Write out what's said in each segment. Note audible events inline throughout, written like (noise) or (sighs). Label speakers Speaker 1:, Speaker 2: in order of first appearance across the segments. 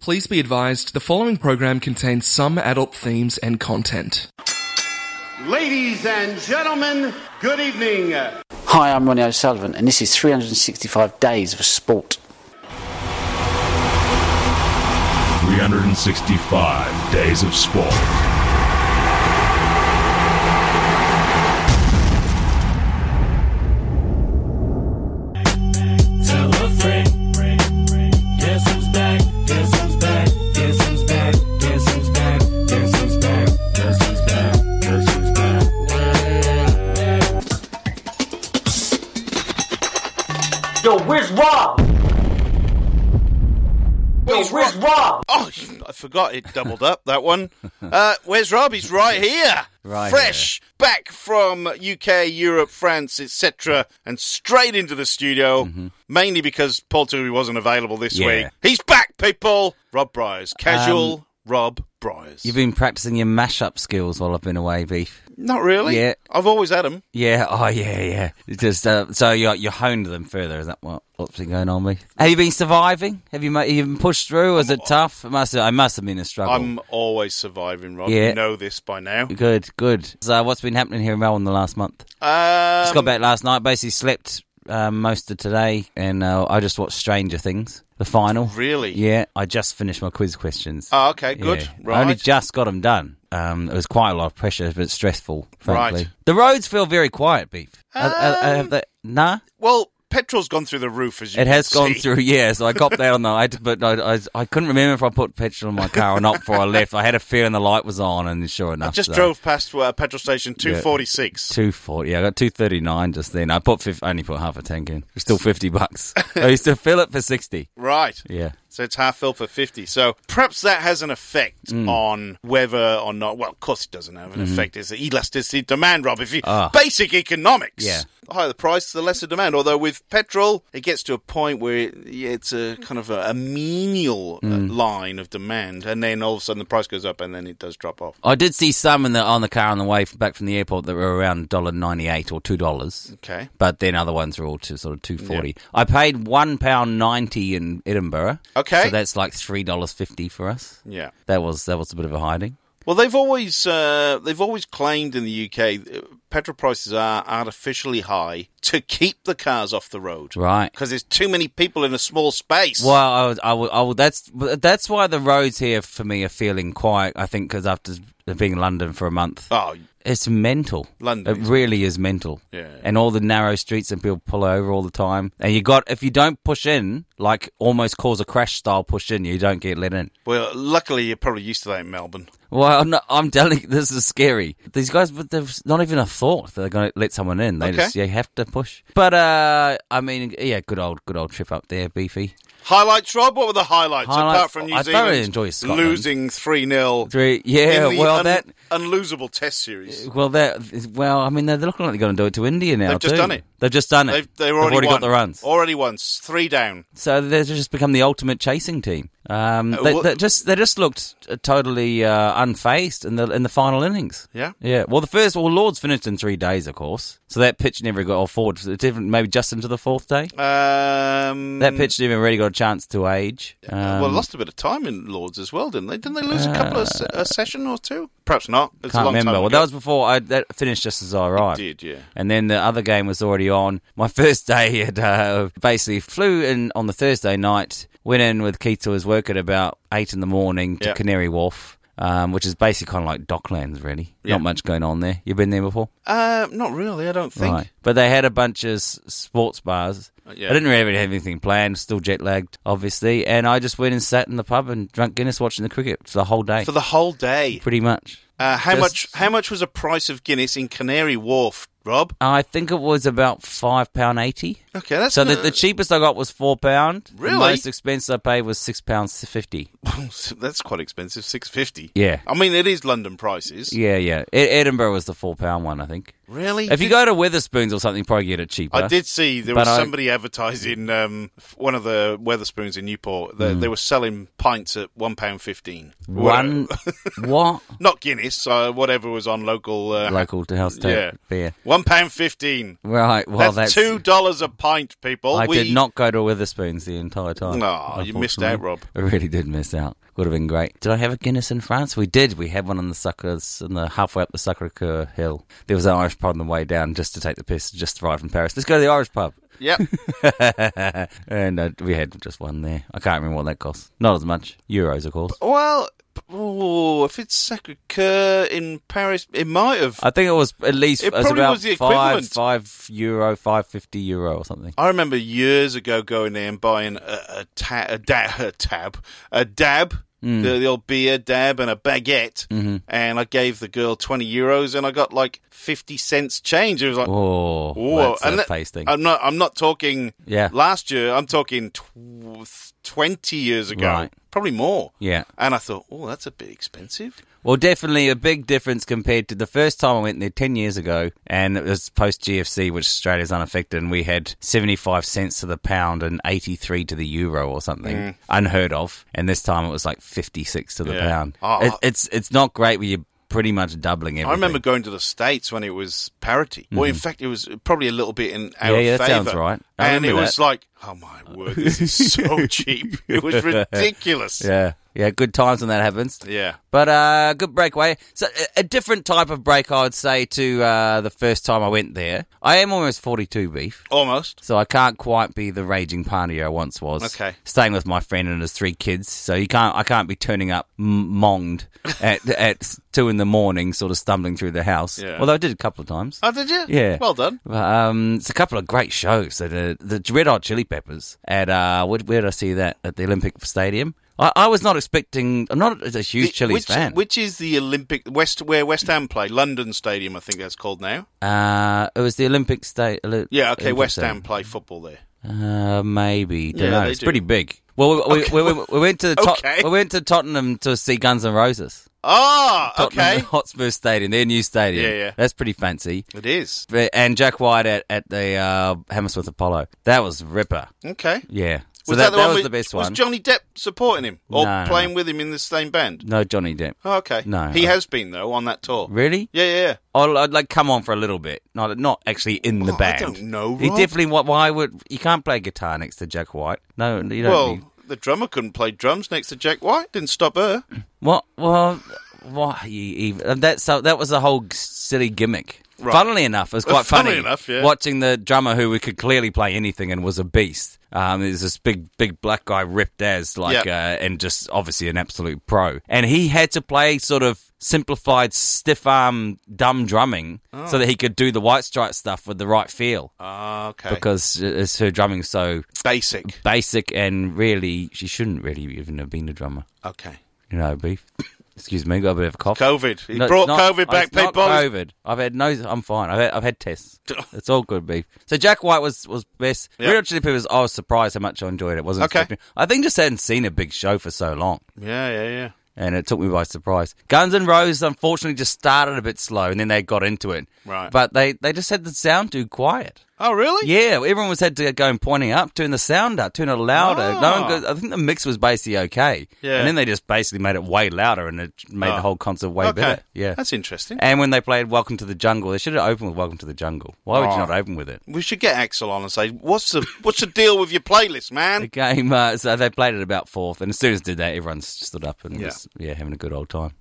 Speaker 1: Please be advised the following program contains some adult themes and content.
Speaker 2: Ladies and gentlemen, good evening.
Speaker 3: Hi, I'm Ronnie O'Sullivan, and this is 365 Days of Sport.
Speaker 4: 365 Days of Sport.
Speaker 5: Tell a friend. Guess who's back? Guess who's back? Guess who's back? Guess who's back? Guess who's back? Guess who's back? Guess who's back?
Speaker 6: Yo, where's Rob? Yo, where's Rob?
Speaker 7: Oh, I forgot it doubled up that one. Uh, where's Rob? He's right here,
Speaker 8: Right
Speaker 7: fresh back from UK, Europe, France, etc., and straight into the studio. Mainly because Paul Tooby wasn't available this
Speaker 8: Mm-hmm. Yeah. Um,
Speaker 7: week. He's back, people. Rob Bryers, casual Rob Bryers.
Speaker 8: You've been practicing your mashup skills while I've been away, beef.
Speaker 7: Not really.
Speaker 8: Yeah.
Speaker 7: I've always had him.
Speaker 8: Yeah, oh yeah, yeah. It's Just uh, so you you honed them further. Is that what what's been going on, beef? Have you been surviving? Have you ma- you been pushed through? Was it tough? It must have, I must have been a struggle.
Speaker 7: I'm always surviving, Rob.
Speaker 8: Yeah.
Speaker 7: You know this by now.
Speaker 8: Good, good. So what's been happening here in Melbourne the last month? just got
Speaker 7: Um,
Speaker 8: back last night. Basically slept um, most of today, and uh, I just watched Stranger Things, the final.
Speaker 7: really?
Speaker 8: Yeah, I just finished my quiz questions.
Speaker 7: Oh, okay, good.
Speaker 8: Yeah. I
Speaker 7: Right.
Speaker 8: only just got them done. Um, it was quite a lot of pressure, but stressful, frankly.
Speaker 7: Right.
Speaker 8: The roads feel very quiet, Beef. Have- have- have they- nah,
Speaker 7: well, petrol's gone through the roof as you
Speaker 8: it has
Speaker 7: can
Speaker 8: gone
Speaker 7: see. (laughs)
Speaker 8: through, yeah. So I got there on the, I, had to- but I, I, I couldn't remember if I put petrol in my car or not before I left. I had a feeling the light was on, and sure enough.
Speaker 7: I just
Speaker 8: so-
Speaker 7: drove past uh, petrol station 246.
Speaker 8: 240. Yeah, I got 239 just then. I put fif- only put half a tank in. It's still
Speaker 7: (laughs)
Speaker 8: 50 bucks. I used to fill it for 60.
Speaker 7: Right.
Speaker 8: Yeah.
Speaker 7: So it's half filled for 50. So perhaps that has an effect
Speaker 8: Mm.
Speaker 7: on whether or not. Well, of course it doesn't have an effect. It's the elasticity of demand, Rob. If you
Speaker 8: Mm-hmm. Ah.
Speaker 7: basic economics.
Speaker 8: Yeah.
Speaker 7: The higher the price, the lesser demand. Although with petrol, it gets to a point where it, it's a kind of a, a menial uh,
Speaker 8: Mm.
Speaker 7: line of demand, and then all of a sudden the price goes up, and then it does drop off.
Speaker 8: I did see some in the, on the car on the way f- back from the airport that were around $1.98 or $2.
Speaker 7: Okay.
Speaker 8: but then other ones are all to sort of two forty. I paid one pound ninety in Edinburgh.
Speaker 7: Okay.
Speaker 8: so that's like three dollars fifty for us.
Speaker 7: Yeah.
Speaker 8: That was that was a bit of a hiding.
Speaker 7: Well, they've always uh, they've always claimed in the UK uh, petrol prices are artificially high to keep the cars off the road,
Speaker 8: Right.
Speaker 7: Because there's too many people in a small space.
Speaker 8: Well, I was, I, was, I was, that's that's why the roads here for me are feeling quiet. I think because after being in London for a month,
Speaker 7: Oh,
Speaker 8: it's mental.
Speaker 7: London
Speaker 8: it
Speaker 7: is-
Speaker 8: really is mental.
Speaker 7: Yeah.
Speaker 8: and all the narrow streets and people pull over all the time. And you got if you don't push in, like almost cause a crash style push in, you don't get let in.
Speaker 7: well, luckily you're probably used to that in Melbourne.
Speaker 8: Well, I'm, not, I'm telling you, (laughs) this is scary. These guys, but there's not even a thought that they're going to let someone in. They
Speaker 7: Okay.
Speaker 8: just you have to push. But uh, I mean, yeah, good old, good old trip up there, beefy.
Speaker 7: Highlights, Rob. What were the highlights,
Speaker 8: Highlights-
Speaker 7: apart from New
Speaker 8: I
Speaker 7: Zealand
Speaker 8: thoroughly enjoy Scotland.
Speaker 7: losing three 0
Speaker 8: Three, yeah. Well,
Speaker 7: um,
Speaker 8: that,
Speaker 7: unlosable Test series.
Speaker 8: well, that, well, I mean, they're looking like they're going to do it to India now.
Speaker 7: They've just
Speaker 8: too.
Speaker 7: done it.
Speaker 8: They've just done it.
Speaker 7: They've, they've already,
Speaker 8: got
Speaker 7: won.
Speaker 8: the runs.
Speaker 7: Already once, three down.
Speaker 8: So they've just become the ultimate chasing team. Um,
Speaker 7: Uh,
Speaker 8: they,
Speaker 7: what-
Speaker 8: they just they just looked uh, totally uh, unfazed in the in the final innings.
Speaker 7: Yeah.
Speaker 8: yeah. Well, the first well Lords finished in three days, of course. So that pitch never got or forward. so it didn't- maybe just into the fourth day.
Speaker 7: Um,
Speaker 8: That pitch never really got a chance to age. Um, Uh,
Speaker 7: well, lost a bit of time in Lords as well, didn't they? Didn't they lose a couple of se- a session or two? Perhaps not. It's
Speaker 8: can't
Speaker 7: a long
Speaker 8: remember.
Speaker 7: Time
Speaker 8: Well,
Speaker 7: ago.
Speaker 8: that was before I that finished just as I arrived.
Speaker 7: did, yeah.
Speaker 8: And then the other game was already on. My (laughs) first day had uh, basically flew in on the Thursday night. Went in with Keith to his work at about eight in the morning to
Speaker 7: Yeah.
Speaker 8: Canary Wharf, um, which is basically kind of like Docklands, really.
Speaker 7: Yeah.
Speaker 8: Not much going on there. You've been there before,
Speaker 7: Uh, not really. I don't think.
Speaker 8: But they had a bunch of s- sports bars.
Speaker 7: Uh, yeah.
Speaker 8: I didn't really have anything planned. Still jet lagged, obviously. And I just went and sat in the pub and drank Guinness, watching the cricket for the whole day,
Speaker 7: For the whole day.
Speaker 8: pretty much.
Speaker 7: Uh, how
Speaker 8: Just-
Speaker 7: much? How much was a price of Guinness in Canary Wharf, Rob?
Speaker 8: I think it was about five pound eighty.
Speaker 7: Okay, that's
Speaker 8: So the,
Speaker 7: not- (laughs)
Speaker 8: the cheapest I got was four pound.
Speaker 7: Really?
Speaker 8: The most expensive I paid was six pounds fifty.
Speaker 7: that's quite expensive. Six fifty.
Speaker 8: Yeah.
Speaker 7: I mean, it is London prices.
Speaker 8: Yeah, yeah. E- Edinburgh was the four pound one, I think.
Speaker 7: Really?
Speaker 8: If you
Speaker 7: Did-
Speaker 8: go to Witherspoons or something, you probably get it cheaper.
Speaker 7: I did see there
Speaker 8: But
Speaker 7: was
Speaker 8: I-
Speaker 7: somebody advertising um, f- one of the Weatherspoons in Newport. They,
Speaker 8: Hmm.
Speaker 7: they were selling pints at one pound fifteen. (laughs)
Speaker 8: One what
Speaker 7: not Guinness, uh, whatever was on local. Uh,
Speaker 8: local to house
Speaker 7: yeah,
Speaker 8: yeah. beer?
Speaker 7: One pound fifteen.
Speaker 8: Right. Well,
Speaker 7: that's,
Speaker 8: that's,
Speaker 7: two dollars a pint, people.
Speaker 8: I
Speaker 7: We-
Speaker 8: did not go to Witherspoons the entire time.
Speaker 7: Aw, you missed out,
Speaker 8: unfortunately.
Speaker 7: Rob.
Speaker 8: (laughs) I really did miss out. Would have been great. Did I have a Guinness in France? We did. We had one on the suckers in the halfway up the Sacre-Cœur hill. There was an Irish pub on the way down just to take the piss. Just arrived from Paris. Let's go to the Irish pub. (laughs)
Speaker 7: Yep.
Speaker 8: and uh, we had just one there. I can't remember what that cost. Not as much euros, of course.
Speaker 7: well, oh, if it's Sacre Coeur in Paris, it might have.
Speaker 8: I think it was at least
Speaker 7: It
Speaker 8: it was
Speaker 7: probably
Speaker 8: about
Speaker 7: was the
Speaker 8: five
Speaker 7: equivalent.
Speaker 8: five euro five fifty euro or something.
Speaker 7: I remember years ago going there and buying a, a, ta- a, da- (laughs) a tab, a dab,
Speaker 8: Hmm.
Speaker 7: the, the old beer dab, and a baguette.
Speaker 8: Mm-hmm.
Speaker 7: And I gave the girl 20 euros and I got like 50 cents change. It was like,
Speaker 8: Oh,
Speaker 7: whoa.
Speaker 8: that's a
Speaker 7: that-
Speaker 8: tasting.
Speaker 7: I'm not, I'm not talking
Speaker 8: Yeah.
Speaker 7: last year, I'm talking tw- 20 years ago.
Speaker 8: Right.
Speaker 7: Probably more.
Speaker 8: Yeah.
Speaker 7: And I thought, oh, that's a bit expensive.
Speaker 8: Well, definitely a big difference compared to the first time I went there 10 years ago, and it was post GFC, which Australia's unaffected, and we had 75 cents to the pound and 83 to the euro or something. Unheard of. And this time it was like 56 to the
Speaker 7: Mm. Yeah.
Speaker 8: pound.
Speaker 7: Oh,
Speaker 8: It-
Speaker 7: I-
Speaker 8: it's, it's not great when you're pretty much doubling everything.
Speaker 7: I remember going to the States when it was parity. Well, in fact, it was probably a little bit in our
Speaker 8: Mm-hmm. Yeah, yeah, that
Speaker 7: favor.
Speaker 8: sounds right. I
Speaker 7: and it
Speaker 8: remember
Speaker 7: was
Speaker 8: that.
Speaker 7: like, oh my word, this
Speaker 8: (laughs)
Speaker 7: is so cheap. It was ridiculous.
Speaker 8: Yeah. Yeah, good times when that happens.
Speaker 7: Yeah.
Speaker 8: But uh, good breakaway. So a- a different type of break, I would say, to uh, the first time I went there. I am almost 42 beef.
Speaker 7: Almost.
Speaker 8: So I can't quite be the raging party I once was.
Speaker 7: Okay.
Speaker 8: Staying with my friend and his three kids, so you can't. I can't be turning up m-
Speaker 7: (laughs)
Speaker 8: monged at at two in the morning, sort of stumbling through the house.
Speaker 7: Yeah.
Speaker 8: Although I did a couple of times.
Speaker 7: Oh, did you?
Speaker 8: Yeah.
Speaker 7: Well done.
Speaker 8: But, um, it's a couple of great shows. So the the Red Hot Chili Peppers at uh, where, where did I see that at the Olympic Stadium? I, I was not expecting. I'm not a huge
Speaker 7: The-
Speaker 8: Chili's
Speaker 7: which,
Speaker 8: fan.
Speaker 7: Which is the Olympic West where West Ham play? London Stadium, I think that's called now.
Speaker 8: uh, it was the Olympic State.
Speaker 7: Yeah. Okay. West Ham play football there.
Speaker 8: Uh, maybe. Don't
Speaker 7: Yeah,
Speaker 8: know.
Speaker 7: they
Speaker 8: It's
Speaker 7: do.
Speaker 8: pretty big. Well, we, we, we, we
Speaker 7: (laughs)
Speaker 8: went to Tot-
Speaker 7: Okay.
Speaker 8: we went to Tottenham to see Guns N' Roses.
Speaker 7: Ah.
Speaker 8: Tottenham
Speaker 7: Okay.
Speaker 8: (laughs) Hotspur Stadium, their new stadium.
Speaker 7: Yeah, yeah.
Speaker 8: That's pretty fancy.
Speaker 7: It is.
Speaker 8: But- And Jack White at, at the uh, Hammersmith Apollo. That was ripper.
Speaker 7: Okay.
Speaker 8: Yeah. So
Speaker 7: Was
Speaker 8: that, that,
Speaker 7: one
Speaker 8: was
Speaker 7: with-
Speaker 8: the best
Speaker 7: was
Speaker 8: one.
Speaker 7: Johnny Depp supporting him or
Speaker 8: No, no,
Speaker 7: playing
Speaker 8: no.
Speaker 7: with him in the same band?
Speaker 8: no, Johnny Depp.
Speaker 7: Oh, okay.
Speaker 8: No.
Speaker 7: He has been though on that tour.
Speaker 8: Really?
Speaker 7: Yeah, yeah, yeah.
Speaker 8: I'd, I'd like come on for a little bit. Not not actually in the
Speaker 7: Oh, I
Speaker 8: band.
Speaker 7: don't know,
Speaker 8: He
Speaker 7: Rob.
Speaker 8: definitely. wh- Why would you can't play guitar next to Jack White? No, you don't.
Speaker 7: Well,
Speaker 8: need-
Speaker 7: the drummer couldn't play drums next to Jack White. Didn't stop her.
Speaker 8: What? Well, what? You even that's so that was the whole silly gimmick.
Speaker 7: Right.
Speaker 8: Funnily enough, it was
Speaker 7: Well, (laughs)
Speaker 8: quite
Speaker 7: funnily
Speaker 8: funny
Speaker 7: enough, yeah.
Speaker 8: watching the drummer who could clearly play anything and was a beast. Um, there's this big, big black guy ripped as like, uh, and just obviously an absolute pro. And he had to play sort of simplified, stiff arm, dumb drumming
Speaker 7: Oh.
Speaker 8: so that he could do the white stripe stuff with the right feel
Speaker 7: Ah, okay.
Speaker 8: because uh, it's her drumming so
Speaker 7: Basic.
Speaker 8: basic and really she shouldn't really even have been a drummer.
Speaker 7: Okay.
Speaker 8: You know, beef. Excuse me, got a bit of a cough.
Speaker 7: COVID. He
Speaker 8: No,
Speaker 7: brought
Speaker 8: not- oh,
Speaker 7: COVID back,
Speaker 8: It's not
Speaker 7: people.
Speaker 8: COVID. I've had no. I'm fine. I've had, I've had
Speaker 7: (laughs)
Speaker 8: tests. It's all good, beef. So Jack White was was best.
Speaker 7: Yeah.
Speaker 8: Red Hot Chili Peppers. I was surprised how much I enjoyed it. Wasn't
Speaker 7: Okay.
Speaker 8: expecting. I think just hadn't seen a big show for so long,
Speaker 7: Yeah, yeah, yeah.
Speaker 8: and it took me by surprise. Guns N' Roses, unfortunately, just started a bit slow, and then they got into it.
Speaker 7: Right.
Speaker 8: But they they just had the sound too quiet.
Speaker 7: Oh, really?
Speaker 8: Yeah, everyone was had to go and pointing up, turn the sound up, turn it louder. No one goes, I think the mix was basically okay.
Speaker 7: Ah. Yeah.
Speaker 8: And then they just basically made it way louder and it made
Speaker 7: Oh.
Speaker 8: the whole concert way
Speaker 7: okay.
Speaker 8: better. Yeah.
Speaker 7: That's interesting.
Speaker 8: and when they played Welcome to the Jungle, they should have opened with Welcome to the Jungle. Why would
Speaker 7: Oh.
Speaker 8: you not open with it?
Speaker 7: we should get Axel on and say, "What's the what's the deal with your playlist,
Speaker 8: The
Speaker 7: man?"
Speaker 8: game, uh, so they played it about fourth, and as soon as they did that, everyone stood up and
Speaker 7: Yeah. Hmm.
Speaker 8: was yeah, having a good old time.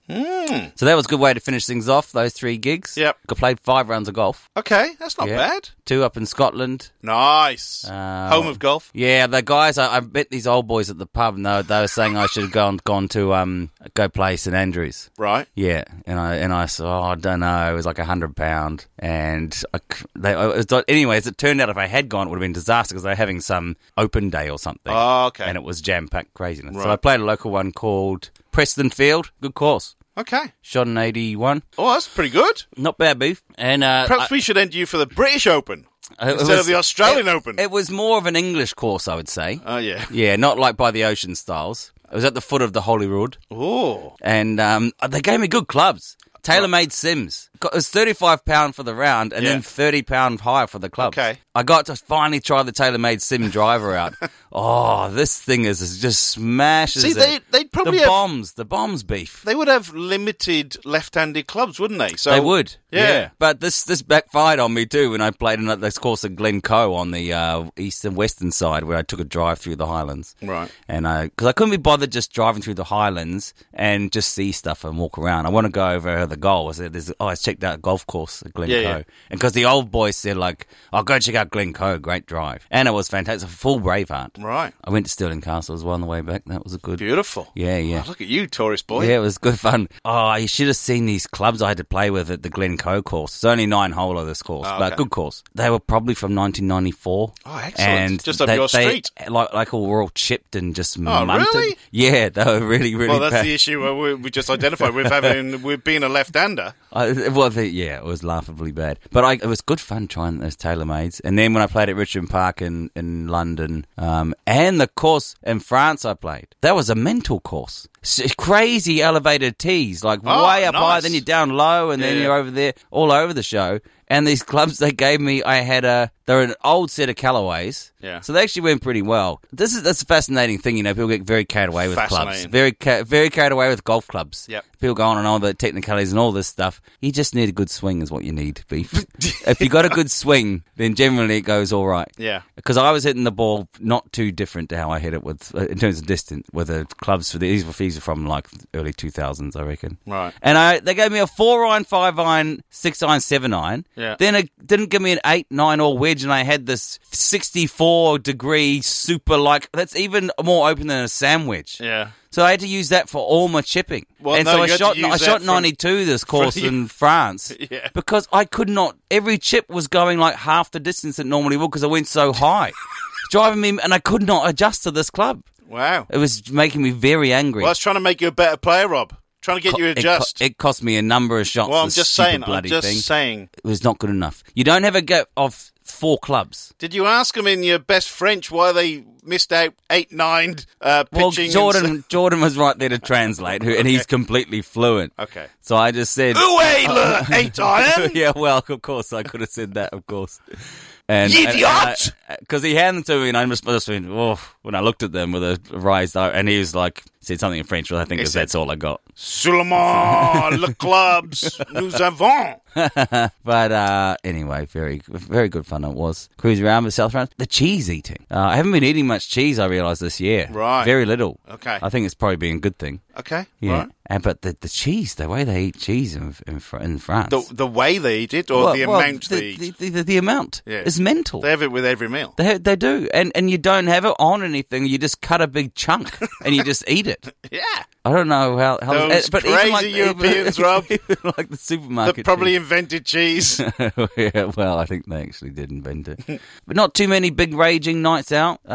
Speaker 8: So that was a good way to finish things off, those three gigs.
Speaker 7: Yep.
Speaker 8: I played five rounds of golf.
Speaker 7: Okay, that's not
Speaker 8: Yeah.
Speaker 7: bad.
Speaker 8: Two up in Scotland,
Speaker 7: Nice.
Speaker 8: Uh,
Speaker 7: Home of golf.
Speaker 8: Yeah, the guys. I, I met these old boys at the pub, and they were, they were saying I should have gone gone to um go play St Andrews.
Speaker 7: Right.
Speaker 8: Yeah, and I and I said, oh, I don't know. It was like a hundred pound, and I, c- they, I was, anyways, it turned out if I had gone, it would have been disaster because they were having some open day or something.
Speaker 7: Oh, okay.
Speaker 8: and it was jam packed craziness.
Speaker 7: Right.
Speaker 8: So I played a local one called Preston Field. Good course.
Speaker 7: Okay.
Speaker 8: Shot an eighty one.
Speaker 7: Oh, that's pretty good.
Speaker 8: Not bad beef. And uh,
Speaker 7: Perhaps
Speaker 8: I-
Speaker 7: we should end you for the British Open
Speaker 8: it
Speaker 7: instead
Speaker 8: was-
Speaker 7: of the Australian
Speaker 8: it-
Speaker 7: Open.
Speaker 8: It was more of an English course, I would say.
Speaker 7: oh, yeah.
Speaker 8: Yeah, not like by the ocean styles. It was at the foot of the Holy Road,
Speaker 7: Oh,
Speaker 8: and um, they gave me good clubs. Tailor made Sims. Got, it was £35 pound for the round and then
Speaker 7: Yeah.
Speaker 8: £30 pound higher for the club.
Speaker 7: Okay.
Speaker 8: I got to finally try the tailor made Sim driver
Speaker 7: (laughs)
Speaker 8: out. oh, this thing is, is just smashes.
Speaker 7: See,
Speaker 8: it.
Speaker 7: they- they'd probably
Speaker 8: The
Speaker 7: have-
Speaker 8: bombs, the bombs beef.
Speaker 7: They would have limited left-handed clubs, wouldn't they? So
Speaker 8: They would,
Speaker 7: Yeah.
Speaker 8: But this this backfired on me too when I played another this course at Glencoe on the uh, eastern western side where I took a drive through the Highlands.
Speaker 7: Right.
Speaker 8: And I because I couldn't be bothered just driving through the Highlands and just see stuff and walk around. I want to go over the goal. I said, there's, "Oh, I checked out a golf course at Glencoe,"
Speaker 7: yeah.
Speaker 8: and because the old boy said, "Like, I'll go check out Glencoe. Great drive," and it was fantastic. Full Braveheart.
Speaker 7: Right.
Speaker 8: I went to Stirling Castle as well on the way back. That was a good.
Speaker 7: Beautiful.
Speaker 8: Yeah, yeah.
Speaker 7: Oh, look at you, tourist boy.
Speaker 8: Yeah, it was good fun. Oh, you should have seen these clubs I had to play with at the Glencoe course. It's only nine hole of this course, but
Speaker 7: Oh, okay.
Speaker 8: good course. They were probably from 1994.
Speaker 7: Oh, excellent. Just up
Speaker 8: they-
Speaker 7: your
Speaker 8: they-
Speaker 7: street. Oh,
Speaker 8: like, like all were all chipped and just munted.
Speaker 7: really?
Speaker 8: Yeah, they were really, really
Speaker 7: Well, that's
Speaker 8: bad.
Speaker 7: the issue where we, we just identified
Speaker 8: (laughs)
Speaker 7: with having with being a left-hander.
Speaker 8: I, well, the, yeah, it was laughably bad, but I, it was good fun trying those tailor mades. And then when I played at Richmond Park in in London, um, and the course in France I played, that was a mental course. S- crazy elevated tees, like
Speaker 7: Oh,
Speaker 8: way up high,
Speaker 7: nice.
Speaker 8: then you're down low, and then
Speaker 7: Yeah.
Speaker 8: you're over there, all over the show. And these (laughs) clubs they gave me, I had a they're an old set of Callaways,
Speaker 7: Yeah.
Speaker 8: So they actually went pretty well. This is that's a fascinating thing, you know. People get very carried away with clubs,
Speaker 7: Fascinating.
Speaker 8: very ca- very carried away with golf clubs.
Speaker 7: Yep.
Speaker 8: People go on and on about technicalities and all this stuff. You just need a good swing, is what you need,
Speaker 7: (laughs)
Speaker 8: beef. if you got a good swing, then generally it goes all right.
Speaker 7: Yeah.
Speaker 8: Because I was hitting the ball not too different to how I hit it with uh, in terms of distance with the clubs for the these were these are from like early two thousands, I reckon.
Speaker 7: Right.
Speaker 8: And I they gave me a four iron, five iron, six iron, seven iron.
Speaker 7: Yeah.
Speaker 8: Then it didn't give me an eight, nine or wedge, and I had this sixty four degree super like that's even more open than a sandwich.
Speaker 7: Yeah.
Speaker 8: So I had to use that for all my chipping.
Speaker 7: Well,
Speaker 8: and
Speaker 7: no,
Speaker 8: so I
Speaker 7: you had
Speaker 8: shot
Speaker 7: to use
Speaker 8: I
Speaker 7: that
Speaker 8: shot
Speaker 7: from-
Speaker 8: 92
Speaker 7: (laughs)
Speaker 8: this course
Speaker 7: from-
Speaker 8: in France
Speaker 7: Yeah.
Speaker 8: because I could not every chip was going like half the distance it normally would because I went so
Speaker 7: (laughs)
Speaker 8: high. Driving me and I could not adjust to this club.
Speaker 7: Wow.
Speaker 8: It was making me very angry.
Speaker 7: Well, that's trying to make you a better player, Rob. Trying to get you
Speaker 8: It co-
Speaker 7: adjust.
Speaker 8: It, cost me a number of shots.
Speaker 7: well, I'm
Speaker 8: this
Speaker 7: just
Speaker 8: stupid
Speaker 7: saying. I'm
Speaker 8: bloody
Speaker 7: just
Speaker 8: thing.
Speaker 7: saying.
Speaker 8: It was not good enough. You don't have a go of four clubs.
Speaker 7: Did you ask them in your best French why they missed out eight nine uh, pitching?
Speaker 8: Well,
Speaker 7: and
Speaker 8: Jordan, Jordan was right there to translate, who, and he's completely fluent.
Speaker 7: Okay.
Speaker 8: So I just said, uh,
Speaker 7: s- Away, le
Speaker 8: (laughs)
Speaker 7: eight iron.
Speaker 8: yeah, well, of course, I could have said that, of course. And
Speaker 7: Idiot!
Speaker 8: Because he handed them to me, and I just, I just went, oh, when I looked at them with a raised eye, and he was like, said something in French, but I think 'cause
Speaker 7: said-
Speaker 8: that's all I got. (laughs)
Speaker 7: Suleiman, le clubs, nous avons.
Speaker 8: But uh, anyway, very, very good fun it was. Cruise around with South France. The cheese eating. Uh, I haven't been eating much cheese, I realised, this year.
Speaker 7: Right.
Speaker 8: Very little.
Speaker 7: Okay.
Speaker 8: I think it's probably been a good thing.
Speaker 7: Okay,
Speaker 8: Yeah.
Speaker 7: right.
Speaker 8: And, but the, the cheese, the way they eat cheese in, in, Fr- in France.
Speaker 7: The the way they eat it or
Speaker 8: Well-
Speaker 7: the
Speaker 8: well,
Speaker 7: amount they
Speaker 8: the,
Speaker 7: eat.
Speaker 8: the, the, the amount
Speaker 7: Yeah.
Speaker 8: is mental.
Speaker 7: they have it with every meal.
Speaker 8: They, they do, and and you don't have it on anything. You just cut a big chunk and you just eat it.
Speaker 7: Yeah,
Speaker 8: I don't know how. how Eh,
Speaker 7: Those
Speaker 8: but even
Speaker 7: crazy
Speaker 8: like- (laughs) even-
Speaker 7: Europeans, Rob.
Speaker 8: even like the supermarket.
Speaker 7: they probably
Speaker 8: cheese.
Speaker 7: invented
Speaker 8: (laughs)
Speaker 7: cheese.
Speaker 8: yeah, well, I think they actually did invent it, (laughs) but not too many big raging nights out. Uh,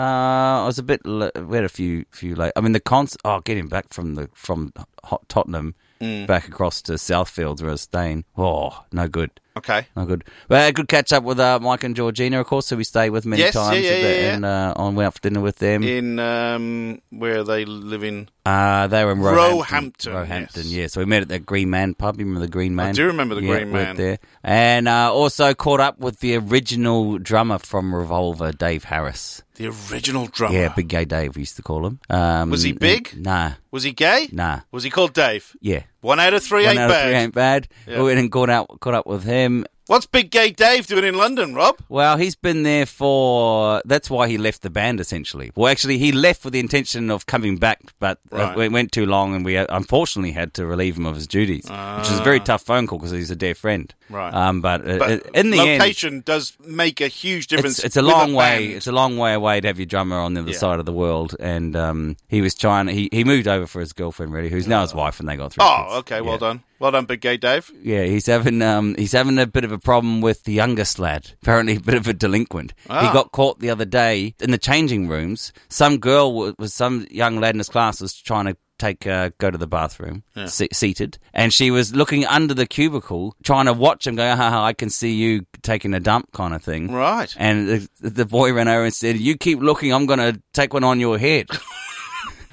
Speaker 8: I was a bit. l we had a few, few late. I mean, the cons. Oh, getting back from the from hot Tottenham
Speaker 7: Mm.
Speaker 8: back across to Southfields where I was staying. Oh, no good.
Speaker 7: okay,
Speaker 8: Oh, good. Well, I had a good catch up with uh, Mike and Georgina, of course, who we stayed with many
Speaker 7: Yes, yeah,
Speaker 8: times.
Speaker 7: yeah,
Speaker 8: a bit,
Speaker 7: yeah, yeah.
Speaker 8: And uh, on went out for dinner with them.
Speaker 7: in um, where are they living?
Speaker 8: Uh, they were in Roehampton.
Speaker 7: Roehampton, yes.
Speaker 8: yeah. So we met at the Green Man pub. You remember the Green Man?
Speaker 7: do remember the
Speaker 8: Yeah,
Speaker 7: Green
Speaker 8: we were
Speaker 7: Man.
Speaker 8: There. And uh, also caught up with the original drummer from Revolver, Dave Harris.
Speaker 7: The original drummer.
Speaker 8: Yeah, Big Gay Dave, we used to call him. Um,
Speaker 7: Oh, Was he big?
Speaker 8: Nah,
Speaker 7: Was he gay?
Speaker 8: nah.
Speaker 7: Was he called Dave?
Speaker 8: Yeah.
Speaker 7: One out of three
Speaker 8: One
Speaker 7: ain't
Speaker 8: out of
Speaker 7: bad.
Speaker 8: three ain't bad.
Speaker 7: Yeah.
Speaker 8: We went and caught, out, caught up with him.
Speaker 7: What's Big Gay Dave doing in London, Rob?
Speaker 8: Well, he's been there for. That's why he left the band, essentially. Well, actually, he left with the intention of coming back, but
Speaker 7: Right.
Speaker 8: uh, it went too long, and we uh, unfortunately had to relieve him of his duties, which was a very tough phone call because he's a dear friend.
Speaker 7: Ah. Right.
Speaker 8: Um, but, uh,
Speaker 7: But
Speaker 8: in the end,
Speaker 7: location does make a huge difference.
Speaker 8: it's, it's a
Speaker 7: with
Speaker 8: long way.
Speaker 7: band.
Speaker 8: It's a long way away to have your drummer on the other
Speaker 7: Yeah.
Speaker 8: side of the world, and um, he was trying. He he moved over for his girlfriend, really, who's now his wife, and they got three. kids.
Speaker 7: Uh. Oh, okay. Well
Speaker 8: Yeah.
Speaker 7: done. Well done, Big Gay Dave.
Speaker 8: Yeah, he's having um he's having a bit of a problem with the youngest lad. Apparently, a bit of a delinquent. He got caught the other day in the changing rooms. Some girl wa- was some young lad in his class was trying to take uh, go to the bathroom se- seated, and she was looking under the cubicle trying to watch him. Going, "Ha, ha, ha, I can see you taking a dump, kind of thing.
Speaker 7: Right.
Speaker 8: And the, the boy ran over and said, "You keep looking. I'm going to take one on your head."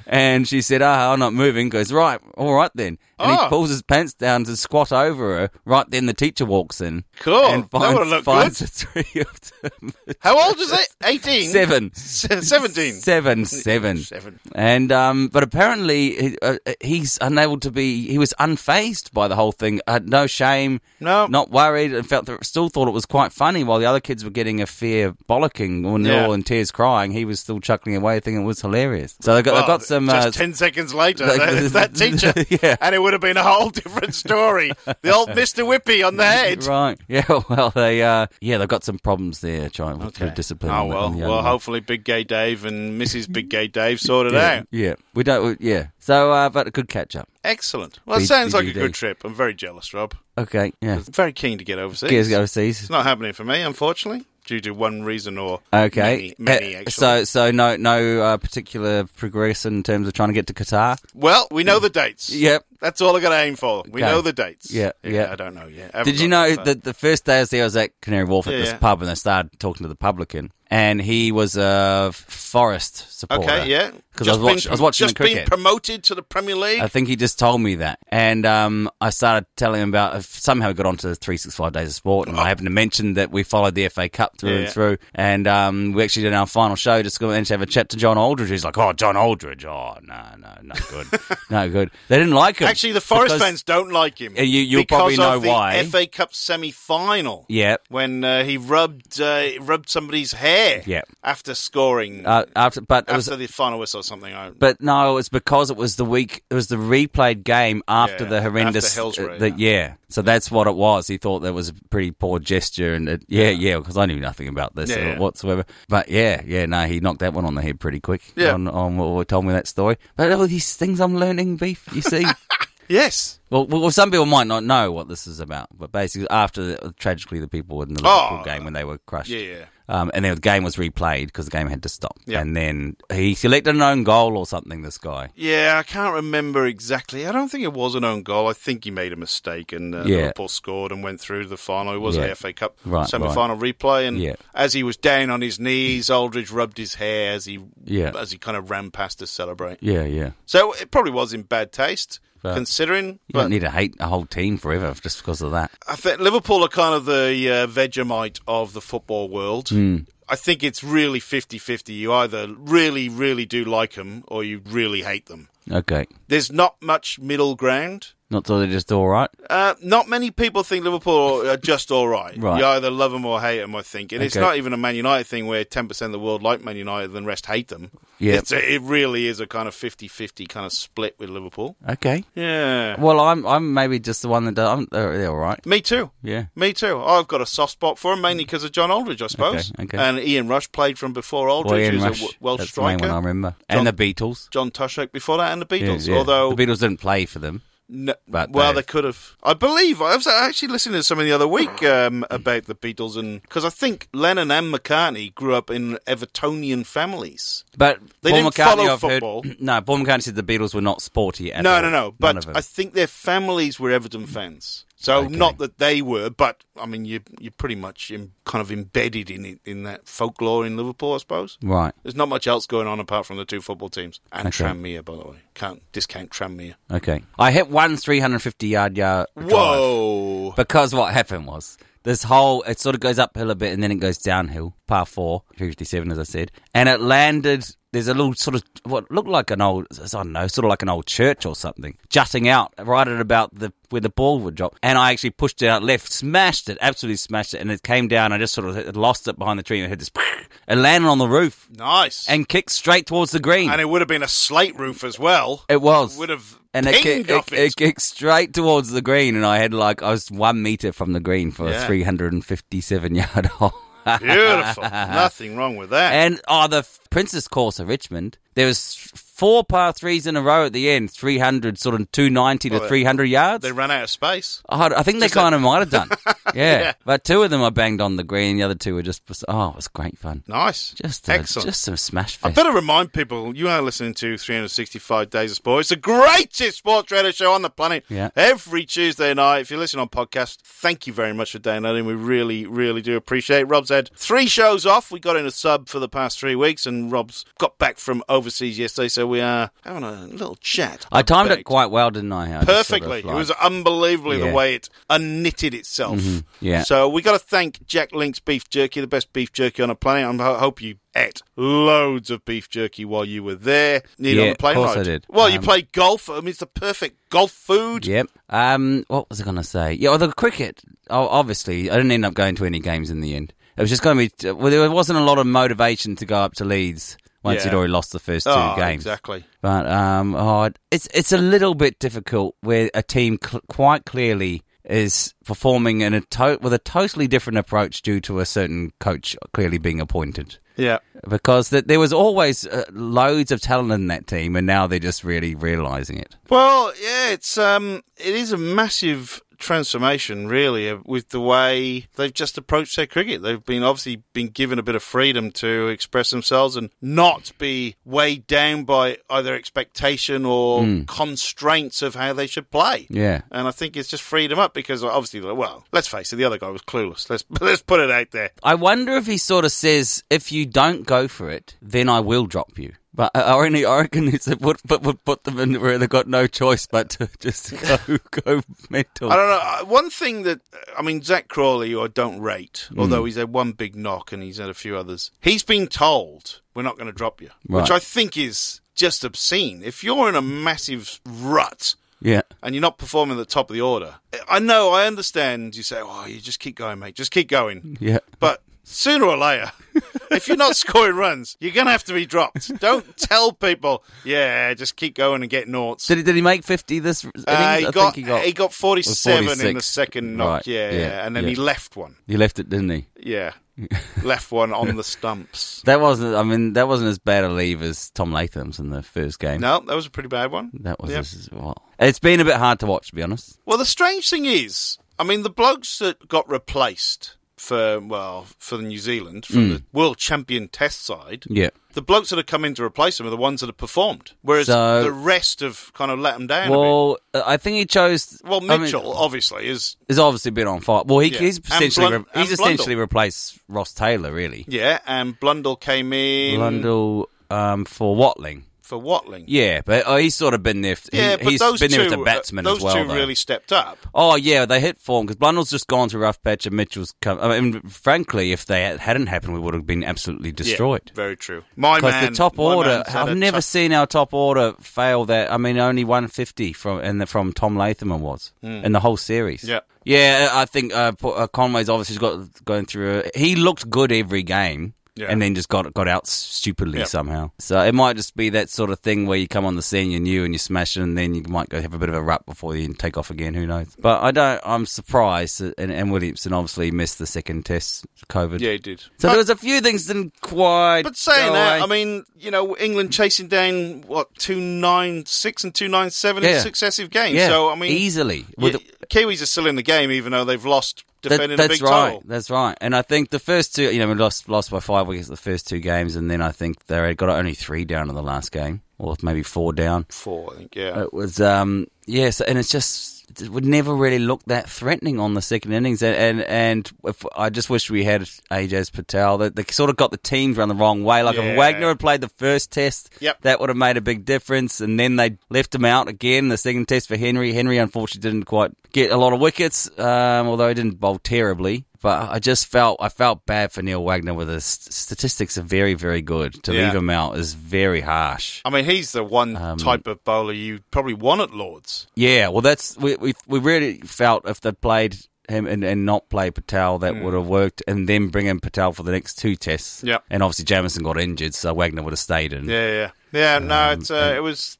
Speaker 8: And she said, "Ah, I'm not moving." Goes right, all right then. And
Speaker 7: Oh.
Speaker 8: he pulls his pants down to squat over her. Right then, the teacher walks in.
Speaker 7: Cool.
Speaker 8: And
Speaker 7: That would've
Speaker 8: finds,
Speaker 7: looked
Speaker 8: finds
Speaker 7: good.
Speaker 8: the three of them. (laughs)
Speaker 7: How old is it? 18?
Speaker 8: Seven.
Speaker 7: Se- 17.
Speaker 8: Seven, seven.
Speaker 7: Seven.
Speaker 8: And um, but apparently uh, uh, he's unable to be. He was unfazed by the whole thing. Had no shame.
Speaker 7: No.
Speaker 8: Not worried. And felt still thought it was quite funny. While the other kids were getting a fair bollocking, when they're
Speaker 7: Yeah.
Speaker 8: all in tears crying, he was still chuckling away, thinking it was hilarious. So they got,
Speaker 7: Well,
Speaker 8: they got some.
Speaker 7: Just
Speaker 8: uh,
Speaker 7: 10 seconds later,
Speaker 8: like-
Speaker 7: that, it's
Speaker 8: (laughs)
Speaker 7: that teacher.
Speaker 8: Yeah.
Speaker 7: And it would have been a whole different story. The
Speaker 8: (laughs)
Speaker 7: old Mr. Whippy on the head.
Speaker 8: Right. (laughs) Yeah. Well, they. Uh, yeah, they got some problems there trying with the discipline.
Speaker 7: Oh
Speaker 8: on the-
Speaker 7: well,
Speaker 8: on the young
Speaker 7: well.
Speaker 8: ones.
Speaker 7: Hopefully, Big Gay Dave and Mrs. Big Gay Dave sorted
Speaker 8: (laughs) Yeah,
Speaker 7: out.
Speaker 8: yeah, we don't. we- Yeah, so uh, but a good catch up.
Speaker 7: Excellent. Well, it
Speaker 8: B-
Speaker 7: sounds like a
Speaker 8: BGD.
Speaker 7: good trip. I'm very jealous, Rob.
Speaker 8: Okay, yeah.
Speaker 7: I'm very keen to get overseas.
Speaker 8: Gears go
Speaker 7: It's
Speaker 8: overseas.
Speaker 7: not happening for me, unfortunately, due to one reason or
Speaker 8: Okay,
Speaker 7: many, many
Speaker 8: Uh,
Speaker 7: actually.
Speaker 8: so so no no uh, particular progress in terms of trying to get to Qatar.
Speaker 7: well, we know the dates.
Speaker 8: Yep.
Speaker 7: That's all I got to aim for. We
Speaker 8: Okay.
Speaker 7: know the dates.
Speaker 8: Yeah, yeah.
Speaker 7: I don't know yet.
Speaker 8: Did you know that the first day I was there, I was at Canary Wharf at
Speaker 7: Yeah,
Speaker 8: this
Speaker 7: yeah.
Speaker 8: pub, and I started talking to the publican, and he was a f- Forest supporter.
Speaker 7: Okay, yeah.
Speaker 8: because I
Speaker 7: Just
Speaker 8: was, watch-
Speaker 7: been-
Speaker 8: I was watching
Speaker 7: Just
Speaker 8: the cricket.
Speaker 7: being promoted to the Premier League.
Speaker 8: I think he just told me that, and um, I started telling him about. Somehow we got onto the three six five days of sport, and I happened to mention that we followed the FA Cup through
Speaker 7: Yeah,
Speaker 8: and
Speaker 7: yeah.
Speaker 8: through, and um, we actually did our final show. Just managed to have a chat to John Aldridge. He's like, "Oh, John Aldridge, oh no, no, not
Speaker 7: (laughs)
Speaker 8: good, no good." They didn't like him.
Speaker 7: Actually, the Forest
Speaker 8: because-
Speaker 7: fans don't like him.
Speaker 8: Uh, you- you'll
Speaker 7: because
Speaker 8: probably know
Speaker 7: of the
Speaker 8: why.
Speaker 7: FA Cup semi-final.
Speaker 8: Yeah.
Speaker 7: When uh, he rubbed uh, rubbed somebody's hair.
Speaker 8: Yeah.
Speaker 7: After scoring.
Speaker 8: Uh, after, but it was
Speaker 7: after the final whistle or something. I,
Speaker 8: But no, it's because it was the week. It was the replayed game after
Speaker 7: Yeah,
Speaker 8: the horrendous.
Speaker 7: after Hillsborough,
Speaker 8: uh, the- yeah. So that's what it was. He thought that was a pretty poor gesture, and it, yeah, yeah, because I knew nothing about this
Speaker 7: Yeah,
Speaker 8: or
Speaker 7: yeah.
Speaker 8: whatsoever. But yeah, yeah, no, he knocked that one on the head pretty quick.
Speaker 7: Yeah.
Speaker 8: on, on what what told me that story. But all these things I'm learning, beef.
Speaker 7: (laughs)
Speaker 8: You see.
Speaker 7: yes.
Speaker 8: Well, well, well, some people might not know what this is about, but basically, after the, tragically the people in the
Speaker 7: Oh.
Speaker 8: Liverpool game when they were crushed,
Speaker 7: Yeah, yeah.
Speaker 8: um, and then the game was replayed because the game had to stop,
Speaker 7: Yeah.
Speaker 8: and then he selected an own goal or something. This guy,
Speaker 7: Yeah, I can't remember exactly. I don't think it was an own goal. I think he made a mistake and uh,
Speaker 8: Yeah.
Speaker 7: Liverpool scored and went through to the final. It was
Speaker 8: Yeah.
Speaker 7: the FA Cup
Speaker 8: Right,
Speaker 7: semi-final replay, and
Speaker 8: Yeah.
Speaker 7: as he was down on his knees, Aldridge rubbed his hair as he
Speaker 8: Yeah.
Speaker 7: as he kind of ran past to celebrate.
Speaker 8: yeah, yeah.
Speaker 7: So it probably was in bad taste,
Speaker 8: But-
Speaker 7: considering.
Speaker 8: You
Speaker 7: But
Speaker 8: don't need to hate a whole team forever just because of that.
Speaker 7: I think Liverpool are kind of the uh, Vegemite of the football world.
Speaker 8: Hmm.
Speaker 7: I think it's really 50-50. You either really, really do like them or you really hate them.
Speaker 8: Okay.
Speaker 7: There's not much middle ground.
Speaker 8: Not so they're just all right.
Speaker 7: Uh, not many people think Liverpool are just all right.
Speaker 8: Right.
Speaker 7: You either love them or hate them, I think. And it's
Speaker 8: Okay.
Speaker 7: not even a Man United thing where 10% of the world like Man United and the rest hate them.
Speaker 8: Yeah.
Speaker 7: It's a, it really is a kind of 50-50 kind of split with Liverpool.
Speaker 8: Okay.
Speaker 7: Yeah.
Speaker 8: Well, I'm I'm maybe just the one that does. I'm, they're, they're all right.
Speaker 7: Me too.
Speaker 8: Yeah.
Speaker 7: Me too. I've got a soft spot for him, mainly because of John Aldridge, I suppose.
Speaker 8: Mm. okay.
Speaker 7: And Ian Rush played from before
Speaker 8: Well,
Speaker 7: Aldridge,
Speaker 8: Ian
Speaker 7: who's
Speaker 8: Rush,
Speaker 7: a w- Welsh
Speaker 8: that's the main
Speaker 7: striker.
Speaker 8: one I remember.
Speaker 7: John-
Speaker 8: and the Beatles.
Speaker 7: John Tushek before that, and the
Speaker 8: Yeah,
Speaker 7: Beatles.
Speaker 8: yeah.
Speaker 7: Although
Speaker 8: the Beatles didn't play for them.
Speaker 7: No,
Speaker 8: But
Speaker 7: well,
Speaker 8: they've-
Speaker 7: they could have. I believe I was actually listening to something the other week um, about the Beatles, and because I think Lennon and McCartney grew up in Evertonian families.
Speaker 8: But
Speaker 7: They
Speaker 8: Paul
Speaker 7: didn't
Speaker 8: McCartney,
Speaker 7: follow
Speaker 8: I've
Speaker 7: football.
Speaker 8: heard. (clears throat) No, Paul McCartney said the Beatles were not sporty at
Speaker 7: no,
Speaker 8: all.
Speaker 7: no, no.
Speaker 8: None of
Speaker 7: But
Speaker 8: 'em.
Speaker 7: I think their families were Everton fans. So not that they were, but I mean, you you're pretty much in, kind of embedded in it, in that folklore in Liverpool, I suppose.
Speaker 8: Right.
Speaker 7: There's not much else going on apart from the two football teams and
Speaker 8: Okay.
Speaker 7: Tranmere, by the way. Can't discount Tranmere.
Speaker 8: Okay. I hit one 350 yard uh, yard.
Speaker 7: Whoa!
Speaker 8: Because what happened was this whole it sort of goes uphill a bit and then it goes downhill. Par four, three fifty seven, as I said, and it landed. There's a little sort of what looked like an old I don't know, sort of like an old church or something, jutting out right at about the where the ball would drop. And I actually pushed it out left, smashed it, absolutely smashed it, and it came down. I just sort of hit- lost it behind the tree and it hit this. (laughs) It landed on the roof
Speaker 7: nice.
Speaker 8: and kicked straight towards the green.
Speaker 7: and it would have been a slate roof as well.
Speaker 8: It was.
Speaker 7: Would have
Speaker 8: and it,
Speaker 7: pinged
Speaker 8: kicked,
Speaker 7: off
Speaker 8: it,
Speaker 7: it.
Speaker 8: it kicked straight towards the green, and I had like I was one meter from the green for
Speaker 7: Yeah.
Speaker 8: a 357 yard hole.
Speaker 7: Beautiful. Nothing wrong with that.
Speaker 8: (laughs) and oh, the Princess Course of Richmond, there was four par threes in a row at the end, 300, sort of 290
Speaker 7: Well,
Speaker 8: to 300 yards.
Speaker 7: they ran out of space.
Speaker 8: I I think they kind of might
Speaker 7: (laughs)
Speaker 8: have done. Yeah.
Speaker 7: Yeah.
Speaker 8: but two of them I banged on the green, the other two were just oh, it was great fun.
Speaker 7: Nice.
Speaker 8: Just a,
Speaker 7: excellent.
Speaker 8: just some smash
Speaker 7: I
Speaker 8: fest.
Speaker 7: better remind people you are listening to 365 Days of Sport. It's the greatest sports radio show on the planet.
Speaker 8: Yeah.
Speaker 7: Every Tuesday night. If you're listening on podcast, thank you very much for downloading. We really, really do appreciate it. Rob's had three shows off. We got in a sub for the past three weeks, and Rob's got back from overseas yesterday, so we are having a little chat.
Speaker 8: I timed it
Speaker 7: about-
Speaker 8: quite well, didn't I? I just sort of
Speaker 7: perfectly.
Speaker 8: like-
Speaker 7: It was unbelievably
Speaker 8: Yeah. Mm-hmm.
Speaker 7: the way it unknitted itself.
Speaker 8: Yeah.
Speaker 7: So we got to thank Jack Link's beef jerky, the best beef jerky on the planet. I ho- hope you ate loads of beef jerky while you were there. Need on
Speaker 8: Yeah,
Speaker 7: the plane
Speaker 8: of course
Speaker 7: ride.
Speaker 8: I did.
Speaker 7: Well, you
Speaker 8: Um,
Speaker 7: play golf. I mean, it's the perfect golf food.
Speaker 8: Yep. Um, what was I going to say? Yeah, well, the cricket. o- Obviously, I didn't end up going to any games in the end. It was just going to be. Well, there wasn't a lot of motivation to go up to Leeds once
Speaker 7: Yeah.
Speaker 8: you'd already lost the first two
Speaker 7: Oh,
Speaker 8: games.
Speaker 7: exactly.
Speaker 8: But um, oh, it- it's it's a little bit difficult where a team cl- quite clearly is performing in a to- with a totally different approach due to a certain coach clearly being appointed.
Speaker 7: Yeah.
Speaker 8: Because th- there was always uh, loads of talent in that team, and now they're just really realizing it.
Speaker 7: Well, yeah, it's um, it is a massive transformation, really, uh, with the way they've just approached their cricket. They've been obviously been given a bit of freedom to express themselves and not be weighed down by either expectation or constraints of how they should play.
Speaker 8: Yeah.
Speaker 7: and I think it's just freed them up because obviously, well, let's face it, the other guy was clueless. Let's (laughs) let's put it out there.
Speaker 8: I wonder if he sort of says, if you don't go for it, then I will drop you. But uh, I I only I reckon it's it would, but would put them in where they've got no choice but to (laughs) just go go mental.
Speaker 7: I don't know. Uh, One thing that I mean, Zach Crawley, who I don't rate,
Speaker 8: Hmm.
Speaker 7: although he's had one big knock and he's had a few others. He's been told we're not going to drop you, which
Speaker 8: Right.
Speaker 7: I think is just obscene. If you're in a massive rut
Speaker 8: Yeah,
Speaker 7: and you're not performing at the top of the order, I know, I understand. You say, "Oh, you just keep going, mate. Just keep going."
Speaker 8: yeah.
Speaker 7: But sooner or later, (laughs) if you're not scoring runs, you're going to have to be dropped. Don't tell people, "Yeah, just keep going and get noughts."
Speaker 8: Did he, did he make fifty this? innings?
Speaker 7: Uh,
Speaker 8: I
Speaker 7: he, got,
Speaker 8: think he got.
Speaker 7: he got 47 in the
Speaker 8: 46.
Speaker 7: second knock,
Speaker 8: Right,
Speaker 7: yeah,
Speaker 8: yeah,
Speaker 7: yeah, and then
Speaker 8: yeah.
Speaker 7: he left one,
Speaker 8: He left it, didn't he? (laughs)
Speaker 7: yeah, left one on the stumps.
Speaker 8: That wasn't. I mean, that wasn't as bad a leave as Tom Latham's in the first game.
Speaker 7: No, that was a pretty bad one.
Speaker 8: That was.
Speaker 7: Yeah.
Speaker 8: as well. It's been a bit hard to watch, to be honest.
Speaker 7: Well, the strange thing is, I mean, the blokes that got replaced for well for the New Zealand
Speaker 8: Hmm.
Speaker 7: from the world champion Test side,
Speaker 8: Yeah.
Speaker 7: the blokes that have come in to replace them are the ones that have performed, whereas
Speaker 8: So-
Speaker 7: the rest have kind of let them down. a bit.
Speaker 8: Well, uh, I think he chose.
Speaker 7: Well,
Speaker 8: I mean-
Speaker 7: Mitchell obviously is,
Speaker 8: has obviously been on fire. Well, he,
Speaker 7: Yeah.
Speaker 8: he's
Speaker 7: And
Speaker 8: essentially
Speaker 7: Blund-
Speaker 8: re- he's
Speaker 7: and Blundell.
Speaker 8: essentially replaced Ross Taylor, really.
Speaker 7: yeah, and Blundell came in
Speaker 8: Blundell um, for Watling.
Speaker 7: for Watling.
Speaker 8: Yeah, but oh, he's sort of been there. f- He,
Speaker 7: Yeah, but
Speaker 8: has
Speaker 7: those
Speaker 8: been
Speaker 7: two,
Speaker 8: there as a
Speaker 7: uh,
Speaker 8: batsman
Speaker 7: those
Speaker 8: as well.
Speaker 7: two
Speaker 8: though.
Speaker 7: really stepped up.
Speaker 8: Oh yeah, they hit form because Blundell's just gone through a rough patch, and Mitchell's come. I mean, frankly, if they hadn't happened, we would have been absolutely destroyed.
Speaker 7: Yeah, very true. My
Speaker 8: Because
Speaker 7: man,
Speaker 8: the top
Speaker 7: my
Speaker 8: order,
Speaker 7: man's had a
Speaker 8: I've never
Speaker 7: tough-
Speaker 8: seen our top order fail that. I mean, only 150 from and the, from Tom Latham and was in the whole series.
Speaker 7: Hmm. Yeah.
Speaker 8: yeah. I think uh, Po- uh, Conway's obviously got going through. A, he looked good every game.
Speaker 7: Yeah.
Speaker 8: And then just got got out stupidly
Speaker 7: Yeah.
Speaker 8: somehow. So it might just be that sort of thing where you come on the scene, you're new and you smash it, and then you might go have a bit of a rut before you take off again. Who knows? But I don't. I'm surprised. that- And, and Williamson obviously missed the second test, COVID.
Speaker 7: Yeah, he did.
Speaker 8: So
Speaker 7: but,
Speaker 8: there was a few things didn't quite.
Speaker 7: but saying
Speaker 8: go
Speaker 7: that,
Speaker 8: away.
Speaker 7: I mean, you know, England chasing down what two nine six and two nine seven
Speaker 8: Yeah.
Speaker 7: in successive games.
Speaker 8: Yeah,
Speaker 7: So I mean,
Speaker 8: easily.
Speaker 7: y-
Speaker 8: With-
Speaker 7: Kiwis are still in the game, even though they've lost
Speaker 8: That-
Speaker 7: defending
Speaker 8: that's
Speaker 7: a big
Speaker 8: right.
Speaker 7: title.
Speaker 8: That's right. And I think the first two, you know, we lost lost by five wickets the first two games, and then I think they got only three down in the last game, or maybe four down.
Speaker 7: Four, I think. Yeah.
Speaker 8: It was um yes, and it's just it would never really look that threatening on the second innings, and and, and if, I just wish we had AJ's Patel. They, they sort of got the teams run the wrong way. Like
Speaker 7: Yeah.
Speaker 8: if Wagner had played the first test,
Speaker 7: Yep.
Speaker 8: that would have made a big difference. And then they left him out again the second test for Henry. Henry unfortunately didn't quite get a lot of wickets, um, although he didn't bowl terribly. But I just felt I felt bad for Neil Wagner. With his statistics are very very good. To
Speaker 7: Yeah.
Speaker 8: leave him out is very harsh.
Speaker 7: I mean, he's the one
Speaker 8: Um,
Speaker 7: type of bowler you probably want at Lords.
Speaker 8: Yeah, well, that's we we we really felt if they played him and, and not play Patel, that
Speaker 7: Hmm.
Speaker 8: would have worked, and then bring in Patel for the next two tests.
Speaker 7: Yeah.
Speaker 8: and obviously Jamison got injured, so Wagner would have stayed in.
Speaker 7: Yeah, yeah, yeah.
Speaker 8: Um,
Speaker 7: no, it's uh, it was.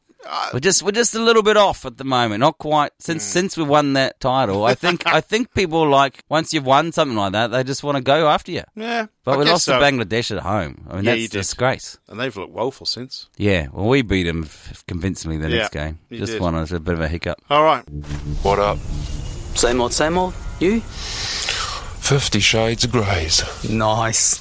Speaker 8: We're just we're just a little bit off at the moment. Not quite since
Speaker 7: Hmm.
Speaker 8: since we won that title.
Speaker 7: (laughs)
Speaker 8: I think I think people like once you've won something like that, they just want to go after you.
Speaker 7: Yeah,
Speaker 8: But
Speaker 7: I
Speaker 8: we
Speaker 7: guess
Speaker 8: lost
Speaker 7: so.
Speaker 8: to Bangladesh at home. I mean,
Speaker 7: Yeah,
Speaker 8: that's
Speaker 7: you
Speaker 8: a
Speaker 7: did.
Speaker 8: disgrace.
Speaker 7: and they've looked woeful since.
Speaker 8: Yeah, well, we beat them f- convincingly the
Speaker 7: Yeah,
Speaker 8: next game.
Speaker 7: you
Speaker 8: Just
Speaker 7: did.
Speaker 8: one was a bit of a hiccup.
Speaker 7: All right,
Speaker 9: What up?
Speaker 10: Same old, same old. You?
Speaker 9: Fifty Shades of Greys.
Speaker 10: Nice.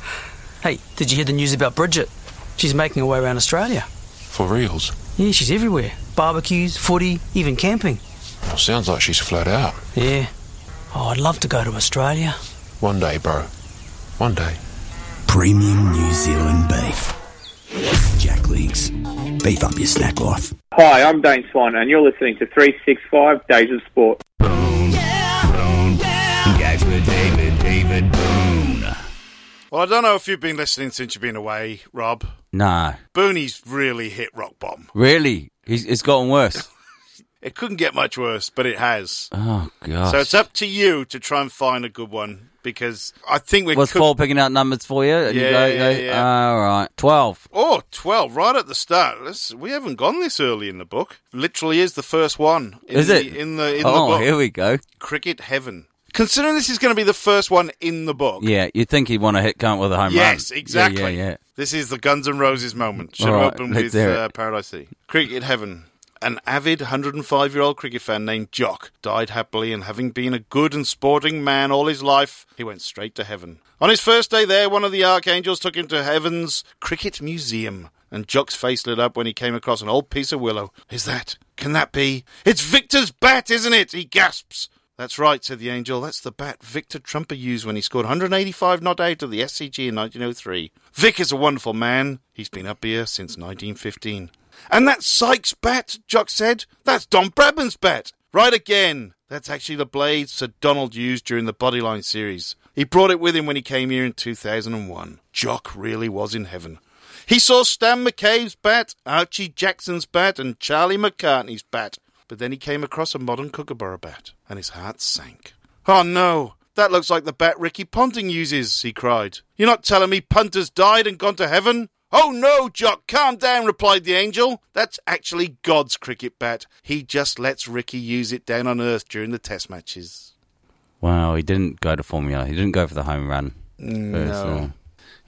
Speaker 10: (laughs) hey, did you hear the news about Bridget? She's making her way around Australia.
Speaker 9: For reals.
Speaker 10: Yeah, she's everywhere. Barbecues, footy, even camping.
Speaker 9: Well, sounds like she's flat out.
Speaker 10: Yeah. Oh, I'd love to go to Australia.
Speaker 9: One day, bro. One day.
Speaker 11: Premium New Zealand beef. Jack Links. Beef up your snack life.
Speaker 12: Hi, I'm Dane Swan, and you're listening to 365 Days of Sport.
Speaker 13: Guys with David, David Boone.
Speaker 7: Well, I don't know if you've been listening since you've been away, Rob.
Speaker 8: Nah.
Speaker 7: Booney's really hit rock bottom.
Speaker 8: Really? He's, it's gotten worse.
Speaker 7: It couldn't get much worse, but it has.
Speaker 8: Oh, God.
Speaker 7: So it's up to you to try and find a good one because I think we're.
Speaker 8: Was
Speaker 7: cook-
Speaker 8: Paul picking out numbers for you? And you
Speaker 7: Yeah,
Speaker 8: go-
Speaker 7: yeah,
Speaker 8: go,
Speaker 7: yeah.
Speaker 8: All right. 12.
Speaker 7: Oh, 12, right at the start. Let's, we haven't gone this early in the book. Literally is the first one. In
Speaker 8: Is
Speaker 7: the,
Speaker 8: it?
Speaker 7: In the, in
Speaker 8: oh,
Speaker 7: the book.
Speaker 8: here we go.
Speaker 7: Cricket Heaven. Considering this is going to be the first one in the book.
Speaker 8: Yeah, you'd think he'd want to hit Cunt with a home run.
Speaker 7: Yes,
Speaker 8: Yeah,
Speaker 7: exactly.
Speaker 8: Yeah, yeah.
Speaker 7: This is the Guns N' Roses moment. Should
Speaker 8: All
Speaker 7: have
Speaker 8: right,
Speaker 7: opened
Speaker 8: let's
Speaker 7: with
Speaker 8: hear it.
Speaker 7: uh, Paradise City. Cricket Heaven. An avid 105 year old cricket fan named Jock died happily, and having been a good and sporting man all his life, he went straight to heaven. On his first day there, one of the archangels took him to heaven's cricket museum, and Jock's face lit up when he came across an old piece of willow. Is that? Can that be? It's Victor's bat, isn't it? He gasps. That's right, said the angel. That's the bat Victor Trumper used when he scored 185 not out of the SCG in 1903. Vic is a wonderful man. He's been up here since 1915. And that Sykes bat, Jock said. That's Don Bradman's bat. Right again. That's actually the blade Sir Donald used during the Bodyline series. He brought it with him when he came here in 2001. Jock really was in heaven. He saw Stan McCabe's bat, Archie Jackson's bat, and Charlie McCartney's bat. But then he came across a modern Kookaburra bat, and his heart sank. Oh no, that looks like the bat Ricky Ponting uses, he cried. You're not telling me Punter's died and gone to heaven? Oh no, Jock, calm down, replied the angel. That's actually God's cricket bat. He just lets Ricky use it down on earth during the test matches.
Speaker 8: Wow, he didn't go to Formula. He didn't go for the home run. First of all.
Speaker 7: Mm,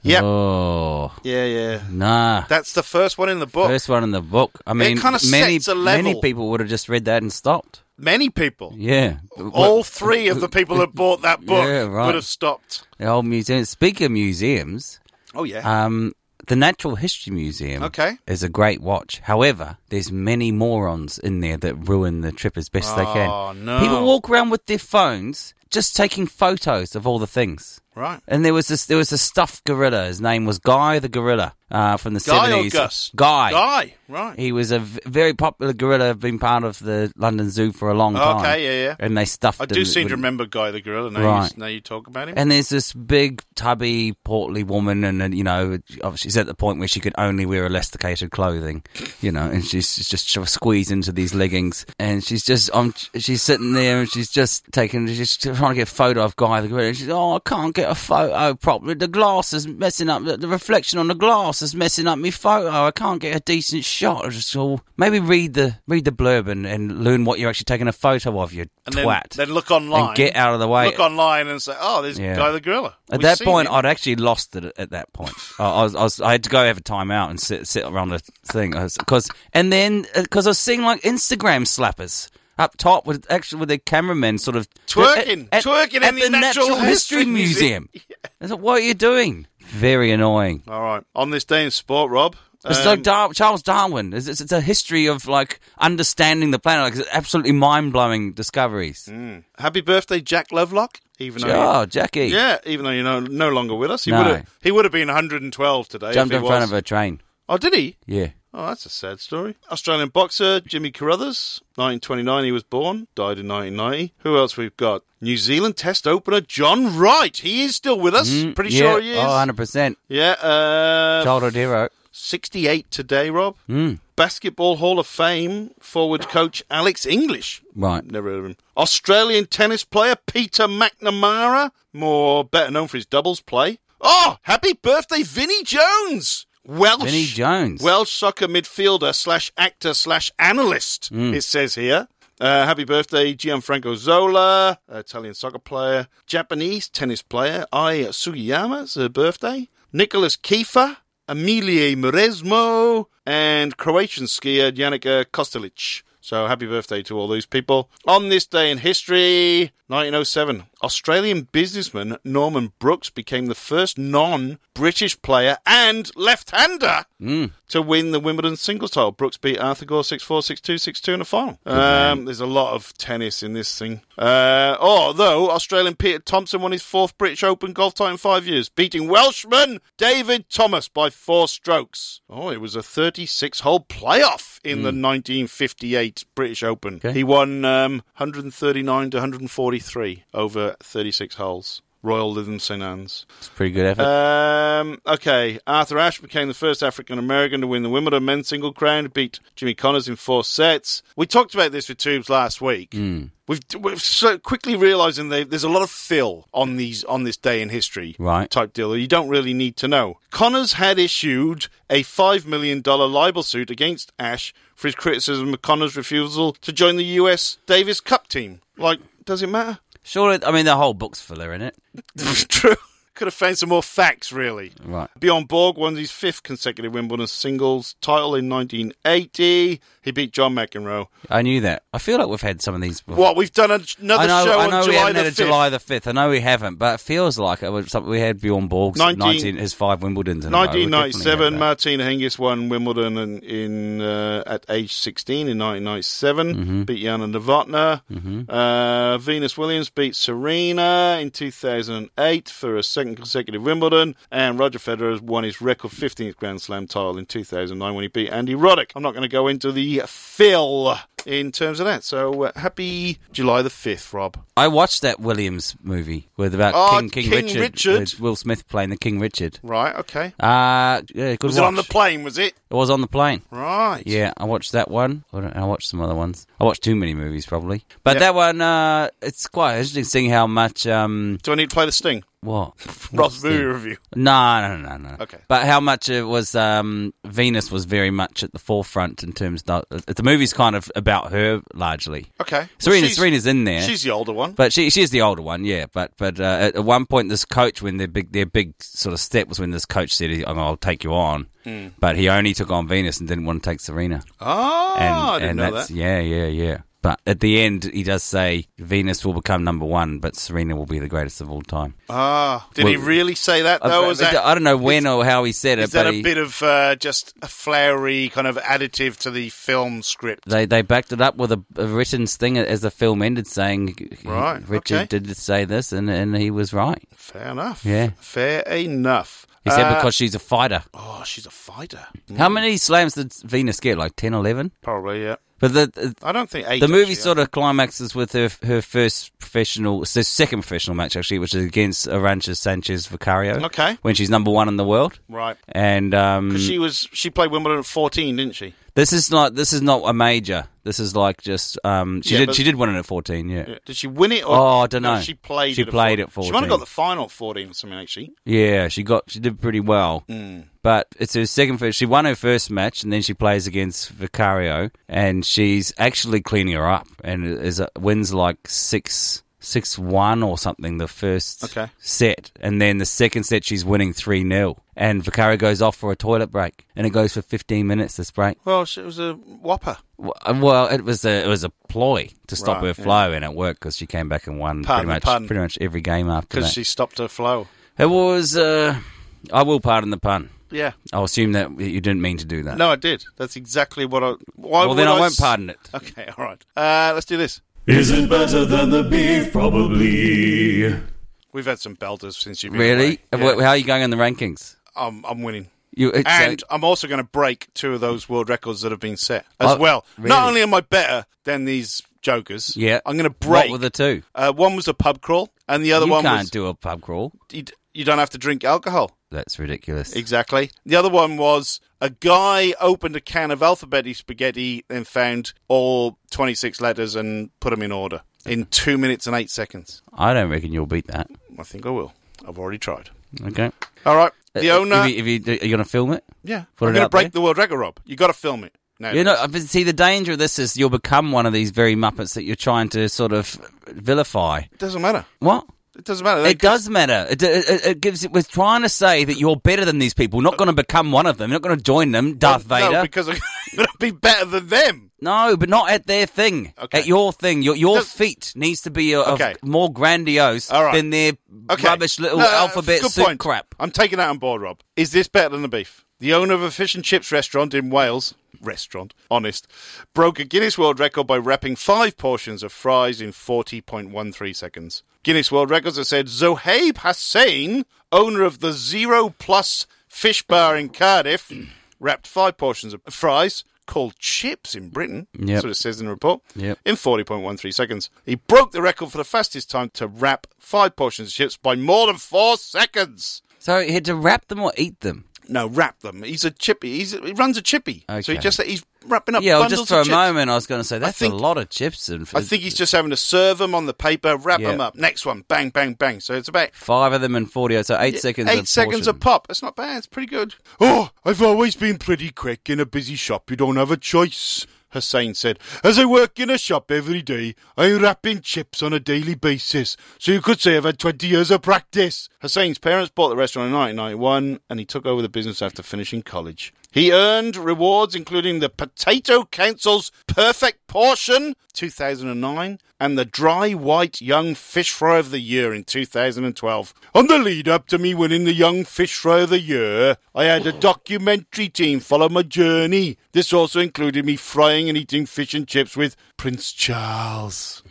Speaker 7: Yep.
Speaker 8: Oh.
Speaker 7: Yeah, yeah.
Speaker 8: Nah.
Speaker 7: That's the first one in the book.
Speaker 8: First one in the book. I mean,
Speaker 7: kinda
Speaker 8: many,
Speaker 7: sets a level.
Speaker 8: many people would have just read that and stopped.
Speaker 7: Many people,
Speaker 8: Yeah.
Speaker 7: all three of the people that bought that book,
Speaker 8: (laughs) Yeah, right.
Speaker 7: would have stopped.
Speaker 8: The old museum. Speaking of museums,
Speaker 7: Oh yeah.
Speaker 8: um, the Natural History Museum
Speaker 7: Okay.
Speaker 8: is a great watch. However, there's many morons in there that ruin the trip as best they can.
Speaker 7: Oh, no.
Speaker 8: People walk around with their phones just taking photos of all the things.
Speaker 7: Right.
Speaker 8: And there was this there was a stuffed gorilla. His name was Guy the Gorilla uh, from the
Speaker 7: Guy or
Speaker 8: 70s.
Speaker 7: Gus?
Speaker 8: Guy.
Speaker 7: Guy, right.
Speaker 8: He was a v- very popular gorilla, been part of the London Zoo for a long time.
Speaker 7: Okay, yeah, yeah.
Speaker 8: And they stuffed
Speaker 7: I
Speaker 8: him
Speaker 7: do seem
Speaker 8: with-
Speaker 7: to remember Guy the Gorilla. Now, you,
Speaker 8: Right.
Speaker 7: now you talk about him.
Speaker 8: and there's this big, tubby, portly woman, and, and you know, obviously she's at the point where she can only wear elasticated clothing, you know, and she's, she's just sort of squeezed into these leggings, and she's just, um, she's sitting there, and she's just taking, she's trying to get a photo of Guy the Gorilla. and She's, oh, I can't get a photo properly. The glass is messing up. The the reflection on the glass is messing up my photo. I can't get a decent shot. I just all maybe read the read the blurb and, and learn what you're actually taking a photo of. You
Speaker 7: And then,
Speaker 8: twat.
Speaker 7: then look online.
Speaker 8: And get out of the way.
Speaker 7: Look online and say, oh, there's
Speaker 8: Yeah.
Speaker 7: Guy the Gorilla.
Speaker 8: At
Speaker 7: We've
Speaker 8: that
Speaker 7: seen
Speaker 8: point,
Speaker 7: him.
Speaker 8: I'd actually lost it. At that point, I, I, was, I, was, I had to go have a timeout and sit sit around the thing because and then because I was seeing like Instagram slappers up top with actually with their cameramen sort of
Speaker 7: Twerking,
Speaker 8: at, at-
Speaker 7: twerking in
Speaker 8: at
Speaker 7: the
Speaker 8: the
Speaker 7: Natural History (laughs)
Speaker 8: Museum. I said, "What are you doing?" Very annoying.
Speaker 7: All right. On this day in sport, Rob.
Speaker 8: It's
Speaker 7: um,
Speaker 8: like Dar- Charles Darwin. It's, it's, it's a history of like understanding the planet. Like, it's absolutely mind blowing discoveries.
Speaker 7: happy birthday, Jack Lovelock. Even though
Speaker 8: Oh, Jackie
Speaker 7: Mm, yeah, even though you're no, no longer with us, he
Speaker 8: No.
Speaker 7: would have he would have been 112 today. if
Speaker 8: jumped
Speaker 7: he
Speaker 8: in front
Speaker 7: was.
Speaker 8: of a train.
Speaker 7: Oh, did he?
Speaker 8: Yeah.
Speaker 7: Oh, that's a sad story. Australian boxer Jimmy Carruthers, 1929 he was born, died in 1990. Who else we've got? New Zealand Test opener John Wright. He is still with us.
Speaker 8: Mm,
Speaker 7: Pretty
Speaker 8: yeah.
Speaker 7: sure he is.
Speaker 8: Oh, 100%.
Speaker 7: yeah, uh,
Speaker 8: Childhood hero.
Speaker 7: 68 today, Rob.
Speaker 8: Mm.
Speaker 7: Basketball Hall of Fame forward coach Alex English.
Speaker 8: Right.
Speaker 7: Never heard of him. Australian tennis player Peter McNamara, more better known for his doubles play. Oh, happy birthday, Vinnie Jones! Welsh.
Speaker 8: Vinnie Jones.
Speaker 7: Welsh soccer midfielder slash actor slash analyst, it says here. Uh, happy birthday, Gianfranco Zola, uh, Italian soccer player, Japanese tennis player, Ai Sugiyama's her birthday, Nicholas Kiefer, Emilie Moresmo, and Croatian skier uh, Janica Kostelic. So happy birthday to all these people. On this day in history, 1907, Australian businessman Norman Brooks became the first non British player and left hander to win the Wimbledon singles title. Brooks beat Arthur Gore 6 4, 6 2, 6 2 in the final. Um, there's a lot of tennis in this thing. Uh, although Australian Peter Thompson won his fourth British Open golf title in five years, beating Welshman David Thomas by four strokes. Oh, it was a 36 hole playoff in the 1958 British Open. He won um, 139 to 143 over 36 holes. Royal Lytham St Anne's.
Speaker 8: It's a pretty good effort.
Speaker 7: Um, okay, Arthur Ashe became the first African American to win the Wimbledon men's single crown, beat Jimmy Connors in four sets. We talked about this with Tubes last week. We've, we're so quickly realizing they, there's a lot of fill on these on this day in history
Speaker 8: Right.
Speaker 7: type deal that you don't really need to know. Connors had issued a five million dollar libel suit against Ashe for his criticism of Connors' refusal to join the U.S. Davis Cup team. Like, does it matter?
Speaker 8: Surely, I mean, the whole book's filler in it.
Speaker 7: (laughs) True. Could have found some more facts, really.
Speaker 8: Right.
Speaker 7: Bjorn Borg won his fifth consecutive Wimbledon singles title in 1980. He beat John McEnroe.
Speaker 8: I knew that. I feel like we've had some of these. before.
Speaker 7: What? We've done a, another
Speaker 8: I know,
Speaker 7: show
Speaker 8: I know
Speaker 7: on
Speaker 8: we
Speaker 7: July
Speaker 8: haven't
Speaker 7: the
Speaker 8: had
Speaker 7: 5th.
Speaker 8: a July the 5th. I know we haven't, but it feels like it was something we had Bjorn Borg's
Speaker 7: 19
Speaker 8: 19, his five Wimbledons in a row. We definitely had
Speaker 7: 1997,
Speaker 8: that.
Speaker 7: Martina Hingis won Wimbledon in, in uh, at age 16 in 1997,
Speaker 8: Mm-hmm.
Speaker 7: beat Yana Novotna. Uh, Venus Williams beat Serena in 2008 for a second consecutive Wimbledon, and Roger Federer won his record 15th Grand Slam title in 2009 when he beat Andy Roddick. I'm not going to go into the fill in terms of that. So uh, happy July the 5th, Rob.
Speaker 8: I watched that Williams movie with about
Speaker 7: Oh,
Speaker 8: King, King,
Speaker 7: King
Speaker 8: Richard,
Speaker 7: Richard.
Speaker 8: with Will Smith playing the King Richard.
Speaker 7: Right, okay.
Speaker 8: Uh, yeah, good
Speaker 7: Was it on the
Speaker 8: watch.
Speaker 7: plane? Was it?
Speaker 8: It was on the plane.
Speaker 7: Right.
Speaker 8: Yeah, I watched that one. I don't- I watched some other ones. I watched too many movies probably, but
Speaker 7: Yeah.
Speaker 8: that one uh, it's quite interesting seeing how much um
Speaker 7: Do I need to play the sting?
Speaker 8: what
Speaker 7: Rob's
Speaker 8: What's the-
Speaker 7: movie review.
Speaker 8: No, no, no, no, no.
Speaker 7: Okay.
Speaker 8: But how much it was um, Venus was very much at the forefront in terms of the movie's kind of about her largely.
Speaker 7: Okay.
Speaker 8: Serena,
Speaker 7: Well, she's-
Speaker 8: Serena's in there.
Speaker 7: She's the older one.
Speaker 8: But she she's the older one, yeah. But but uh, at, at one point, this coach when their big their big sort of step was when this coach said, "I'm- "I'll take you on,"
Speaker 7: Hmm.
Speaker 8: but he only took on Venus and didn't want to take Serena.
Speaker 7: oh,
Speaker 8: and
Speaker 7: I didn't
Speaker 8: and
Speaker 7: know
Speaker 8: that's
Speaker 7: that.
Speaker 8: yeah, yeah, yeah. But at the end, he does say Venus will become number one, but Serena will be the greatest of all time.
Speaker 7: Ah, did he
Speaker 8: Well- uh,
Speaker 7: really say that
Speaker 8: I-
Speaker 7: though?
Speaker 8: I,
Speaker 7: Was that,
Speaker 8: I don't know when or how he said it,
Speaker 7: is that
Speaker 8: but
Speaker 7: a
Speaker 8: he-
Speaker 7: bit of uh, just a flowery kind of additive to the film script?
Speaker 8: they they backed it up with a, a written thing as the film ended, saying
Speaker 7: Right,
Speaker 8: Richard
Speaker 7: okay.
Speaker 8: did say this, and and he was right.
Speaker 7: Fair enough.
Speaker 8: Yeah.
Speaker 7: Fair enough.
Speaker 8: He said
Speaker 7: Uh,
Speaker 8: because she's a fighter.
Speaker 7: oh, she's a fighter.
Speaker 8: How many slams did Venus get? Like 10, 11?
Speaker 7: Probably yeah.
Speaker 8: But the the,
Speaker 7: I don't think eight.
Speaker 8: the movie
Speaker 7: actually.
Speaker 8: sort of climaxes with her her first professional, so second professional match actually, which is against Arancha Sanchez Vicario.
Speaker 7: Okay.
Speaker 8: when she's number one in the world,
Speaker 7: right.
Speaker 8: and um,
Speaker 7: She was she played Wimbledon at fourteen, didn't she?
Speaker 8: this is not this is not a major. This is like just um, she
Speaker 7: Yeah,
Speaker 8: did
Speaker 7: but-
Speaker 8: she did win it at fourteen.
Speaker 7: Yeah. Did she win it? Or,
Speaker 8: Oh, I dunno.
Speaker 7: No, she played.
Speaker 8: She
Speaker 7: it at
Speaker 8: played at
Speaker 7: She might have
Speaker 8: 14.
Speaker 7: got the final at fourteen or something. Actually,
Speaker 8: Yeah, she got she did pretty well.
Speaker 7: Mm.
Speaker 8: But it's her second first. She won her first match, and then she plays against Vicario, and she's actually cleaning her up, and is uh, wins like six six one or something the first
Speaker 7: Okay.
Speaker 8: set, and then the second set she's winning three 0 and Vicario goes off for a toilet break, and it goes for fifteen minutes. This break,
Speaker 7: well, she was a whopper.
Speaker 8: W- well, it was a it was a ploy to stop
Speaker 7: Right,
Speaker 8: her flow, and it worked because she came back and won
Speaker 7: Pardon
Speaker 8: pretty
Speaker 7: the
Speaker 8: much
Speaker 7: pun.
Speaker 8: pretty much every game after
Speaker 7: because
Speaker 8: that.
Speaker 7: she stopped her flow.
Speaker 8: It was. Uh, I will pardon the pun.
Speaker 7: Yeah.
Speaker 8: I'll assume that you didn't mean to do that.
Speaker 7: No, I did. That's exactly what I. Why
Speaker 8: Well, then
Speaker 7: would
Speaker 8: I won't
Speaker 7: s-
Speaker 8: pardon it.
Speaker 7: Okay, all right. Uh, let's do this.
Speaker 4: Is it better than the beef? Probably.
Speaker 7: We've had some belters since you've been
Speaker 8: Really?
Speaker 7: away.
Speaker 8: Wh-
Speaker 7: Yeah.
Speaker 8: How are you going in the rankings?
Speaker 7: I'm, I'm winning.
Speaker 8: You it's, uh,
Speaker 7: And I'm also going to break two of those world records that have been set as
Speaker 8: Oh,
Speaker 7: well. Not
Speaker 8: really?
Speaker 7: only am I better than these jokers,
Speaker 8: yeah.
Speaker 7: I'm going to break.
Speaker 8: What were the two?
Speaker 7: uh, one was a pub crawl, and the other
Speaker 8: you
Speaker 7: one
Speaker 8: can't
Speaker 7: was
Speaker 8: do a pub crawl.
Speaker 7: you, d- you don't have to drink alcohol.
Speaker 8: That's ridiculous.
Speaker 7: Exactly. The other one was a guy opened a can of alphabeti spaghetti and found all 26 letters and put them in order in two minutes and eight seconds.
Speaker 8: I don't reckon you'll beat that.
Speaker 7: I think I will. I've already tried.
Speaker 8: Okay.
Speaker 7: All right. The
Speaker 8: Uh,
Speaker 7: owner.
Speaker 8: If you, if you, do- are you going to film it?
Speaker 7: yeah.
Speaker 8: put
Speaker 7: I'm
Speaker 8: it
Speaker 7: going to
Speaker 8: out
Speaker 7: break the
Speaker 8: there.
Speaker 7: world record, Rob. you got to film it. No.
Speaker 8: You know, uh, but see, the danger of this is you'll become one of these very muppets that you're trying to sort of vilify.
Speaker 7: it doesn't matter.
Speaker 8: What?
Speaker 7: It doesn't matter.
Speaker 8: It does matter. It, it, it- it gives. We're trying to say that you're better than these people. Not going to become one of them. You're not going to join them, Darth
Speaker 7: (laughs) No,
Speaker 8: Vader.
Speaker 7: because I'm going to be better than them.
Speaker 8: No, but not at their thing.
Speaker 7: Okay.
Speaker 8: At your thing. Your your feat needs to be uh, of
Speaker 7: Okay.
Speaker 8: more grandiose
Speaker 7: All right.
Speaker 8: than their
Speaker 7: Okay.
Speaker 8: rubbish little
Speaker 7: No, uh,
Speaker 8: alphabet
Speaker 7: good
Speaker 8: soup
Speaker 7: point.
Speaker 8: crap.
Speaker 7: I'm taking that on board, Rob. Is this better than the beef? The owner of a fish and chips restaurant in Wales, restaurant, honest, broke a Guinness World Record by wrapping five portions of fries in 40.13 seconds. Guinness World Records has said Zohaib Hussain, owner of the Zero Plus Fish Bar in Cardiff, (clears throat) wrapped five portions of fries called chips in Britain.
Speaker 8: Yep.
Speaker 7: That's what it says in the report
Speaker 8: Yep.
Speaker 7: in 40.13 seconds. He broke the record for the fastest time to wrap five portions of chips by more than four seconds.
Speaker 8: So he had to wrap them or eat them.
Speaker 7: No, wrap them. He's a chippy. He's, he runs a chippy. So he
Speaker 8: Okay.
Speaker 7: just he's wrapping up
Speaker 8: Yeah, well,
Speaker 7: bundles
Speaker 8: just for a
Speaker 7: of chips.
Speaker 8: moment, I was going to say that's
Speaker 7: think-
Speaker 8: a lot of chips and
Speaker 7: I think he's just having to serve them on the paper, wrap
Speaker 8: Yeah.
Speaker 7: them up. Next one, bang, bang, bang. So it's about
Speaker 8: five of them in forty. So eight seconds.
Speaker 7: eight
Speaker 8: a
Speaker 7: seconds a
Speaker 8: portion.
Speaker 7: pop. It's not bad. It's pretty good. Oh, I've always been pretty quick in a busy shop. You don't have a choice. Hussein said, As I work in a shop every day, I'm wrapping chips on a daily basis, so you could say I've had 20 years of practice. Hussein's parents bought the restaurant in 1991 and he took over the business after finishing college. He earned rewards including the Potato Council's Perfect Portion 2009 and the Dry White Young Fish Fry of the Year in 2012. On the lead up to me winning the Young Fish Fry of the Year, I had a documentary team follow my journey. This also included me frying and eating fish and chips with Prince Charles.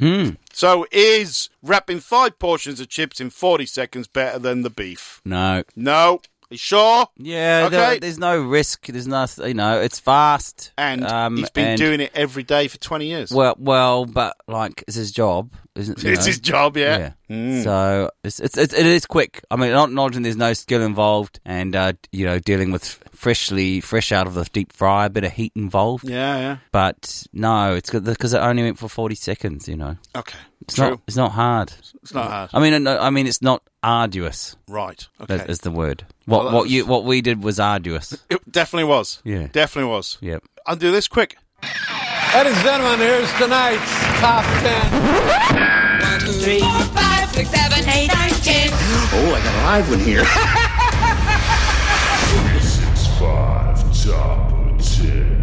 Speaker 7: So is wrapping five portions of chips in 40 seconds better than the beef?
Speaker 8: No.
Speaker 7: No. You sure?
Speaker 8: Yeah,
Speaker 7: Okay.
Speaker 8: there- there's no risk. There's nothing. You know, it's fast.
Speaker 7: And
Speaker 8: um,
Speaker 7: he's been
Speaker 8: and-
Speaker 7: doing it every day for 20 years. (laughs)
Speaker 8: Well, well, but like it's his job, isn't it? you
Speaker 7: It's
Speaker 8: know?
Speaker 7: his job, yeah. Mm.
Speaker 8: So it's, it's it's it is quick. I mean, not acknowledging there's no skill involved, and uh, you know, dealing with freshly fresh out of the deep fryer, a bit of heat involved.
Speaker 7: Yeah, yeah.
Speaker 8: But no, it's because it only went for forty seconds. You know,
Speaker 7: Okay.
Speaker 8: it's
Speaker 7: True.
Speaker 8: not it's not hard.
Speaker 7: It's not hard.
Speaker 8: I mean, no, I mean, it's not arduous.
Speaker 7: Right.
Speaker 8: That
Speaker 7: Okay.
Speaker 8: is the word. What
Speaker 7: Well, that
Speaker 8: what
Speaker 7: was-
Speaker 8: you what we did was arduous.
Speaker 7: It definitely was.
Speaker 8: Yeah.
Speaker 7: Definitely was.
Speaker 8: Yep.
Speaker 7: I'll do this quick.
Speaker 11: Ladies and gentlemen, here's tonight's top ten. One, two, three, four, five, six, seven, eight, nine, ten.
Speaker 13: Oh, I got a live one here.
Speaker 4: Six five top ten.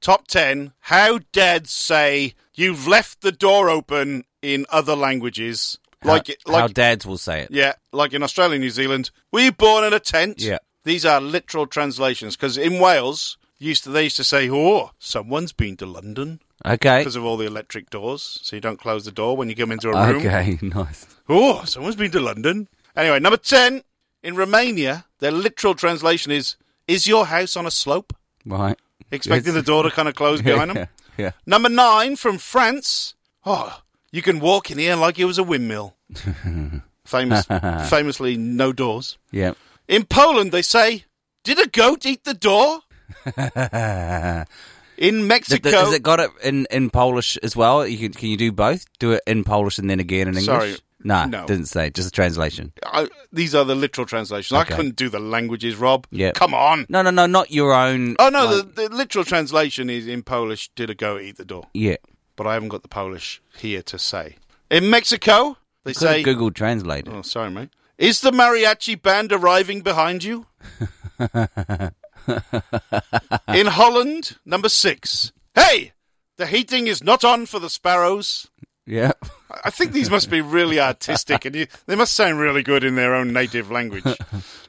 Speaker 7: Top 10 How dads say you've left the door open in other languages. Like, it,
Speaker 8: How
Speaker 7: like
Speaker 8: dads will say it.
Speaker 7: Yeah, like in Australia, and New Zealand, were you born in a tent?
Speaker 8: Yeah.
Speaker 7: These are literal translations because in Wales, used to they used to say, "Oh, someone's been to London."
Speaker 8: Okay.
Speaker 7: Because of all the electric doors, so you don't close the door when you come into a room.
Speaker 8: Ah, Okay, (laughs) nice.
Speaker 7: Oh, someone's been to London. Anyway, number ten in Romania, their literal translation is "Is your house on a slope?"
Speaker 8: Right.
Speaker 7: Expecting the door to kind of close
Speaker 8: (laughs)
Speaker 7: behind them.
Speaker 8: Yeah.
Speaker 7: Number nine from France. Oh, you can walk in here like it was a
Speaker 8: (laughs)
Speaker 7: windmill. Famous, famously, no doors. (laughs)
Speaker 8: Yeah.
Speaker 7: In Poland, they say, "Did a goat eat the door?" In
Speaker 8: Th-
Speaker 7: Mexico,
Speaker 8: th- Has it got it in, in Polish as well? You can, can you do both? Do it in Polish and then again in English?
Speaker 7: Sorry.
Speaker 8: Nah,
Speaker 7: No.
Speaker 8: didn't say. Just a translation.
Speaker 7: I, these are the literal translations.
Speaker 8: Okay.
Speaker 7: I couldn't do the languages, Rob.
Speaker 8: Yeah.
Speaker 7: come on.
Speaker 8: No, no, no, not your own.
Speaker 7: Oh no,
Speaker 8: like-
Speaker 7: the, the literal translation is in Polish: "Did a goat eat the door?"
Speaker 8: yeah.
Speaker 7: But I haven't got the Polish here to say. In Mexico, they
Speaker 8: Could
Speaker 7: say,
Speaker 8: have Google Translate it.
Speaker 7: "Oh, sorry, mate." Is the mariachi band arriving behind
Speaker 8: (laughs)
Speaker 7: you? In Holland, number six. Hey, the heating is not on for the sparrows.
Speaker 8: yeah. (laughs)
Speaker 7: I think these must be really artistic, and you, they must sound really good in their own native
Speaker 8: (laughs)
Speaker 7: language.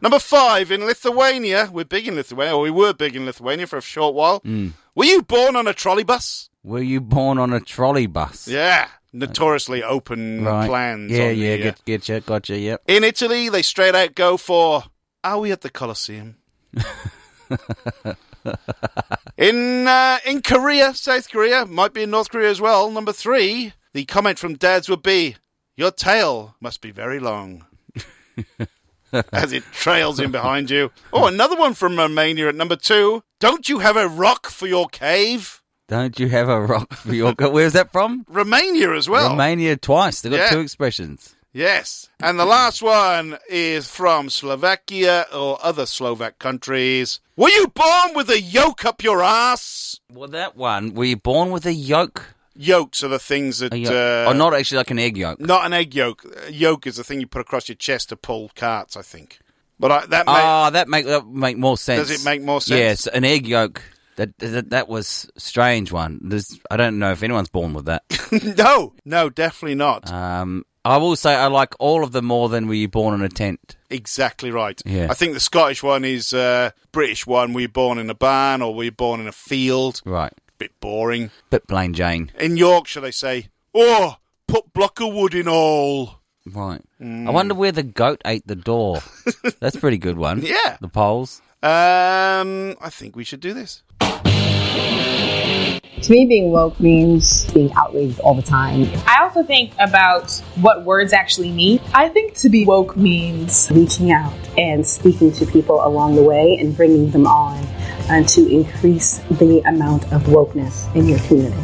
Speaker 7: Number five in Lithuania, we're big in Lithuania, or we were big in Lithuania for a short while.
Speaker 8: Hmm.
Speaker 7: Were you born on a trolley bus?
Speaker 8: Were you born on a trolley bus?
Speaker 7: Yeah, notoriously open
Speaker 8: Right.
Speaker 7: plans.
Speaker 8: Yeah,
Speaker 7: on
Speaker 8: yeah,
Speaker 7: the, uh,
Speaker 8: get, get you, gotcha, yep.
Speaker 7: in Italy, they straight out go for "Are we at the Colosseum?" in uh, in Korea, South Korea, might be in North Korea as well. Number three, the comment from dads would be, "Your tail must be very long." As it trails in behind you. Oh, another one from Romania at number two. Don't you have a rock for your cave?
Speaker 8: Don't you have a rock for
Speaker 7: (laughs)
Speaker 8: your. Where's that from?
Speaker 7: Romania as well.
Speaker 8: Romania twice. They've got
Speaker 7: Yeah.
Speaker 8: two expressions.
Speaker 7: Yes. And the last one is from Slovakia or other Slovak countries. Were you born with a yoke up your ass?
Speaker 8: Well, that one, were you born with a yolk?
Speaker 7: Yolks are the things that.
Speaker 8: A yolk.
Speaker 7: Uh,
Speaker 8: oh, not actually like an egg yolk.
Speaker 7: not an egg yolk. A Yolk is the thing you put across your chest to pull carts, I think. But I, that may.
Speaker 8: Ah, that make that make more sense.
Speaker 7: Does it make more sense?
Speaker 8: Yes, an egg yolk. That that, that was a strange one. There's, I don't know if anyone's born with that.
Speaker 7: (laughs) (laughs) no, no, definitely not.
Speaker 8: Um, I will say I like all of them more than were you born in a tent.
Speaker 7: Exactly right.
Speaker 8: Yeah.
Speaker 7: I think the Scottish one is uh, British one. Were you born in a barn or were you born in a field?
Speaker 8: Right.
Speaker 7: Bit boring.
Speaker 8: Bit plain Jane.
Speaker 7: In Yorkshire, they say, "Oh, put block of wood in all."
Speaker 8: Right.
Speaker 7: Mm.
Speaker 8: I wonder where the goat ate the
Speaker 7: (laughs)
Speaker 8: door. That's a pretty good one.
Speaker 7: Yeah.
Speaker 8: The poles.
Speaker 7: Um, I think we should do this.
Speaker 14: To me, being woke means being outraged all the time.
Speaker 15: I also think about what words actually mean. I think to be woke means
Speaker 14: Reaching out and speaking to people along the way and bringing them on and to increase the amount of wokeness in your community.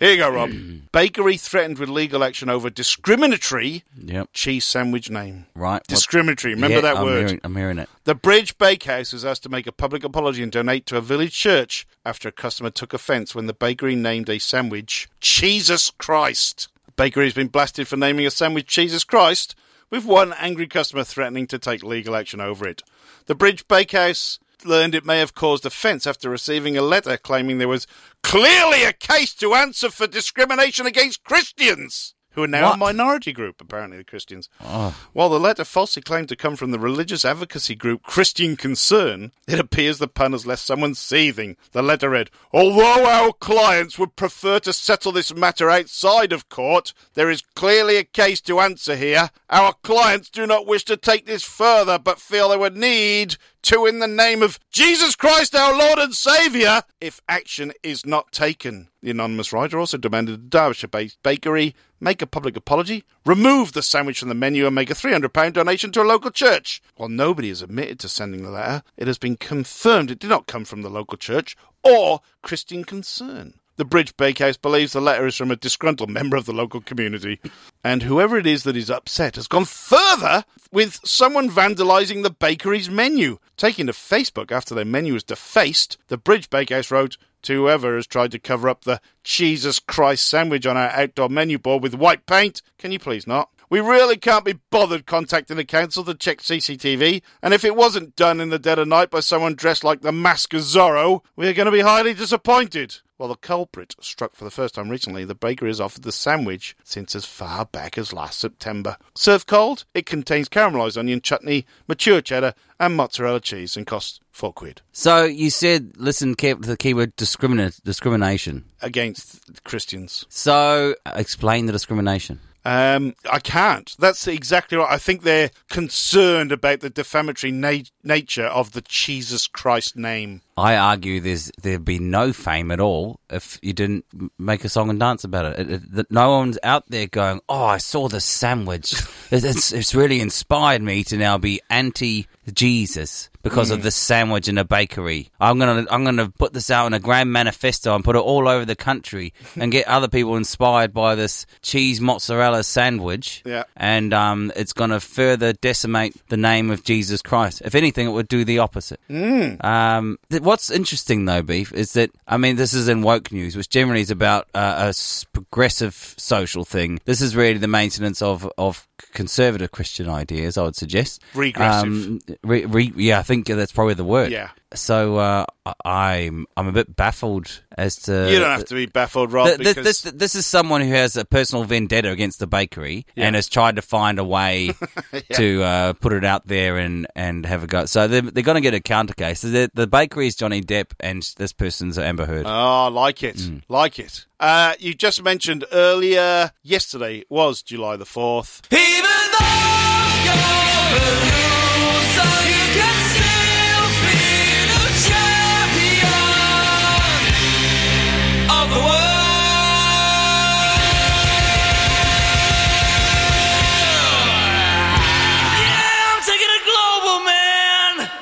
Speaker 7: Here you go,
Speaker 8: (clears throat)
Speaker 7: Rob. Bakery threatened with legal action over discriminatory
Speaker 8: Yep.
Speaker 7: cheese sandwich name.
Speaker 8: Right. what-
Speaker 7: Discriminatory. Remember
Speaker 8: Yeah,
Speaker 7: that
Speaker 8: I'm
Speaker 7: word.
Speaker 8: hearing- I'm hearing it.
Speaker 7: The Bridge Bakehouse was asked to make a public apology and donate to a village church after a customer took offence when the bakery named a sandwich Jesus Christ. The bakery has been blasted for naming a sandwich Jesus Christ, with one angry customer threatening to take legal action over it. The Bridge Bakehouse learned it may have caused offence after receiving a letter claiming there was clearly a case to answer for discrimination against Christians, who are now a
Speaker 8: What?
Speaker 7: minority group, apparently, the Christians.
Speaker 8: Oh.
Speaker 7: While the letter falsely claimed to come from the religious advocacy group Christian Concern, it appears the pun has left someone seething. The letter read, Although our clients would prefer to settle this matter outside of court, there is clearly a case to answer here. Our clients do not wish to take this further, but feel they would need to in the name of Jesus Christ our Lord and Saviour if action is not taken. The anonymous writer also demanded the Derbyshire based bakery make a public apology, remove the sandwich from the menu, and make a £300 donation to a local church. While nobody has admitted to sending the letter, it has been confirmed it did not come from the local church or Christian Concern. The Bridge Bakehouse believes the letter is from a disgruntled member of the local community. And whoever it is that is upset has gone further with someone vandalising the bakery's menu. Taking to Facebook after their menu was defaced, the Bridge Bakehouse wrote, to whoever has tried to cover up the Jesus Christ sandwich on our outdoor menu board with white paint, can you please not? We really can't be bothered contacting the council to check CCTV, and if it wasn't done in the dead of night by someone dressed like the Mask of Zorro, we are going to be highly disappointed. While the culprit struck for the first time recently, the bakery has offered the sandwich since as far back as last September. Served cold, it contains caramelised onion chutney, mature cheddar, and mozzarella cheese, and costs four quid.
Speaker 8: So you said, listen carefully to the keyword discriminate, discrimination.
Speaker 7: Against Christians.
Speaker 8: So explain the discrimination.
Speaker 7: Um, I can't. That's exactly right. I think they're concerned about the defamatory na- nature of the Jesus Christ name.
Speaker 8: I argue there's there'd be no fame at all if you didn't m- make a song and dance about it. It- it- that no one's out there going, "Oh, I saw
Speaker 7: (laughs)
Speaker 8: this sandwich. It- it's, it's really inspired me to now be anti Jesus because
Speaker 7: Mm.
Speaker 8: of this sandwich in a bakery. I'm gonna I'm gonna put this out in a grand manifesto and put it all over
Speaker 7: (laughs)
Speaker 8: the country and get other people inspired by this cheese mozzarella sandwich.
Speaker 7: Yeah.
Speaker 8: and um, it's gonna further decimate the name of Jesus Christ. If anything, it would do the opposite.
Speaker 7: Mm.
Speaker 8: Um, th- what's interesting though, Beef, is that I mean, this is in woke news, which generally is about uh, a s- progressive social thing. This is really the maintenance of of conservative Christian ideas, I would suggest.
Speaker 7: Regressive.
Speaker 8: Um, re- re- yeah, I think that's probably the word.
Speaker 7: Yeah.
Speaker 8: So uh, I- I'm I'm a bit baffled as to
Speaker 7: you don't have to be baffled, Rob,
Speaker 8: Th- th-
Speaker 7: because
Speaker 8: Uh, this, this is someone who has a personal vendetta against the bakery
Speaker 7: Yeah.
Speaker 8: and has tried to find a way
Speaker 7: (laughs) Yeah.
Speaker 8: to uh, put it out there and, and have a go. So they're, they're going to get a counter case. So The, the bakery is Johnny Depp and this person's Amber Heard.
Speaker 7: Oh, like it. Like it. Uh, you just mentioned earlier, yesterday was July the 4th.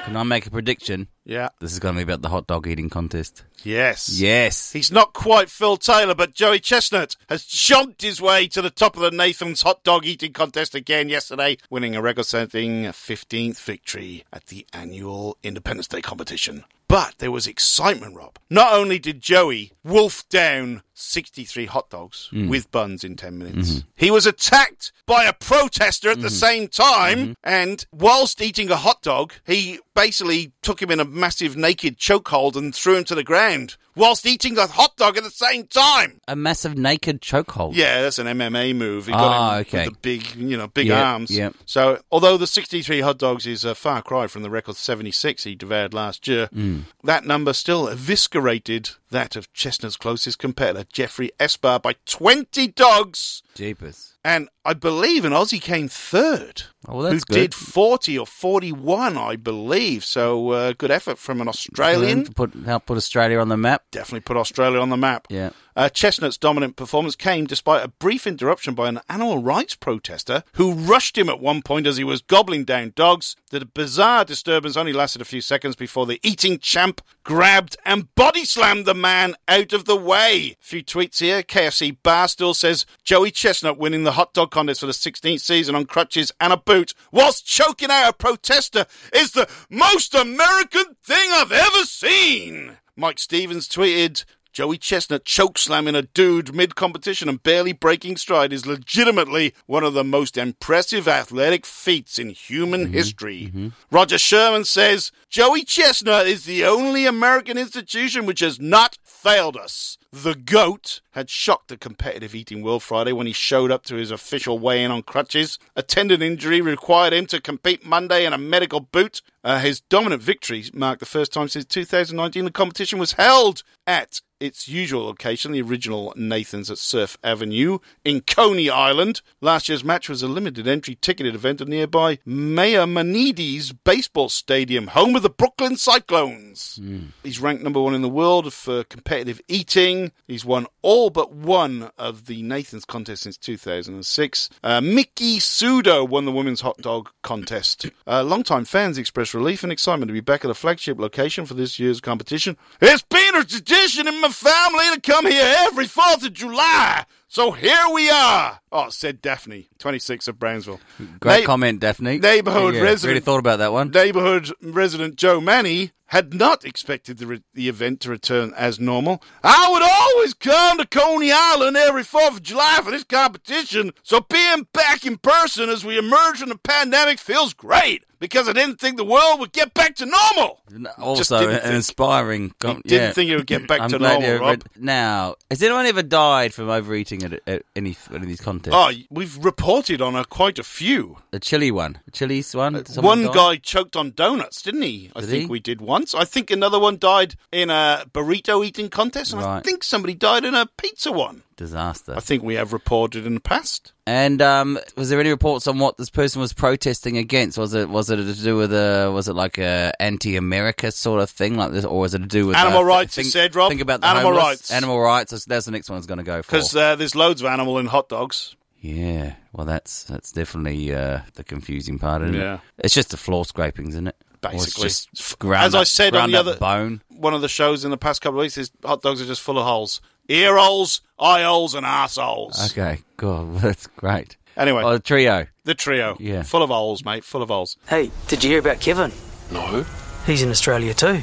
Speaker 8: Can I make a prediction?
Speaker 7: Yeah.
Speaker 8: This is going to be about the hot dog eating contest.
Speaker 7: Yes.
Speaker 8: Yes.
Speaker 7: He's not quite Phil Taylor, but Joey Chestnut has jumped his way to the top of the Nathan's hot dog eating contest again yesterday, winning a record setting 15th victory at the annual Independence Day competition. But there was excitement, Rob. Not only did Joey wolf down 63 hot dogs
Speaker 5: Mm.
Speaker 7: with buns in 10 minutes. He was attacked by a protester at the same time, and whilst eating a hot dog, he basically took him in a massive naked chokehold and threw him to the ground whilst eating the hot dog at the same time.
Speaker 8: A massive naked chokehold.
Speaker 7: Yeah, that's an MMA move. He
Speaker 8: Oh. Ah,
Speaker 7: got him
Speaker 8: okay.
Speaker 7: with the big, you know, big
Speaker 8: Yeah,
Speaker 7: arms.
Speaker 8: yeah.
Speaker 7: So, although the 63 hot dogs is a far cry from the record 76 he devoured last year,
Speaker 8: Hmm.
Speaker 7: that number still eviscerated that of Chestnut's closest competitor, Jeffrey Espar, by 20 dogs.
Speaker 8: Jeepers.
Speaker 7: And I believe an Aussie came third.
Speaker 8: Oh, well, that's
Speaker 7: who
Speaker 8: good.
Speaker 7: did 40 or 41, I believe. So, uh, good effort from an Australian.
Speaker 8: Put, help put Australia on the map.
Speaker 7: Definitely put Australia on the map.
Speaker 8: Yeah.
Speaker 7: Uh, Chestnut's dominant performance came despite a brief interruption by an animal rights protester who rushed him at one point as he was gobbling down dogs. The bizarre disturbance only lasted a few seconds before the eating champ grabbed and body slammed the man out of the way. A few tweets here. KFC Bar still says Joey Chestnut winning the hot dog contest for the 16th season on crutches and a boot whilst choking out a protester is the most American thing I've ever seen. Mike Stevens tweeted, Joey Chestnut choke slamming a dude mid competition and barely breaking stride is legitimately one of the most impressive athletic feats in human history. Roger Sherman says Joey Chestnut is the only American institution which has not failed us. The GOAT had shocked the competitive eating world Friday when he showed up to his official weigh in on crutches. A tendon injury required him to compete Monday in a medical boot. Uh, his dominant victory marked the first time since 2019 the competition was held at its usual location, the original Nathan's at Surf Avenue in Coney Island. Last year's match was a limited entry ticketed event at nearby Mayor Manides Baseball Stadium, home of the Brooklyn Cyclones. He's ranked number one in the world for competitive eating. He's won all but one of the Nathan's contest since 2006. Uh, Mickey Sudo won the women's hot dog contest. Uh, longtime fans expressed relief and excitement to be back at a flagship location for this year's competition. It's been a tradition in my family to come here every 4th of July. So here we are. Oh, said Daphne, 26 of Brownsville.
Speaker 8: Great
Speaker 7: Na-
Speaker 8: comment, Daphne.
Speaker 7: Neighborhood
Speaker 8: Yeah,
Speaker 7: resident.
Speaker 8: Really thought about that one.
Speaker 7: Neighborhood resident Joe Manny had not expected the, re- the event to return as normal. I would always come to Coney Island every 4th of July for this competition, so being back in person as we emerge from the pandemic feels great because I didn't think the world would get back to normal.
Speaker 8: Also, an
Speaker 7: didn't think-
Speaker 8: inspiring. Com-
Speaker 7: didn't
Speaker 8: yeah.
Speaker 7: think it would get back
Speaker 8: I'm
Speaker 7: to
Speaker 8: glad
Speaker 7: normal,
Speaker 8: you
Speaker 7: Rob.
Speaker 8: now, has anyone ever died from overeating at, at any one of these contests?
Speaker 7: Oh, we've reported on a, quite a few.
Speaker 8: the chili one, the chili's one.
Speaker 7: Uh, one
Speaker 8: Someone died?
Speaker 7: guy choked on donuts, didn't he? I
Speaker 8: Did
Speaker 7: think
Speaker 8: he?
Speaker 7: we did once. I think another one died in a burrito eating contest, and I
Speaker 8: Right.
Speaker 7: think somebody died in a pizza one.
Speaker 8: disaster.
Speaker 7: I think we have reported in the past.
Speaker 8: And um, was there any reports on what this person was protesting against? Was it was it to do with a was it like a anti-America sort of thing like this, or was it to do with
Speaker 7: Animal
Speaker 8: uh,
Speaker 7: rights, you
Speaker 8: Think,
Speaker 7: said, Rob.
Speaker 8: think about the
Speaker 7: Animal
Speaker 8: homeless.
Speaker 7: rights.
Speaker 8: Animal rights. That's- That's the next one I was going to go for.
Speaker 7: Because uh, there's loads of animal in hot dogs.
Speaker 8: Yeah, well, that's that's definitely uh, the confusing part, isn't
Speaker 7: Yeah.
Speaker 8: it? It's just the floor scrapings, isn't it? Or it's
Speaker 7: Basically,
Speaker 8: just ground
Speaker 7: as I
Speaker 8: up-
Speaker 7: said on
Speaker 8: ground
Speaker 7: the
Speaker 8: up
Speaker 7: other
Speaker 8: bone.
Speaker 7: one of the shows in the past couple of weeks, is hot dogs are just full of holes, ear holes, eye holes, and arseholes.
Speaker 8: Okay, God, (laughs) that's great.
Speaker 7: Anyway,
Speaker 8: oh, the trio.
Speaker 7: The trio,
Speaker 8: Yeah.
Speaker 7: full of holes, mate, full of holes.
Speaker 10: Hey, did you hear about Kevin?
Speaker 9: No.
Speaker 10: He's in Australia too.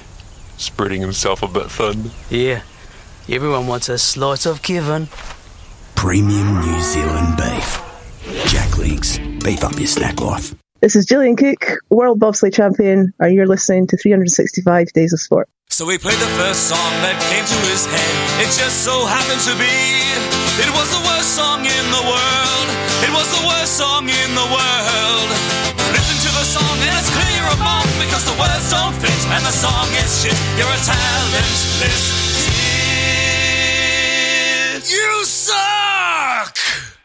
Speaker 9: Spreading himself a bit thin.
Speaker 10: Yeah. Everyone wants a slice of Kevin.
Speaker 16: Premium New Zealand beef. Jack Leagues. Beef up your snack life.
Speaker 17: This is Gillian Cook, World Bobsleigh Champion, and you're listening to 365 Days of Sport.
Speaker 18: So we played the first song that came to his head. It just so happened to be. It was the worst song in the world. It was the worst song in the world. Listen to the song and it's clear of bomb because the words don't fit and the song is shit. You're a talentless idiot. You suck.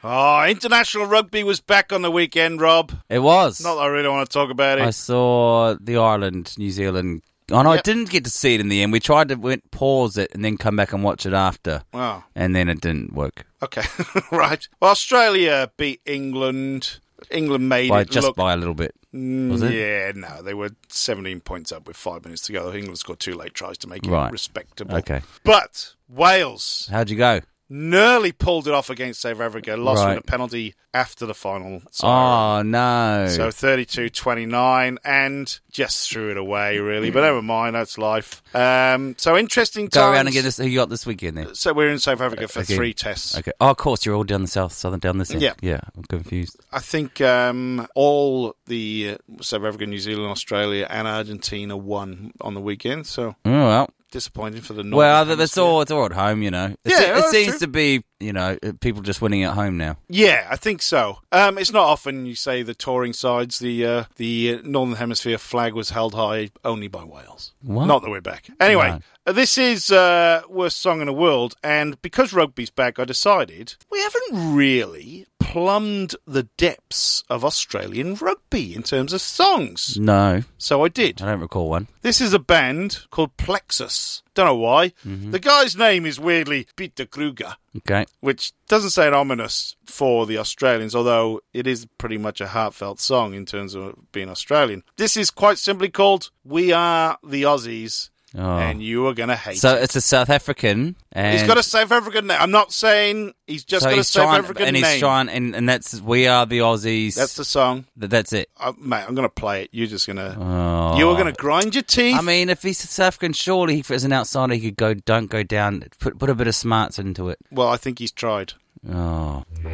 Speaker 7: Oh, international rugby was back on the weekend, Rob.
Speaker 8: It was.
Speaker 7: Not that I really want to talk about
Speaker 8: I
Speaker 7: it.
Speaker 8: saw the Ireland, New Zealand. Oh no,
Speaker 7: Yep.
Speaker 8: I didn't get to see it in the end. We tried to went pause it and then come back and watch it after.
Speaker 7: Wow.
Speaker 8: And then it didn't work
Speaker 7: Okay, (laughs) right. Well, Australia beat England. England made
Speaker 8: by
Speaker 7: it
Speaker 8: just
Speaker 7: look.
Speaker 8: by a little bit.
Speaker 7: Mm,
Speaker 8: Was it?
Speaker 7: Yeah, no, they were 17 points up with five minutes to go. England scored two late tries to make it
Speaker 8: Right.
Speaker 7: respectable.
Speaker 8: Okay.
Speaker 7: But Wales,
Speaker 8: How'd you go?
Speaker 7: nearly pulled it off against South Africa, lost
Speaker 8: Right.
Speaker 7: with a penalty after the final.
Speaker 8: Oh no!
Speaker 7: So 32 29 and just threw it away, really. But never mind, that's life. Um, so interesting
Speaker 8: go around
Speaker 7: times.
Speaker 8: and get this. Who you got this weekend then?
Speaker 7: So we're in South Africa for
Speaker 8: Okay.
Speaker 7: three tests.
Speaker 8: Okay. Oh, of course, you're all down the south, southern down this end.
Speaker 7: Yeah.
Speaker 8: yeah. I'm confused.
Speaker 7: I think um, all the uh, South Africa, New Zealand, Australia, and Argentina won on the weekend. So
Speaker 8: Oh well.
Speaker 7: disappointing for the North.
Speaker 8: Well, th- that's all. It's all at home, you know. It,
Speaker 7: Yeah,
Speaker 8: se-
Speaker 7: well,
Speaker 8: it
Speaker 7: that's
Speaker 8: seems
Speaker 7: true.
Speaker 8: to be, you know, uh, people just winning at home now.
Speaker 7: Yeah, I think so. Um, it's not often you say the touring sides. The uh, the uh, Northern Hemisphere flag was held high only by Wales.
Speaker 8: What?
Speaker 7: Not that we're back. Anyway, uh, this is uh, worst song in the world, and because rugby's back, I decided we haven't really plumbed the depths of Australian rugby in terms of songs.
Speaker 8: No,
Speaker 7: So I did.
Speaker 8: I don't recall one.
Speaker 7: This is a band called Plexus. Don't know why.
Speaker 8: Mm-hmm.
Speaker 7: The guy's name is weirdly Peter Kruger
Speaker 8: Okay.
Speaker 7: which doesn't sound ominous for the Australians, although it is pretty much a heartfelt song in terms of being Australian. This is quite simply called "We Are the Aussies,"
Speaker 8: Oh.
Speaker 7: and you are going to hate.
Speaker 8: So
Speaker 7: it.
Speaker 8: it's a South African, and
Speaker 7: he's got a South African name. I'm not saying he's just
Speaker 8: so
Speaker 7: got a
Speaker 8: he's
Speaker 7: South
Speaker 8: trying-
Speaker 7: African
Speaker 8: and he's
Speaker 7: name.
Speaker 8: trying, and, and that's we are the Aussies.
Speaker 7: That's the song,
Speaker 8: Th- that's it.
Speaker 7: uh, mate. I'm going to play it. You're just going to.
Speaker 8: Oh.
Speaker 7: You are going to grind your teeth.
Speaker 8: I mean, if he's South African, surely he, as an outsider, he could go. Don't go down. Put put a bit of smarts into it.
Speaker 7: well, I think he's tried.
Speaker 8: Oh,
Speaker 18: Take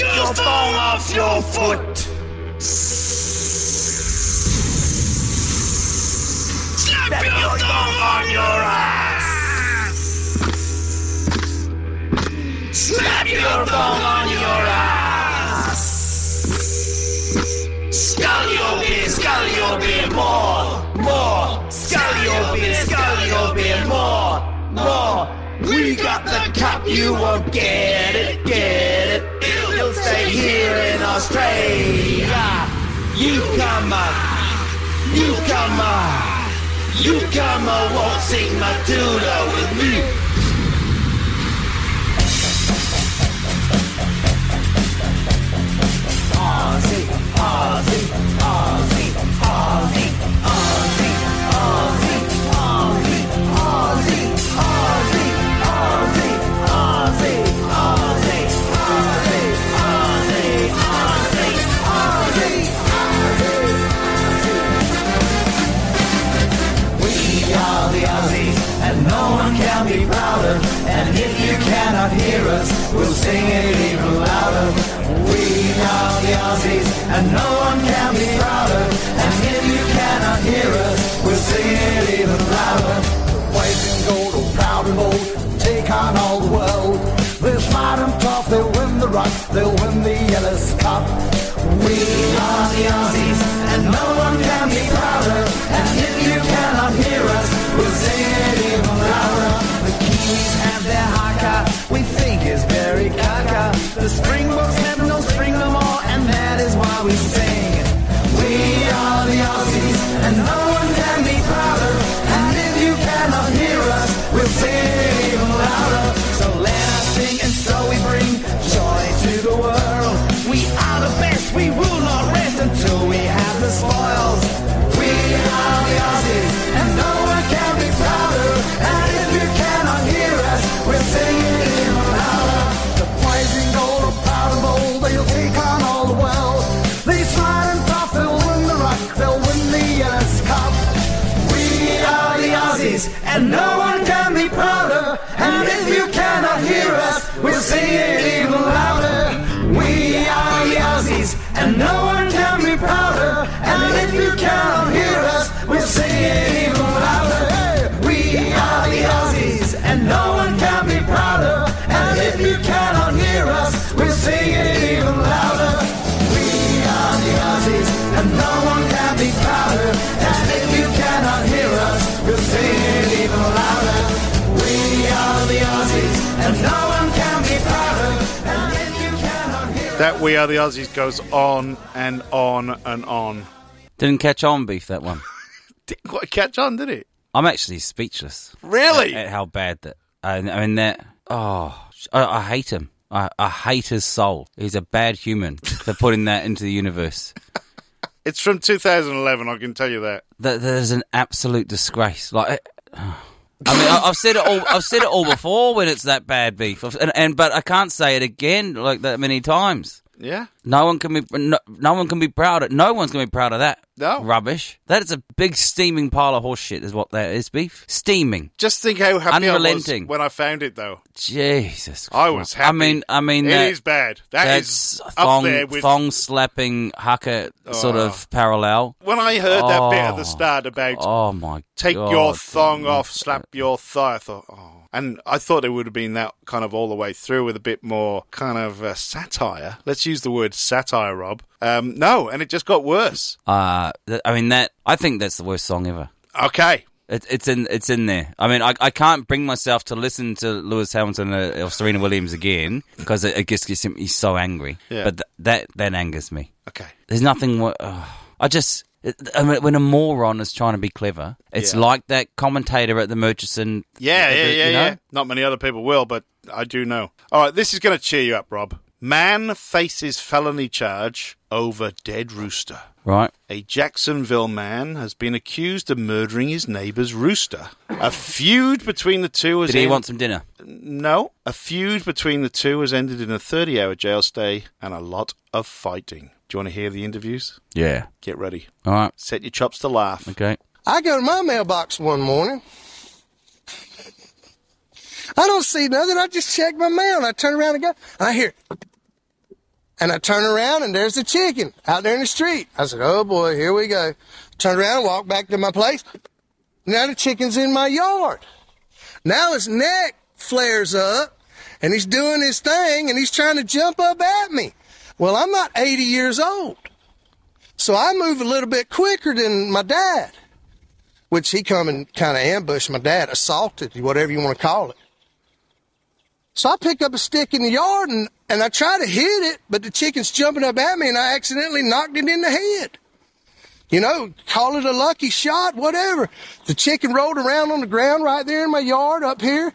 Speaker 18: your thumb off your foot. Slap your thumb on your ass. Slap your thumb on your ass. Scull your beer, scull your beer more, more. Scull your beer, scull your beer more, more. We got the cup, you won't get it, get it. It'll stay here in Australia. You come up, you come up, you come up, won't sing my tuna with me. Aussie, Aussie, Aussie, Aussie, Aussie, Aussie, Aussie, Aussie, Aussie, Aussie, Aussie, Aussie, Aussie, Aussie, Aussie, Aussie, Aussie. We are the Aussies, and no one can be prouder. And if you cannot hear us, we'll sing it even louder. We are the Aussies, and no one can be prouder. And if you cannot hear us, we'll sing it even louder. White and gold are proud and bold, take on all the world. They're smart and tough, they'll win the rock, they'll win the Ellis Cup. We are the Aussies, and no one can be prouder. And if you cannot hear us, we'll sing it even louder. The Kiwis have their haka, we think is very kaka. The Springboks have no spring no more, and that is why we sing. We are the Aussies, and no one can be prouder. And if you cannot hear us, we'll sing it even louder. So let us sing, and so we bring joy to the world. We are the best, we will not rest until we have the spoils. We are the Aussies, and no one can be prouder. And if you cannot hear us, we'll sing it even louder. The blazing gold of proud and bold, they'll take on all the world. They tried and tough, they'll win the rock, they'll win the Ellis Cup. We are the Aussies, and no one can be prouder. And if you cannot hear us, we'll sing it even louder. We are the Aussies, and no one can be prouder. And if you cannot hear us, we'll sing it even louder. We are the Aussies, and no one can be prouder. And if you cannot hear us, we'll sing it even louder. We are the Aussies, and no one can be prouder. And if you cannot hear us, we'll sing it even louder. We are the Aussies, and no one can be prouder. And if you cannot hear
Speaker 7: That "We Are the Aussies" goes on and on and on.
Speaker 8: didn't catch on, beef that one.
Speaker 7: Didn't quite catch on, did it?
Speaker 8: I'm actually speechless.
Speaker 7: Really?
Speaker 8: At, at how bad that. I, I mean that. Oh, I, I hate him. I, I hate his soul. He's a bad human for putting that into the universe.
Speaker 7: It's from 2011. I can tell you that.
Speaker 8: That that is an absolute disgrace. Like. it- I (sighs) mean, I- I've said it all. I've said it all before when it's that bad beef, I've- and, and but I can't say it again like that many times.
Speaker 7: Yeah.
Speaker 8: No one can be. No, no one can be proud of. No one's gonna be proud of that. No rubbish. That is a big steaming pile of horseshit. Is what that is. Beef steaming.
Speaker 7: Just think how happy I
Speaker 8: Unrelenting.
Speaker 7: was when I found it, though.
Speaker 8: Jesus.
Speaker 7: I was happy.
Speaker 8: I mean, I mean,
Speaker 7: It
Speaker 8: that-
Speaker 7: is bad. That
Speaker 8: that's
Speaker 7: is up
Speaker 8: thong,
Speaker 7: there with-
Speaker 8: thong slapping haka sort of parallel.
Speaker 7: When I heard that bit at the
Speaker 8: Oh,
Speaker 7: start about
Speaker 8: oh my,
Speaker 7: take
Speaker 8: God.
Speaker 7: your thong off, slap your thigh, I thought, oh. And I thought it would have been that kind of all the way through with a bit more kind of uh, satire. Let's use the word satire, Rob. Um, no, and it just got worse.
Speaker 8: Uh, th- I mean that. I think that's the worst song ever.
Speaker 7: Okay.
Speaker 8: It, it's in. It's in there. I mean, I, I can't bring myself to listen to Lewis Hamilton uh, or, or Serena Williams again because it, it just gets me so angry.
Speaker 7: Yeah.
Speaker 8: But th- that that angers me.
Speaker 7: Okay.
Speaker 8: There's nothing. wo- ugh. I just. it- I mean, when a moron is trying to be clever, it's
Speaker 7: Yeah.
Speaker 8: like that commentator at the Murchison.
Speaker 7: Yeah, yeah, yeah,
Speaker 8: you know?
Speaker 7: yeah. Not many other people will, but I do know. All right, this is going to cheer you up, Rob. Man faces felony charge over dead rooster.
Speaker 8: Right.
Speaker 7: A Jacksonville man has been accused of murdering his neighbor's rooster. A feud between the two has
Speaker 8: Did he
Speaker 7: en-
Speaker 8: want some dinner?
Speaker 7: No. A feud between the two has ended in a 30 hour jail stay and a lot of fighting. Do you want to hear the interviews?
Speaker 8: Yeah.
Speaker 7: Get ready.
Speaker 8: All right.
Speaker 7: Set your chops to laugh.
Speaker 8: Oh. Okay.
Speaker 19: I go to my mailbox one morning. I don't see nothing. I just check my mail and I turn around and go, and I hear, and I turn around and there's a chicken out there in the street. I said, oh boy, here we go. Turn around and walk back to my place. Now the chicken's in my yard. Now his neck flares up and he's doing his thing and he's trying to jump up at me. Well, I'm not 80 years old. So I move a little bit quicker than my dad which he come and kind of ambushed my dad, assaulted, whatever you want to call it. So I pick up a stick in the yard and, and I try to hit it, but the chicken's jumping up at me and I accidentally knocked it in the head. You know, call it a lucky shot, whatever. The chicken rolled around on the ground right there in my yard up here,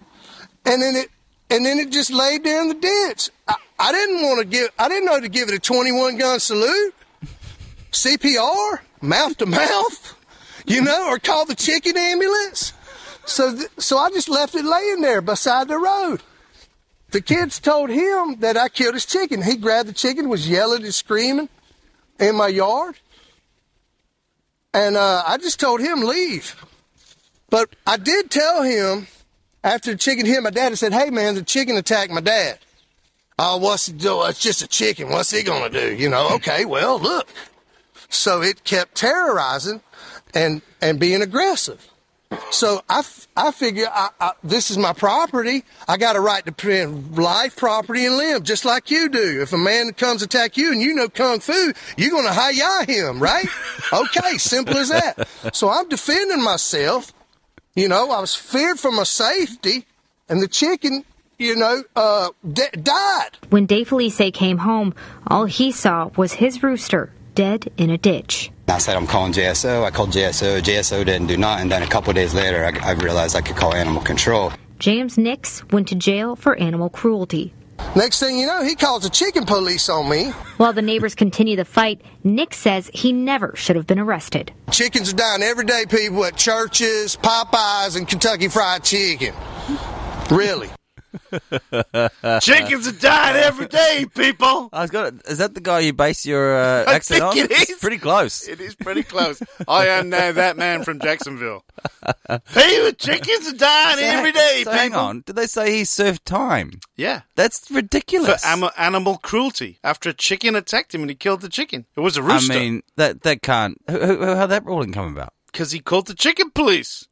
Speaker 19: and then it and then it just laid there in the ditch. I, I didn't want to give I didn't know to give it a 21 gun salute, CPR, mouth to mouth you know, or call the chicken ambulance. So, th- so I just left it laying there beside the road. The kids told him that I killed his chicken. He grabbed the chicken, was yelling and screaming in my yard, and uh, I just told him leave. But I did tell him after the chicken hit my dad. I said, "Hey, man, the chicken attacked my dad." Oh, what's it do? It's just a chicken. What's he gonna do? You know? Okay, well, look. So it kept terrorizing and and being aggressive. So I, f- I figure I, I, this is my property. I got a right to protect life, property, and limb, just like you do. If a man comes attack you and you know kung fu, you're going to hi ya him, right? okay, simple as that. So I'm defending myself. You know, I was feared for my safety, and the chicken, you know, uh, d- died.
Speaker 20: When Dave Felice came home, all he saw was his rooster dead in a ditch.
Speaker 21: I said I'm calling JSO. I called JSO. JSO didn't do nothing. Then a couple days later, I, I realized I could call animal control.
Speaker 20: James Nix went to jail for animal cruelty.
Speaker 19: Next thing you know, he calls the chicken police on me.
Speaker 20: While the neighbors continue the fight, Nix says he never should have been arrested.
Speaker 19: Chickens are dying every day, people, at churches, Popeyes, and Kentucky Fried Chicken. Really?
Speaker 7: Chickens are Uh, dying every day, people.
Speaker 8: I was got. Is that the guy you base your uh,
Speaker 7: I
Speaker 8: accent
Speaker 7: think
Speaker 8: on?
Speaker 7: it
Speaker 8: It's
Speaker 7: is.
Speaker 8: pretty close.
Speaker 7: It is pretty close. I am now that man from Jacksonville. (laughs) Hey, the chickens are dying
Speaker 8: So hang-
Speaker 7: every day,
Speaker 8: so
Speaker 7: people.
Speaker 8: Hang on. Did they say he served time?
Speaker 7: Yeah.
Speaker 8: That's ridiculous.
Speaker 7: For am- animal cruelty after a chicken attacked him and he killed the chicken. It was a rooster.
Speaker 8: I mean, that that can't. Who, who, how that ruling come about?
Speaker 7: Because he called the chicken (laughs) police.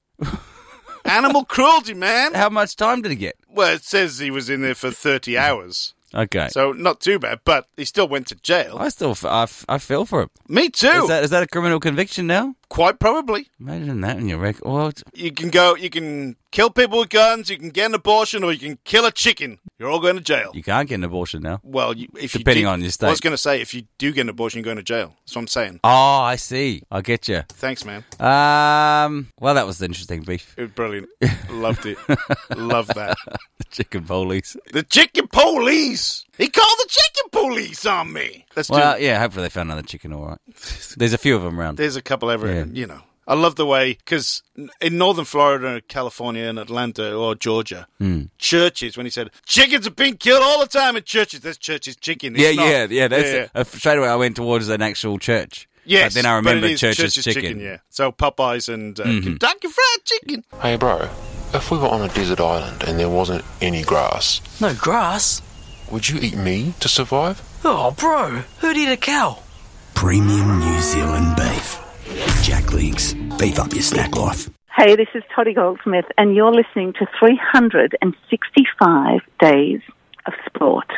Speaker 7: animal cruelty, man.
Speaker 8: How much time did he get?
Speaker 7: Well, it says he was in there for 30 hours.
Speaker 8: Okay.
Speaker 7: So not too bad, but he still went to jail.
Speaker 8: I still, f- I, f- I feel for him.
Speaker 7: Me too.
Speaker 8: Is that, is that a criminal conviction now?
Speaker 7: Quite probably.
Speaker 8: Imagine that in your record. Well, it's-
Speaker 7: You can go, you can kill people with guns, you can get an abortion, or you can kill a chicken. You're all going to jail.
Speaker 8: you can't get an abortion now.
Speaker 7: Well, you, if
Speaker 8: Depending
Speaker 7: you do-
Speaker 8: on your state.
Speaker 7: I was going to say, if you do get an abortion, you're going to jail. That's what I'm saying.
Speaker 8: Oh, I see. I get you.
Speaker 7: Thanks, man.
Speaker 8: Um. Well, that was interesting beef.
Speaker 7: It was
Speaker 8: (laughs)
Speaker 7: brilliant. Loved it. Love that.
Speaker 8: Chicken police.
Speaker 7: The chicken police. He called the chicken police on me. Let's
Speaker 8: well,
Speaker 7: do.
Speaker 8: yeah. Hopefully they found another chicken. All right. There's a few of them around.
Speaker 7: There's a couple ever.
Speaker 8: Yeah.
Speaker 7: You know, I love the way because in northern Florida, California, and Atlanta or Georgia,
Speaker 8: Mm.
Speaker 7: churches when he said chickens are being killed all the time in churches. There's churches chicken. It's
Speaker 8: Yeah,
Speaker 7: not-
Speaker 8: yeah, yeah. That's uh, straight away. I went towards an actual church.
Speaker 7: Yes,
Speaker 8: but then I
Speaker 7: but it
Speaker 8: remembered
Speaker 7: is
Speaker 8: church's,
Speaker 7: church's
Speaker 8: chicken. Mm-hmm.
Speaker 7: Yeah. So Popeyes and uh,
Speaker 9: Mhm.
Speaker 7: Kentucky Fried Chicken.
Speaker 9: Hey, bro, if we were on a desert island and there wasn't any grass,
Speaker 10: No grass?
Speaker 9: would you eat me to survive?
Speaker 10: Oh, bro, who'd eat a cow?
Speaker 16: Premium New Zealand beef. Jack Links. Beef up your snack life.
Speaker 1: Hey, this is Toddy Goldsmith, and you're listening to 365 Days of Sport.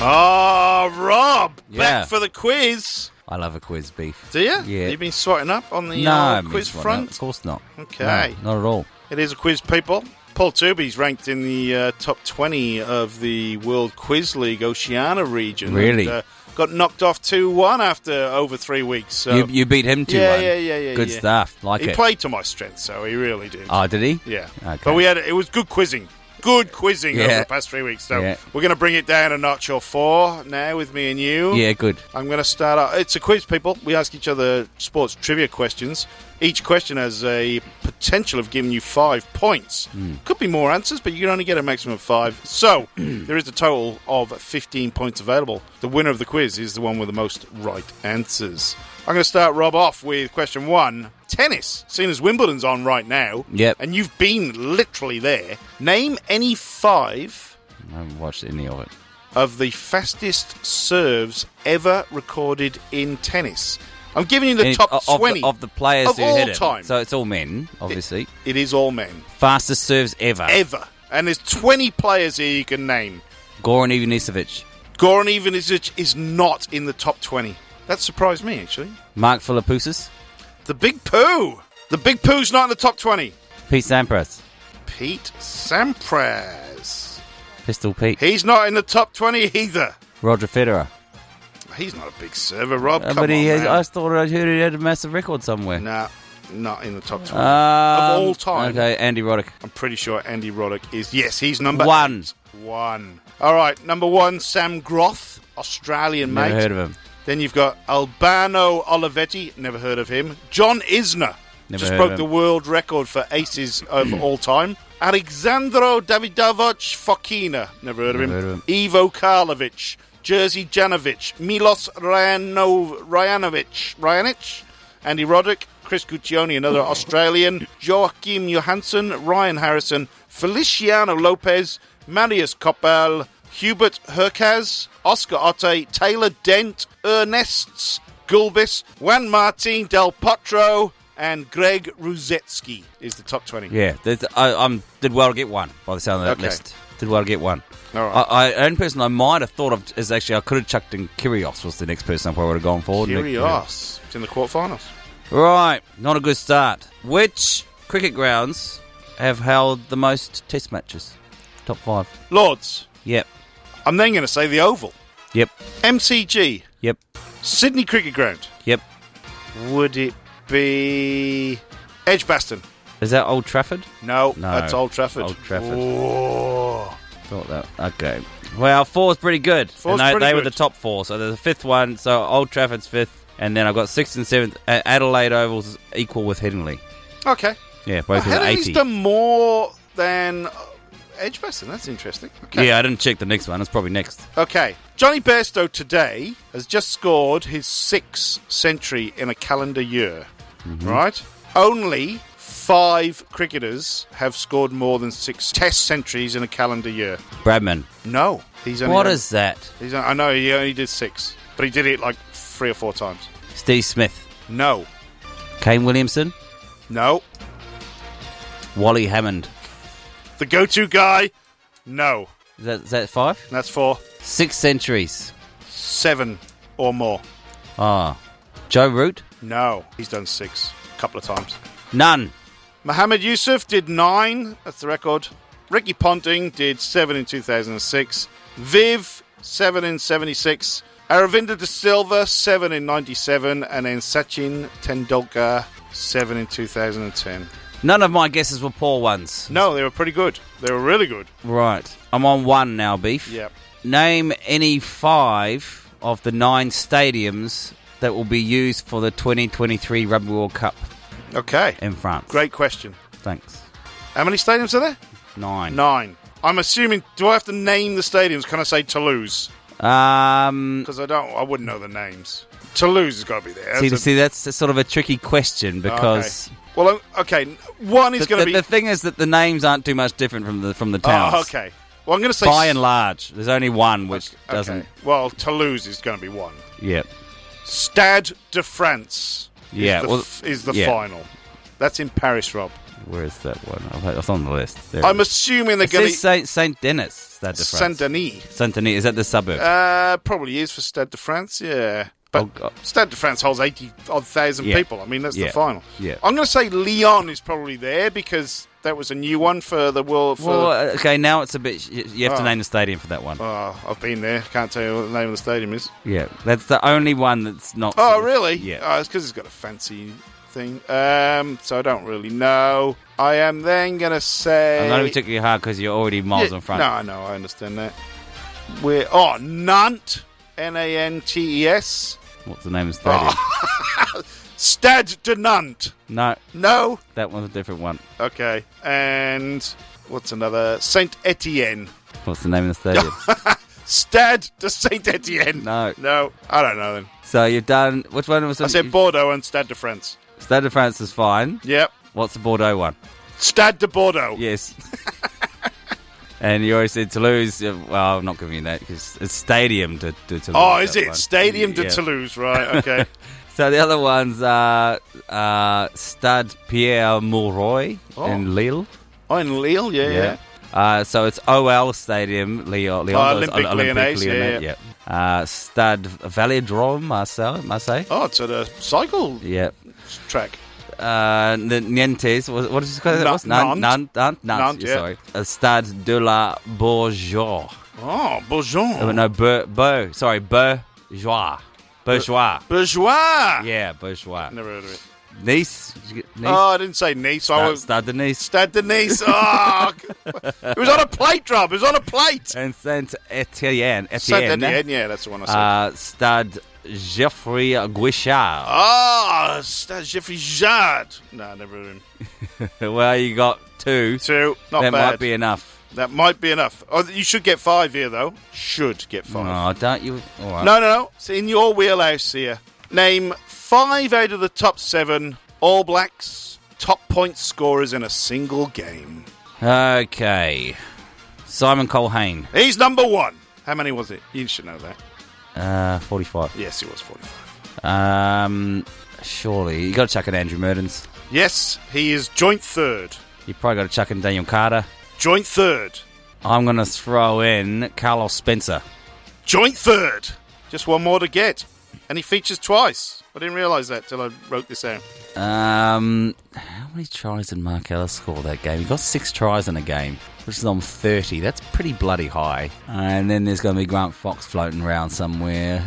Speaker 7: Ah, Rob,
Speaker 8: Yeah.
Speaker 7: back for the quiz.
Speaker 8: I love a quiz beef.
Speaker 7: Do you?
Speaker 8: Yeah.
Speaker 7: You've been swatting up on the
Speaker 8: no, I
Speaker 7: uh,
Speaker 8: haven't been
Speaker 7: quiz
Speaker 8: swatting
Speaker 7: front.
Speaker 8: up. Of course not.
Speaker 7: Okay.
Speaker 8: No, not at all.
Speaker 7: It is a quiz, people. Paul Tooby's ranked in the uh, top 20 of the World Quiz League Oceania region.
Speaker 8: Really?
Speaker 7: And, uh, got knocked off 2 1 after over three weeks. So.
Speaker 8: You- you beat him 2-1.
Speaker 7: Yeah, yeah, yeah, yeah.
Speaker 8: Good
Speaker 7: yeah.
Speaker 8: stuff. Like
Speaker 7: he
Speaker 8: it.
Speaker 7: played to my strength, so he really did.
Speaker 8: Oh, did he?
Speaker 7: Yeah.
Speaker 8: Okay.
Speaker 7: But we had it was good quizzing. Good quizzing
Speaker 8: Yeah.
Speaker 7: over the past three weeks. So
Speaker 8: Yeah.
Speaker 7: we're going to bring it down a notch or four now with me and you.
Speaker 8: Yeah, good.
Speaker 7: I'm going to start out. It's a quiz, people. We ask each other sports trivia questions. Each question has a potential of giving you five points. Could be more answers, but you can only get a maximum of five. So (clears throat) there is a total of 15 points available. The winner of the quiz is the one with the most right answers. I'm going to start Rob off with question one tennis. Seeing as Wimbledon's on right now,
Speaker 8: Yep.
Speaker 7: and you've been literally there, name any five
Speaker 8: I haven't watched any of it.
Speaker 7: of the fastest serves ever recorded in tennis. I'm giving you the
Speaker 8: Any-
Speaker 7: top
Speaker 8: of- of the-
Speaker 7: 20
Speaker 8: of the players
Speaker 7: of
Speaker 8: who
Speaker 7: all
Speaker 8: hit him.
Speaker 7: time.
Speaker 8: So it's all men, obviously.
Speaker 7: It is all men
Speaker 8: Fastest serves ever.
Speaker 7: ever, and there's 20 players here you can name.
Speaker 8: Goran Ivanisevic,
Speaker 7: Goran Ivanisevic is not in the top 20. That surprised me actually.
Speaker 8: Mark Philippoussis,
Speaker 7: The Big Poo. The Big Poo's not in the top 20.
Speaker 8: Pete Sampras,
Speaker 7: Pete Sampras.
Speaker 8: Pistol Pete,
Speaker 7: He's not in the top 20 either.
Speaker 8: Roger Federer.
Speaker 7: He's not a big server, Rob.
Speaker 8: Uh,
Speaker 7: Come
Speaker 8: but
Speaker 7: on,
Speaker 8: he has,
Speaker 7: man.
Speaker 8: I thought I heard he had a massive record somewhere.
Speaker 7: Nah, not in the top 20
Speaker 8: Um,
Speaker 7: of all time.
Speaker 8: Okay, Andy Roddick.
Speaker 7: I'm pretty sure Andy Roddick is. Yes, he's number
Speaker 8: One.
Speaker 7: eight. One. All right, number one, Sam Groth, Australian
Speaker 8: Never
Speaker 7: mate.
Speaker 8: heard of him.
Speaker 7: Then you've got Albano Olivetti, never heard of him. John Isner,
Speaker 8: Never
Speaker 7: just
Speaker 8: heard
Speaker 7: broke
Speaker 8: of him.
Speaker 7: the world record for aces
Speaker 8: (clears throat)
Speaker 7: of all time. Alexandro Davidovich Fokina, never heard of, him.
Speaker 8: Never heard of him.
Speaker 7: Ivo Karlovic, Jerzy Janovic, Milos Ryanov, Ryanovic, Ryanic, Andy Roddick, Chris Guccione,
Speaker 8: (clears throat)
Speaker 7: another Australian, Joachim Johansson, Ryan Harrison, Feliciano Lopez, Marius Coppel, Hubert Herkaz, Oscar Otte, Taylor Dent, Ernests Gulbis, Juan Martin Del Potro, and Greg Ruzetsky is the top 20.
Speaker 8: Yeah, there's- I um, did well to get one by the sound of that
Speaker 7: Okay.
Speaker 8: list. Did well to get one.
Speaker 7: All right.
Speaker 8: I, I, only person I might have thought of is actually I could have chucked in Kyrgios was the next person I probably would have gone for. Nick Kyrgios.
Speaker 7: Curios. It's in the quarterfinals.
Speaker 8: Right, not a good start. Which cricket grounds have held the most Test matches? Top five.
Speaker 7: Lords.
Speaker 8: Yep.
Speaker 7: I'm then going to say the Oval.
Speaker 8: Yep.
Speaker 7: MCG.
Speaker 8: Yep.
Speaker 7: Sydney Cricket Ground.
Speaker 8: Yep.
Speaker 7: Would it be Edgbaston?
Speaker 8: Is that Old Trafford?
Speaker 7: No,
Speaker 8: No,
Speaker 7: that's Old Trafford.
Speaker 8: Old Trafford.
Speaker 7: Whoa.
Speaker 8: Thought that. Okay. Well, four's pretty good.
Speaker 7: Four's
Speaker 8: and they,
Speaker 7: pretty
Speaker 8: they were
Speaker 7: good.
Speaker 8: the top four. So there's a fifth one. So Old Trafford's fifth, and then I've got sixth and seventh. A- Adelaide Oval's equal with Headingley.
Speaker 7: Okay.
Speaker 8: Yeah, both
Speaker 7: Well,
Speaker 8: with
Speaker 7: Headingley's
Speaker 8: eighty.
Speaker 7: done more than uh, Edgbaston. That's interesting. Okay.
Speaker 8: Yeah, I didn't check the next one. It's probably next.
Speaker 7: Okay. Johnny Bairstow today has just scored his sixth century in a calendar year. Right? Only five cricketers have scored more than six test centuries in a calendar year.
Speaker 8: Bradman.
Speaker 7: No. He's only
Speaker 8: What is that?
Speaker 7: He's, I know he only did six, but he did it like three or four times.
Speaker 8: Steve Smith.
Speaker 7: No.
Speaker 8: Kane Williamson.
Speaker 7: No.
Speaker 8: Wally Hammond.
Speaker 7: The go to guy? No.
Speaker 8: Is that, is that five?
Speaker 7: That's four.
Speaker 8: Six centuries.
Speaker 7: Seven or more.
Speaker 8: Ah. Joe Root.
Speaker 7: No. He's done six a couple of times.
Speaker 8: None.
Speaker 7: Mohammed Yusuf did nine. That's the record. Ricky Ponting did seven in 2006. Viv, seven in 76. Aravinda De Silva, seven in 97. And then Sachin Tendulkar, seven in 2010.
Speaker 8: None of my guesses were poor ones.
Speaker 7: No, they were pretty good. They were really good.
Speaker 8: Right. I'm on one now, Beef.
Speaker 7: Yep.
Speaker 8: Name any five of the nine stadiums that will be used for the 2023 Rugby World Cup.
Speaker 7: Okay.
Speaker 8: In France.
Speaker 7: Great question.
Speaker 8: Thanks.
Speaker 7: How many stadiums are there?
Speaker 8: Nine.
Speaker 7: Nine. I'm assuming. Do I have to name the stadiums? Can I say Toulouse?
Speaker 8: Um,
Speaker 7: Because I don't. I wouldn't know the names. Toulouse has got to be there.
Speaker 8: see,
Speaker 7: That's a-
Speaker 8: see, that's sort of a tricky question because.
Speaker 7: Okay. Well, o- okay. One is
Speaker 8: The,
Speaker 7: going to
Speaker 8: the,
Speaker 7: be.
Speaker 8: the thing is that the names aren't too much different from the from the towns.
Speaker 7: oh, okay. Well, I'm going to say.
Speaker 8: By and large, there's only one which
Speaker 7: okay.
Speaker 8: doesn't.
Speaker 7: Well, Toulouse is going to be one.
Speaker 8: Yeah.
Speaker 7: Stade de France. is
Speaker 8: Yeah,
Speaker 7: the
Speaker 8: well,
Speaker 7: f- is the
Speaker 8: yeah.
Speaker 7: final. That's in Paris, Rob.
Speaker 8: Where is that one? I've- It's on the list. There it
Speaker 7: I'm
Speaker 8: is.
Speaker 7: assuming they're
Speaker 8: It says
Speaker 7: going to.
Speaker 8: Saint Saint Denis. Stade de France.
Speaker 7: Saint Denis.
Speaker 8: Saint Denis is that the suburb?
Speaker 7: Uh, probably is for Stade de France. Yeah, but Stade de France holds eighty odd thousand
Speaker 8: Oh, Yeah.
Speaker 7: people. I mean, that's
Speaker 8: Yeah.
Speaker 7: the final.
Speaker 8: Yeah.
Speaker 7: I'm going to say Lyon is probably there because that was a new one for the world. For
Speaker 8: well, uh, okay, now it's a bit. You you have
Speaker 7: Oh.
Speaker 8: to name the stadium for that one.
Speaker 7: Oh, I've been there. Can't tell you what the name of the stadium is.
Speaker 8: Yeah, that's the only one that's not.
Speaker 7: Oh,
Speaker 8: sort of-
Speaker 7: really?
Speaker 8: Yeah.
Speaker 7: Oh, it's because it's got a fancy thing. Um, so I don't really know. I am then going to say.
Speaker 8: I'm not even particularly hard because you're already miles
Speaker 7: Yeah,
Speaker 8: in front.
Speaker 7: No, I know. I understand that. We're oh Nantes, N A N T E S,
Speaker 8: What's the name of the stadium?
Speaker 7: Ah. Stade de Nantes.
Speaker 8: (laughs) No,
Speaker 7: No.
Speaker 8: that one's a different one.
Speaker 7: Okay. And what's another? Saint Etienne.
Speaker 8: What's the name of
Speaker 7: (laughs)
Speaker 8: the stadium?
Speaker 7: Stade de Saint Etienne.
Speaker 8: No.
Speaker 7: No. I don't know then.
Speaker 8: so you've done. Which one was
Speaker 7: I
Speaker 8: it?
Speaker 7: said Bordeaux and Stade de France.
Speaker 8: Stade de France is fine.
Speaker 7: Yep.
Speaker 8: What's the Bordeaux one?
Speaker 7: Stade de Bordeaux.
Speaker 8: Yes. (laughs) And you always said Toulouse. uh, Well, I'm not giving you that because it's Stadium to, to Toulouse.
Speaker 7: Oh, is
Speaker 8: that
Speaker 7: it
Speaker 8: one.
Speaker 7: Stadium de
Speaker 8: Yeah.
Speaker 7: Toulouse? Right.
Speaker 8: (laughs)
Speaker 7: Okay.
Speaker 8: So the other ones are uh, Stade Pierre Mauroy
Speaker 7: Oh.
Speaker 8: in Lille.
Speaker 7: oh, in Lille. Yeah. Yeah.
Speaker 8: Uh, so it's OL Stadium, Lyon, Lyon
Speaker 7: Oh,
Speaker 8: those
Speaker 7: Olympique Lyonnais, yeah, yeah.
Speaker 8: Uh, Stade Vallée Marcel, Marseille.
Speaker 7: Oh, it's at a cycle
Speaker 8: Yeah.
Speaker 7: track.
Speaker 8: Uh, N- Nientes, what, what is it called?
Speaker 7: Na-
Speaker 8: What's- Nan-
Speaker 7: Nantes.
Speaker 8: Nan- Nan- Nantes,
Speaker 7: Nantes,
Speaker 8: yeah,
Speaker 7: yeah.
Speaker 8: sorry. Uh, Stade de la Bourgeois.
Speaker 7: Oh, Bourgeon.
Speaker 8: Oh, no, Bur- Bur- sorry, Bourgeois. Bourgeois.
Speaker 7: Bourgeois.
Speaker 8: yeah, Bourgeois.
Speaker 7: Never heard of it.
Speaker 8: Nice. Did you get Nice?
Speaker 7: Oh, I didn't say Nice. I
Speaker 8: Stade-
Speaker 7: was
Speaker 8: Stade de Nice.
Speaker 7: Stade de
Speaker 8: (laughs)
Speaker 7: Nice. Oh, it was on a plate, Rob. It was on a plate.
Speaker 8: And Saint Etienne. Etienne.
Speaker 7: Saint Etienne, yeah, that's the one I said.
Speaker 8: eh? Uh, Stade Geoffrey Guichard.
Speaker 7: Ah, Stade Jeffrey Jard. No, never heard of him.
Speaker 8: well, you got two.
Speaker 7: Oh. Two. Not
Speaker 8: that
Speaker 7: bad.
Speaker 8: might be enough.
Speaker 7: That might be enough. Oh, you should get five here, though. Should get five.
Speaker 8: No, don't you? All right.
Speaker 7: No, no, no. It's in your wheelhouse here. Name five out of the top seven All Blacks top point scorers in a single game.
Speaker 8: Okay. Simon Colhane.
Speaker 7: He's number one. How many was it? You should know that.
Speaker 8: Uh, 45.
Speaker 7: Yes, he was 45.
Speaker 8: Um, surely. you got to chuck in Andrew Murdens.
Speaker 7: Yes, he is joint third.
Speaker 8: you probably got to chuck in Daniel Carter.
Speaker 7: Joint third.
Speaker 8: I'm going to throw in Carlos Spencer.
Speaker 7: Joint third. Just one more to get. And he features twice. I didn't realise that till I wrote this out.
Speaker 8: Um, how many tries did Mark Ellis score that game? He got six tries in a game, which is on 30. That's pretty bloody high. And then there's going to be Grant Fox floating around somewhere.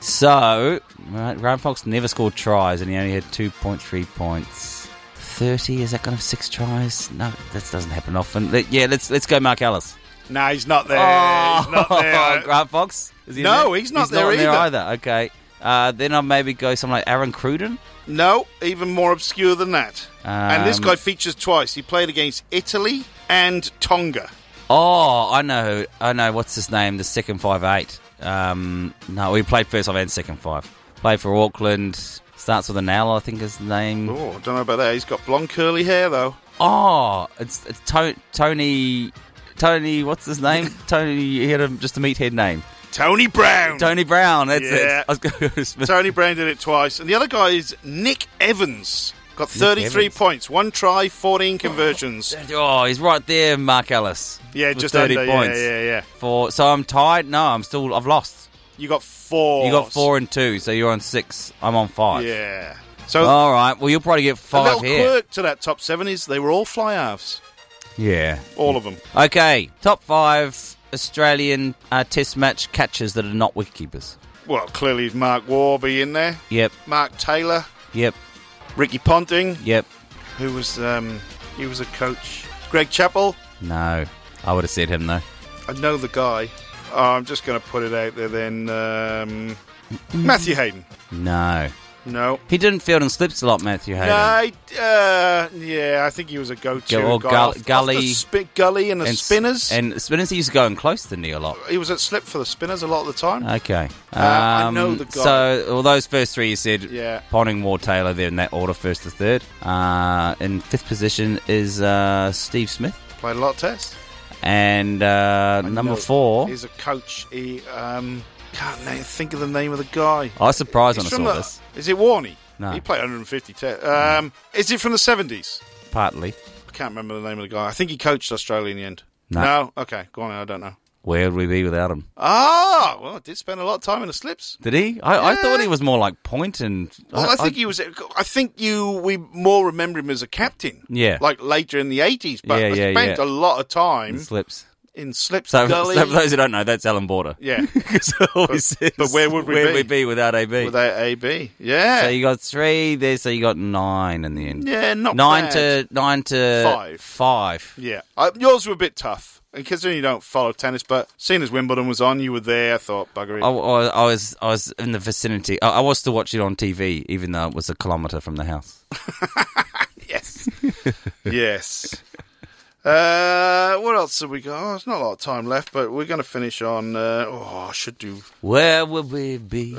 Speaker 8: So, right, Grant Fox never scored tries and he only had 2.3 points. 30, is that going to six tries? No, that doesn't happen often. Let- yeah, let's let's go Mark Ellis.
Speaker 7: Nah, he's not there. he's not
Speaker 8: (laughs) Oh,
Speaker 7: there.
Speaker 8: Grant Fox? Is he in
Speaker 7: No,
Speaker 8: there?
Speaker 7: he's not there
Speaker 8: in
Speaker 7: either.
Speaker 8: Okay. Uh, then I'll maybe go someone like Aaron Cruden.
Speaker 7: No, even more obscure than that. and this
Speaker 8: Um,
Speaker 7: guy features twice. He played against Italy and Tonga.
Speaker 8: Oh, I know. who- I know. What's his name? The second five eight. Um, no, we played first five and second five. Played for Auckland. Starts with an L, I think is the name.
Speaker 7: Oh, I don't know about that. He's got blonde curly hair, though.
Speaker 8: Oh, it's, it's to- Tony. Tony, what's
Speaker 7: (laughs)
Speaker 8: his name? Tony. He had a, just a meathead name.
Speaker 7: Tony Brown.
Speaker 8: Tony Brown. That's
Speaker 7: Yeah.
Speaker 8: it. I was gonna go
Speaker 7: (laughs)
Speaker 8: Smith.
Speaker 7: Tony Brown did it twice. And the other guy is Nick Evans. Got
Speaker 8: Nick
Speaker 7: 33
Speaker 8: Evans.
Speaker 7: points, one try, 14 conversions.
Speaker 8: Oh, he's right there, Mark Ellis.
Speaker 7: Yeah,
Speaker 8: with
Speaker 7: just
Speaker 8: thirty
Speaker 7: under. Yeah,
Speaker 8: points.
Speaker 7: yeah, yeah.
Speaker 8: For so I'm tied. No, I'm still. I've lost.
Speaker 7: You got four.
Speaker 8: You got four and two, so you're on six. I'm on five.
Speaker 7: Yeah. So
Speaker 8: All right. Well, you'll probably get
Speaker 7: the
Speaker 8: Oh, five
Speaker 7: little
Speaker 8: here.
Speaker 7: quirk to that top seven is they were all fly halves.
Speaker 8: Yeah.
Speaker 7: All of them.
Speaker 8: Okay, top five Australian uh, Test match catchers that are not wicketkeepers.
Speaker 7: Well, clearly it's Mark Warby in there.
Speaker 8: Yep,
Speaker 7: Mark Taylor.
Speaker 8: yep,
Speaker 7: Ricky Ponting,
Speaker 8: yep.
Speaker 7: who was um he was a coach. Greg Chappell.
Speaker 8: No, I would have said him though.
Speaker 7: I know the guy. Oh, I'm just going to put it out there then. Um, Matthew Hayden.
Speaker 8: No.
Speaker 7: No.
Speaker 8: He didn't field and slips a lot, Matthew Hayden.
Speaker 7: No, I, uh, yeah, I think he was a go-to
Speaker 8: Go- or
Speaker 7: guy.
Speaker 8: gull-
Speaker 7: Off- off the
Speaker 8: gully.
Speaker 7: spin- gully, and the
Speaker 8: And s-
Speaker 7: spinners.
Speaker 8: And spinners, he used to go in close to Neil a lot.
Speaker 7: he was at slip for the spinners a lot of the time.
Speaker 8: Okay.
Speaker 7: Uh,
Speaker 8: Um,
Speaker 7: I know the guy.
Speaker 8: So, all those first three you said
Speaker 7: Yeah.
Speaker 8: Ponting, War, Taylor, they're in that order, first to third. Uh, in fifth position is uh, Steve Smith.
Speaker 7: Played a lot of tests.
Speaker 8: And uh, number
Speaker 7: No,
Speaker 8: four,
Speaker 7: He's a coach. He um, can't na- think of the name of the guy.
Speaker 8: I was surprised when I
Speaker 7: He's from
Speaker 8: saw
Speaker 7: the-
Speaker 8: this.
Speaker 7: Is it Warney?
Speaker 8: No.
Speaker 7: He played 150 tests. Um, Is it from the 70s?
Speaker 8: partly.
Speaker 7: I can't remember the name of the guy. I think he coached Australia in the end.
Speaker 8: No.
Speaker 7: Okay, go on. I don't know.
Speaker 8: Where would we be without him?
Speaker 7: Ah, well, I did spend a lot of time in the slips.
Speaker 8: Did he? I, I thought he was more like Point and. uh,
Speaker 7: Well, I, think he was. I think you. We more remember him as a captain.
Speaker 8: Yeah.
Speaker 7: Like later in the eighties, but
Speaker 8: Yeah,
Speaker 7: I
Speaker 8: yeah,
Speaker 7: spent
Speaker 8: yeah.
Speaker 7: a lot of time
Speaker 8: in slips.
Speaker 7: in slips
Speaker 8: So, (laughs)
Speaker 7: gully.
Speaker 8: so for those who don't know, that's Alan Border.
Speaker 7: yeah.
Speaker 8: (laughs) 'Cause it always
Speaker 7: But- but
Speaker 8: is,
Speaker 7: where would we
Speaker 8: where
Speaker 7: be?"
Speaker 8: we be without AB?
Speaker 7: Without AB, yeah.
Speaker 8: So you got three there, so you got nine in the end.
Speaker 7: Yeah, not
Speaker 8: nine
Speaker 7: bad.
Speaker 8: to nine to
Speaker 7: Five.
Speaker 8: Five.
Speaker 7: Yeah, uh, yours were a bit tough, and considering you don't follow tennis, but seeing as Wimbledon was on, you were there. I thought, bugger it.
Speaker 8: I, I- I was I was in the vicinity. I, I was to watch it on TV, even though it was a kilometre from the house.
Speaker 7: yes, (laughs) yes. Uh, what else have we got? Oh, there's not a lot of time left, but we're going to finish on. Uh, oh, I should do.
Speaker 8: Where would
Speaker 7: (laughs)
Speaker 8: we be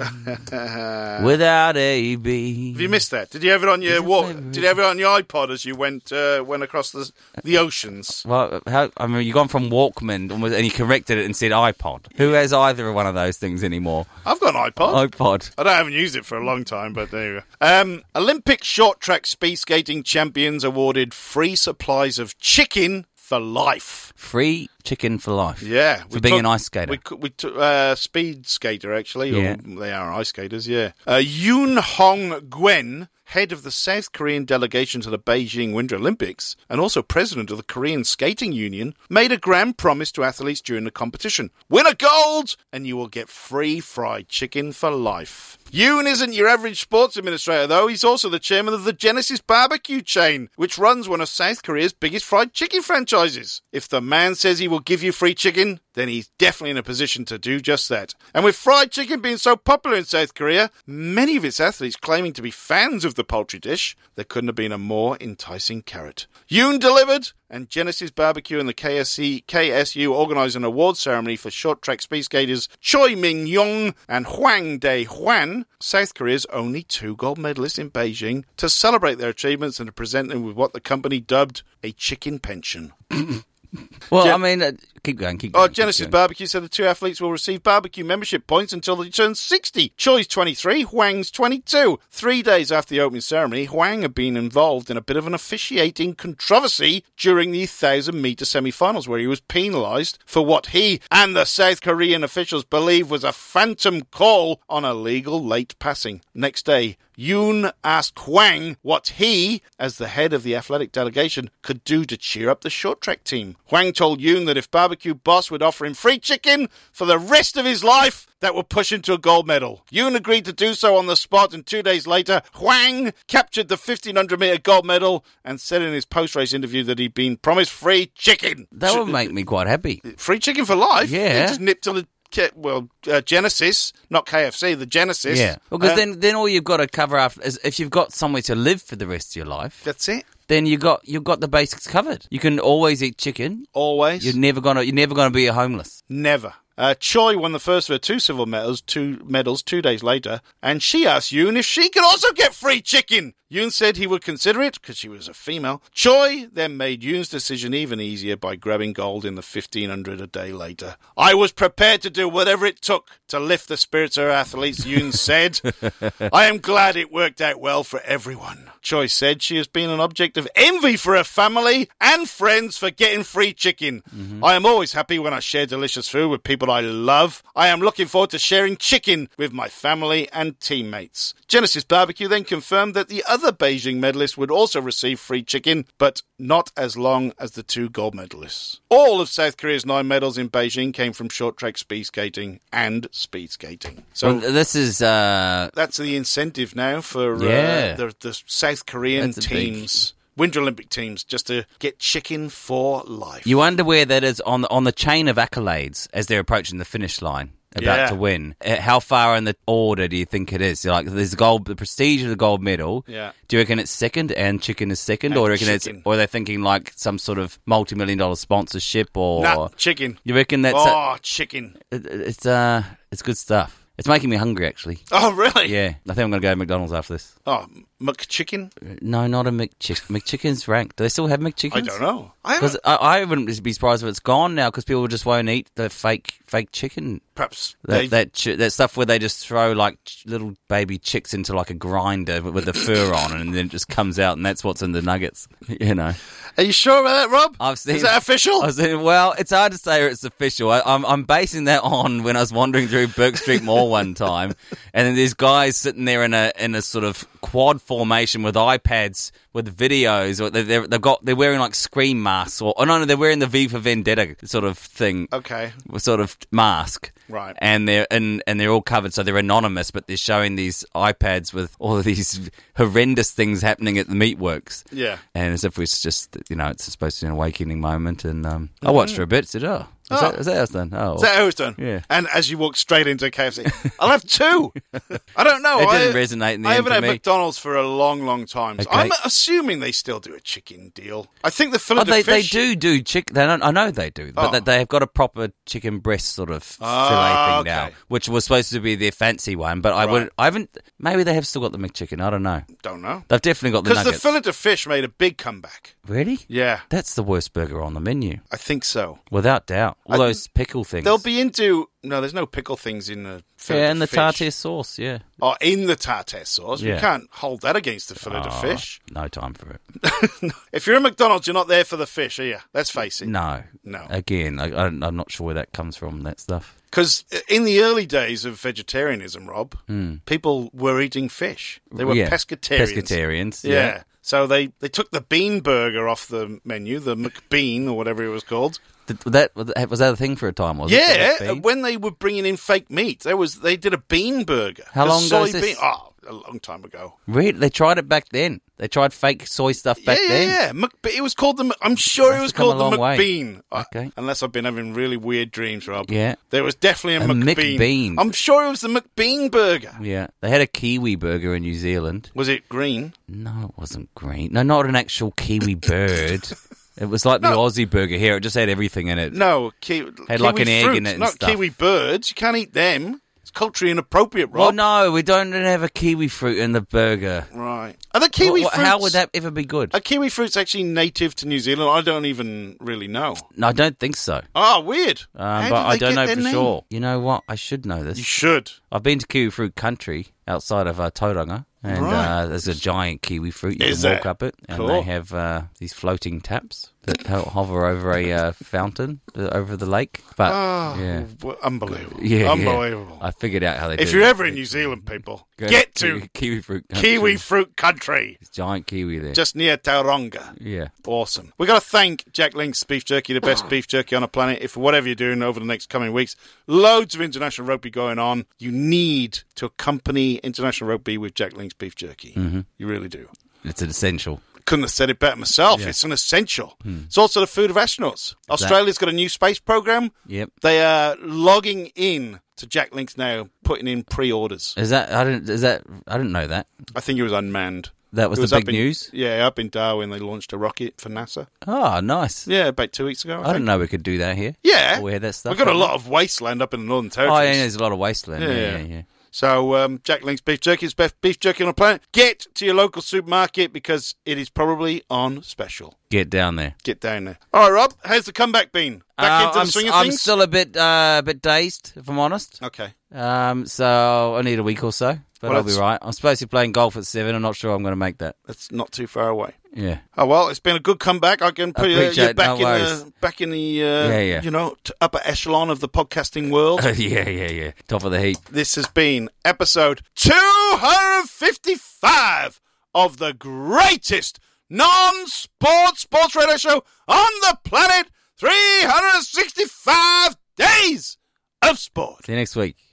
Speaker 7: With
Speaker 8: without AB?
Speaker 7: Have you missed that? Did you have it on your walk? Did you have it on your iPod as you went uh, went across the the oceans?
Speaker 8: Well, how, I mean, you've gone from Walkman and was- and you corrected it and said iPod. Who has either one of those things anymore?
Speaker 7: I've got an iPod.
Speaker 8: iPod.
Speaker 7: I don't, haven't used it for a long time, but there you go. Um, Olympic short track speed skating champions awarded free supplies of chicken for life.
Speaker 8: Free chicken for life.
Speaker 7: Yeah,
Speaker 8: For being
Speaker 7: took-
Speaker 8: an ice skater.
Speaker 7: We, c- we took uh, speed skater actually. or
Speaker 8: Yeah.
Speaker 7: they are ice skaters. Yeah. Uh, Yoon Hong Gwen, head of the South Korean delegation to the Beijing Winter Olympics, and also president of the Korean Skating Union, made a grand promise to athletes during the competition: win a gold, and you will get free fried chicken for life. Yoon isn't your average sports administrator, though. He's also the chairman of the Genesis barbecue chain, which runs one of South Korea's biggest fried chicken franchises. If the man says he will give you free chicken, then he's definitely in a position to do just that. And with fried chicken being so popular in South Korea, many of its athletes claiming to be fans of the poultry dish, there couldn't have been a more enticing carrot. Yoon delivered, and Genesis Barbecue and the KSC, KSU organised an award ceremony for short track speed skaters Choi Min Young and Hwang Dae Hwan, South Korea's only two gold medalists in Beijing, to celebrate their achievements and to present them with what the company dubbed a chicken pension.
Speaker 8: Well,
Speaker 7: Gen-
Speaker 8: I mean, uh, keep going, keep going.
Speaker 7: Oh,
Speaker 8: keep
Speaker 7: Genesis
Speaker 8: going.
Speaker 7: Barbecue said the two athletes will receive barbecue membership points until they turn 60. Choi's 23, Huang's 22. Three days after the opening ceremony, Huang had been involved in a bit of an officiating controversy during the 1,000 metre semi finals, where he was penalised for what he and the South Korean officials believe was a phantom call on illegal late passing. Next day, Yoon asked Huang what he, as the head of the athletic delegation, could do to cheer up the short track team. Huang told Yoon that if Barbecue Boss would offer him free chicken for the rest of his life, that would push him to a gold medal. Yoon agreed to do so on the spot, and two days later, Huang captured the 1500 meter gold medal and said in his post race interview that he'd been promised free chicken. uh,
Speaker 8: That would make me quite happy.
Speaker 7: Free chicken for life?
Speaker 8: Yeah.
Speaker 7: He just nipped on the. Ke- Well, uh, Genesis, not KFC, the Genesis.
Speaker 8: Yeah, because
Speaker 7: Uh,
Speaker 8: then then all you've got to cover after is if you've got somewhere to live for the rest of your life.
Speaker 7: That's it.
Speaker 8: Then you got you've got the basics covered. You can always eat chicken.
Speaker 7: Always.
Speaker 8: You're never gonna you're never gonna be homeless.
Speaker 7: Never. Uh, Choi won the first of her two silver medals two, medals two days later, and she asked Yoon if she could also get free chicken. Yoon said he would consider it because she was a female. Choi then made Yoon's decision even easier by grabbing gold in the 1500 a day later. I was prepared to do whatever it took to lift the spirits of our athletes, Yoon said. (laughs) I am glad it worked out well for everyone. Choi said she has been an object of envy for her family and friends for getting free chicken. I am always happy when I share delicious food with people I love. I am looking forward to sharing chicken with my family and teammates. Genesis Barbecue then confirmed that the other Beijing medalists would also receive free chicken, but not as long as the two gold medalists. All of South Korea's nine medals in Beijing came from short track speed skating and speed skating. So
Speaker 8: Well, this is uh,
Speaker 7: that's the incentive now for uh,
Speaker 8: Yeah.
Speaker 7: the, the South Korean
Speaker 8: That's a big-
Speaker 7: teams Winter Olympic teams just to get chicken for life.
Speaker 8: You wonder where that is on the, on the chain of accolades as they're approaching the finish line. About
Speaker 7: Yeah.
Speaker 8: to win. Uh, How far in the order do you think it is? Like, there's the gold, the prestige of the gold medal.
Speaker 7: Yeah.
Speaker 8: Do you reckon it's second and chicken is second,
Speaker 7: And
Speaker 8: or do you reckon
Speaker 7: chicken.
Speaker 8: it's, or they're thinking like some sort of multi-million dollar sponsorship, or
Speaker 7: Nah, chicken.
Speaker 8: You reckon that's a-
Speaker 7: oh chicken.
Speaker 8: it, it's uh, it's good stuff. It's making me hungry actually.
Speaker 7: Oh really?
Speaker 8: Yeah, I think I'm gonna go to McDonald's after this.
Speaker 7: Oh McChicken.
Speaker 8: No, not a McChick. McChicken's ranked. Do they still have McChickens?
Speaker 7: I don't know. I
Speaker 8: Because I, I, wouldn't be surprised if it's gone now because people just won't eat the fake fake chicken.
Speaker 7: Perhaps
Speaker 8: that
Speaker 7: they-
Speaker 8: that, chi- that stuff where they just throw like ch- little baby chicks into like a grinder with, with the fur on, and then it just comes out, and that's what's in the nuggets. (laughs) You know.
Speaker 7: Are you sure about that, Rob?
Speaker 8: I've seen.
Speaker 7: Is that official?
Speaker 8: I've seen, well, it's hard to say it's official. I, I'm, I'm basing that on when I was wandering through Burke Street Mall one time, (laughs) and then these guys sitting there in a in a sort of quad formation with iPads with videos, or they- they're, they've got they're wearing like screen masks, or oh, no, no, they're wearing the V for Vendetta sort of thing.
Speaker 7: Okay.
Speaker 8: sort of mask.
Speaker 7: Right.
Speaker 8: And they're and, and they're all covered, so they're anonymous, but they're showing these iPads with all of these (laughs) horrendous things happening at the meatworks.
Speaker 7: Yeah.
Speaker 8: And as if it's just you know, it's supposed to be an awakening moment and um, I watched for a bit, said, Oh, is
Speaker 7: Oh.
Speaker 8: that is that how it's done? Oh
Speaker 7: Is that how it's done?
Speaker 8: Yeah.
Speaker 7: And as you walk straight into KFC, (laughs) I'll have two. I don't know.
Speaker 8: (laughs) It
Speaker 7: I-
Speaker 8: didn't resonate in the
Speaker 7: I
Speaker 8: end
Speaker 7: haven't
Speaker 8: for
Speaker 7: had
Speaker 8: me.
Speaker 7: McDonald's for a long, long time. So
Speaker 8: Okay.
Speaker 7: I'm assuming they still do a chicken deal. I think the
Speaker 8: Oh,
Speaker 7: fillet
Speaker 8: they,
Speaker 7: of
Speaker 8: they
Speaker 7: fish.
Speaker 8: do do chicken. They don't, I know they do, but
Speaker 7: Oh.
Speaker 8: that they have got a proper chicken breast sort of
Speaker 7: Ah,
Speaker 8: fillet thing
Speaker 7: okay.
Speaker 8: now, which was supposed to be their fancy one. But I would, I haven't. Maybe they have still got the McChicken. I don't know.
Speaker 7: Don't know.
Speaker 8: They've definitely got the
Speaker 7: Because the
Speaker 8: nuggets.
Speaker 7: fillet of fish made a big comeback.
Speaker 8: really?
Speaker 7: Yeah.
Speaker 8: That's the worst burger on the menu,
Speaker 7: I think so.
Speaker 8: without doubt. All those pickle things.
Speaker 7: They'll be into no. There's no pickle things in the fillet
Speaker 8: yeah,
Speaker 7: of
Speaker 8: and the
Speaker 7: fish.
Speaker 8: tartare sauce. Yeah.
Speaker 7: Oh, in the tartare sauce. You
Speaker 8: Yeah.
Speaker 7: can't hold that against the fillet of
Speaker 8: Oh,
Speaker 7: fish. (laughs)
Speaker 8: No time for it.
Speaker 7: If you're in McDonald's, you're not there for the fish, are you? Let's face it.
Speaker 8: No.
Speaker 7: No.
Speaker 8: Again, I, I, I'm not sure where that comes from. That stuff.
Speaker 7: Because in the early days of vegetarianism, Rob,
Speaker 8: Mm.
Speaker 7: people were eating fish. They were
Speaker 8: Yeah.
Speaker 7: pescatarians.
Speaker 8: Pescatarians,
Speaker 7: Yeah.
Speaker 8: yeah.
Speaker 7: So they, they took the bean burger off the menu, the McBean or whatever it was called.
Speaker 8: Did, that was that a thing for a time? Was it?
Speaker 7: yeah, when they were bringing in fake meat, there was they did a bean burger.
Speaker 8: How
Speaker 7: The
Speaker 8: long ago
Speaker 7: soy
Speaker 8: is this?
Speaker 7: bean- Oh, a long time ago.
Speaker 8: Really? They tried it back then. They tried fake soy stuff back
Speaker 7: yeah,
Speaker 8: then.
Speaker 7: yeah, yeah. Mc, it was called the. Mc- I'm sure it was
Speaker 8: come
Speaker 7: called
Speaker 8: a
Speaker 7: the
Speaker 8: long way.
Speaker 7: McBean. Okay. unless I've been having really weird dreams, Rob.
Speaker 8: Yeah.
Speaker 7: There was definitely a,
Speaker 8: A
Speaker 7: McBean.
Speaker 8: McBean.
Speaker 7: I'm sure it was the McBean burger.
Speaker 8: Yeah. They had a kiwi burger in New Zealand.
Speaker 7: Was it green?
Speaker 8: No, it wasn't green. No, not an actual
Speaker 7: (coughs)
Speaker 8: kiwi bird. It was like the Aussie burger here. It just had everything in it.
Speaker 7: No, ki-
Speaker 8: Had
Speaker 7: kiwi
Speaker 8: like an egg in
Speaker 7: fruit,
Speaker 8: it and
Speaker 7: not
Speaker 8: stuff.
Speaker 7: kiwi birds. You can't eat them. It's culturally inappropriate,
Speaker 8: Well,
Speaker 7: Rob.
Speaker 8: no, we don't have a kiwi fruit in the burger.
Speaker 7: Right. Are the kiwi
Speaker 8: Wha- wha-
Speaker 7: fruits?
Speaker 8: how would that ever be good?
Speaker 7: Are kiwi fruits actually native to New Zealand? I don't even really know.
Speaker 8: No, I don't think so.
Speaker 7: Ah, weird.
Speaker 8: Um,
Speaker 7: How
Speaker 8: but
Speaker 7: did
Speaker 8: I
Speaker 7: they
Speaker 8: don't
Speaker 7: get
Speaker 8: know
Speaker 7: their
Speaker 8: for
Speaker 7: name?
Speaker 8: sure. You know what? I should know this.
Speaker 7: You should.
Speaker 8: I've been to kiwi fruit country outside of uh, Tauranga, and
Speaker 7: Right.
Speaker 8: uh, there's a giant kiwi fruit. You
Speaker 7: Is
Speaker 8: can walk
Speaker 7: there?
Speaker 8: up it, and
Speaker 7: Cool.
Speaker 8: they have uh, these floating taps that ho- hover over a uh, fountain uh, over the lake. But
Speaker 7: Ah,
Speaker 8: yeah.
Speaker 7: w- unbelievable.
Speaker 8: Yeah, yeah.
Speaker 7: Unbelievable.
Speaker 8: I figured out how they.
Speaker 7: If
Speaker 8: do
Speaker 7: you're
Speaker 8: that.
Speaker 7: ever in New Zealand, people,
Speaker 8: Go
Speaker 7: get
Speaker 8: to
Speaker 7: to
Speaker 8: (laughs) kiwi fruit country.
Speaker 7: Kiwi Fruit Country,
Speaker 8: It's giant kiwi there.
Speaker 7: just near Tauranga.
Speaker 8: yeah.
Speaker 7: Awesome. we got to thank Jack Link's Beef Jerky, the
Speaker 8: (coughs)
Speaker 7: best beef jerky on the planet. If whatever you're doing over the next coming weeks, loads of international rugby going on. You need to accompany international rugby with Jack Link's Beef Jerky.
Speaker 8: Mhm.
Speaker 7: You really do.
Speaker 8: It's an essential.
Speaker 7: Couldn't have said it better myself.
Speaker 8: Yeah.
Speaker 7: It's an essential.
Speaker 8: Hmm.
Speaker 7: It's also the food of astronauts. Australia's got a new space program.
Speaker 8: Yep.
Speaker 7: They are logging in to Jack Link's now, putting in pre-orders.
Speaker 8: Is that? I didn't. Is that? I didn't know that.
Speaker 7: I think it was unmanned.
Speaker 8: That was
Speaker 7: It
Speaker 8: the
Speaker 7: up
Speaker 8: big
Speaker 7: in-
Speaker 8: news?
Speaker 7: Yeah, up in Darwin, they launched a rocket for NASA.
Speaker 8: Oh, nice.
Speaker 7: Yeah, about two weeks ago. I,
Speaker 8: I
Speaker 7: think.
Speaker 8: didn't know we could do that here.
Speaker 7: Yeah.
Speaker 8: Or we had that stuff.
Speaker 7: We've got a
Speaker 8: haven't
Speaker 7: lot of wasteland up in the Northern
Speaker 8: we?
Speaker 7: Territory.
Speaker 8: Oh, yeah, there's a lot of wasteland. Yeah, yeah, yeah.
Speaker 7: So, um, Jack Link's beef jerky is best beef jerky on the planet. Get to your local supermarket because it is probably on special.
Speaker 8: Get down there.
Speaker 7: Get down there. All right, Rob, how's the comeback been? Back
Speaker 8: Uh,
Speaker 7: into
Speaker 8: I'm,
Speaker 7: the swing of
Speaker 8: I'm
Speaker 7: things?
Speaker 8: still a bit, uh, a bit dazed, if I'm honest.
Speaker 7: Okay.
Speaker 8: Um, so I need a week or so, but
Speaker 7: Well,
Speaker 8: I'll be
Speaker 7: that's-
Speaker 8: right. I'm supposed to be playing golf at seven. I'm not sure I'm going to make that.
Speaker 7: That's not too far away.
Speaker 8: Yeah. (laughs)
Speaker 7: Oh well, it's been a good comeback. I can put you,
Speaker 8: Appreciate
Speaker 7: you're
Speaker 8: it,
Speaker 7: back
Speaker 8: no
Speaker 7: in
Speaker 8: worries.
Speaker 7: the back in the uh,
Speaker 8: Yeah, yeah.
Speaker 7: you know t- upper echelon of the podcasting world.
Speaker 8: (laughs) yeah, yeah, yeah. Top of the heap.
Speaker 7: This has been episode 255 of the greatest non sports sports radio show on the planet 365 days of sport.
Speaker 8: See you next week.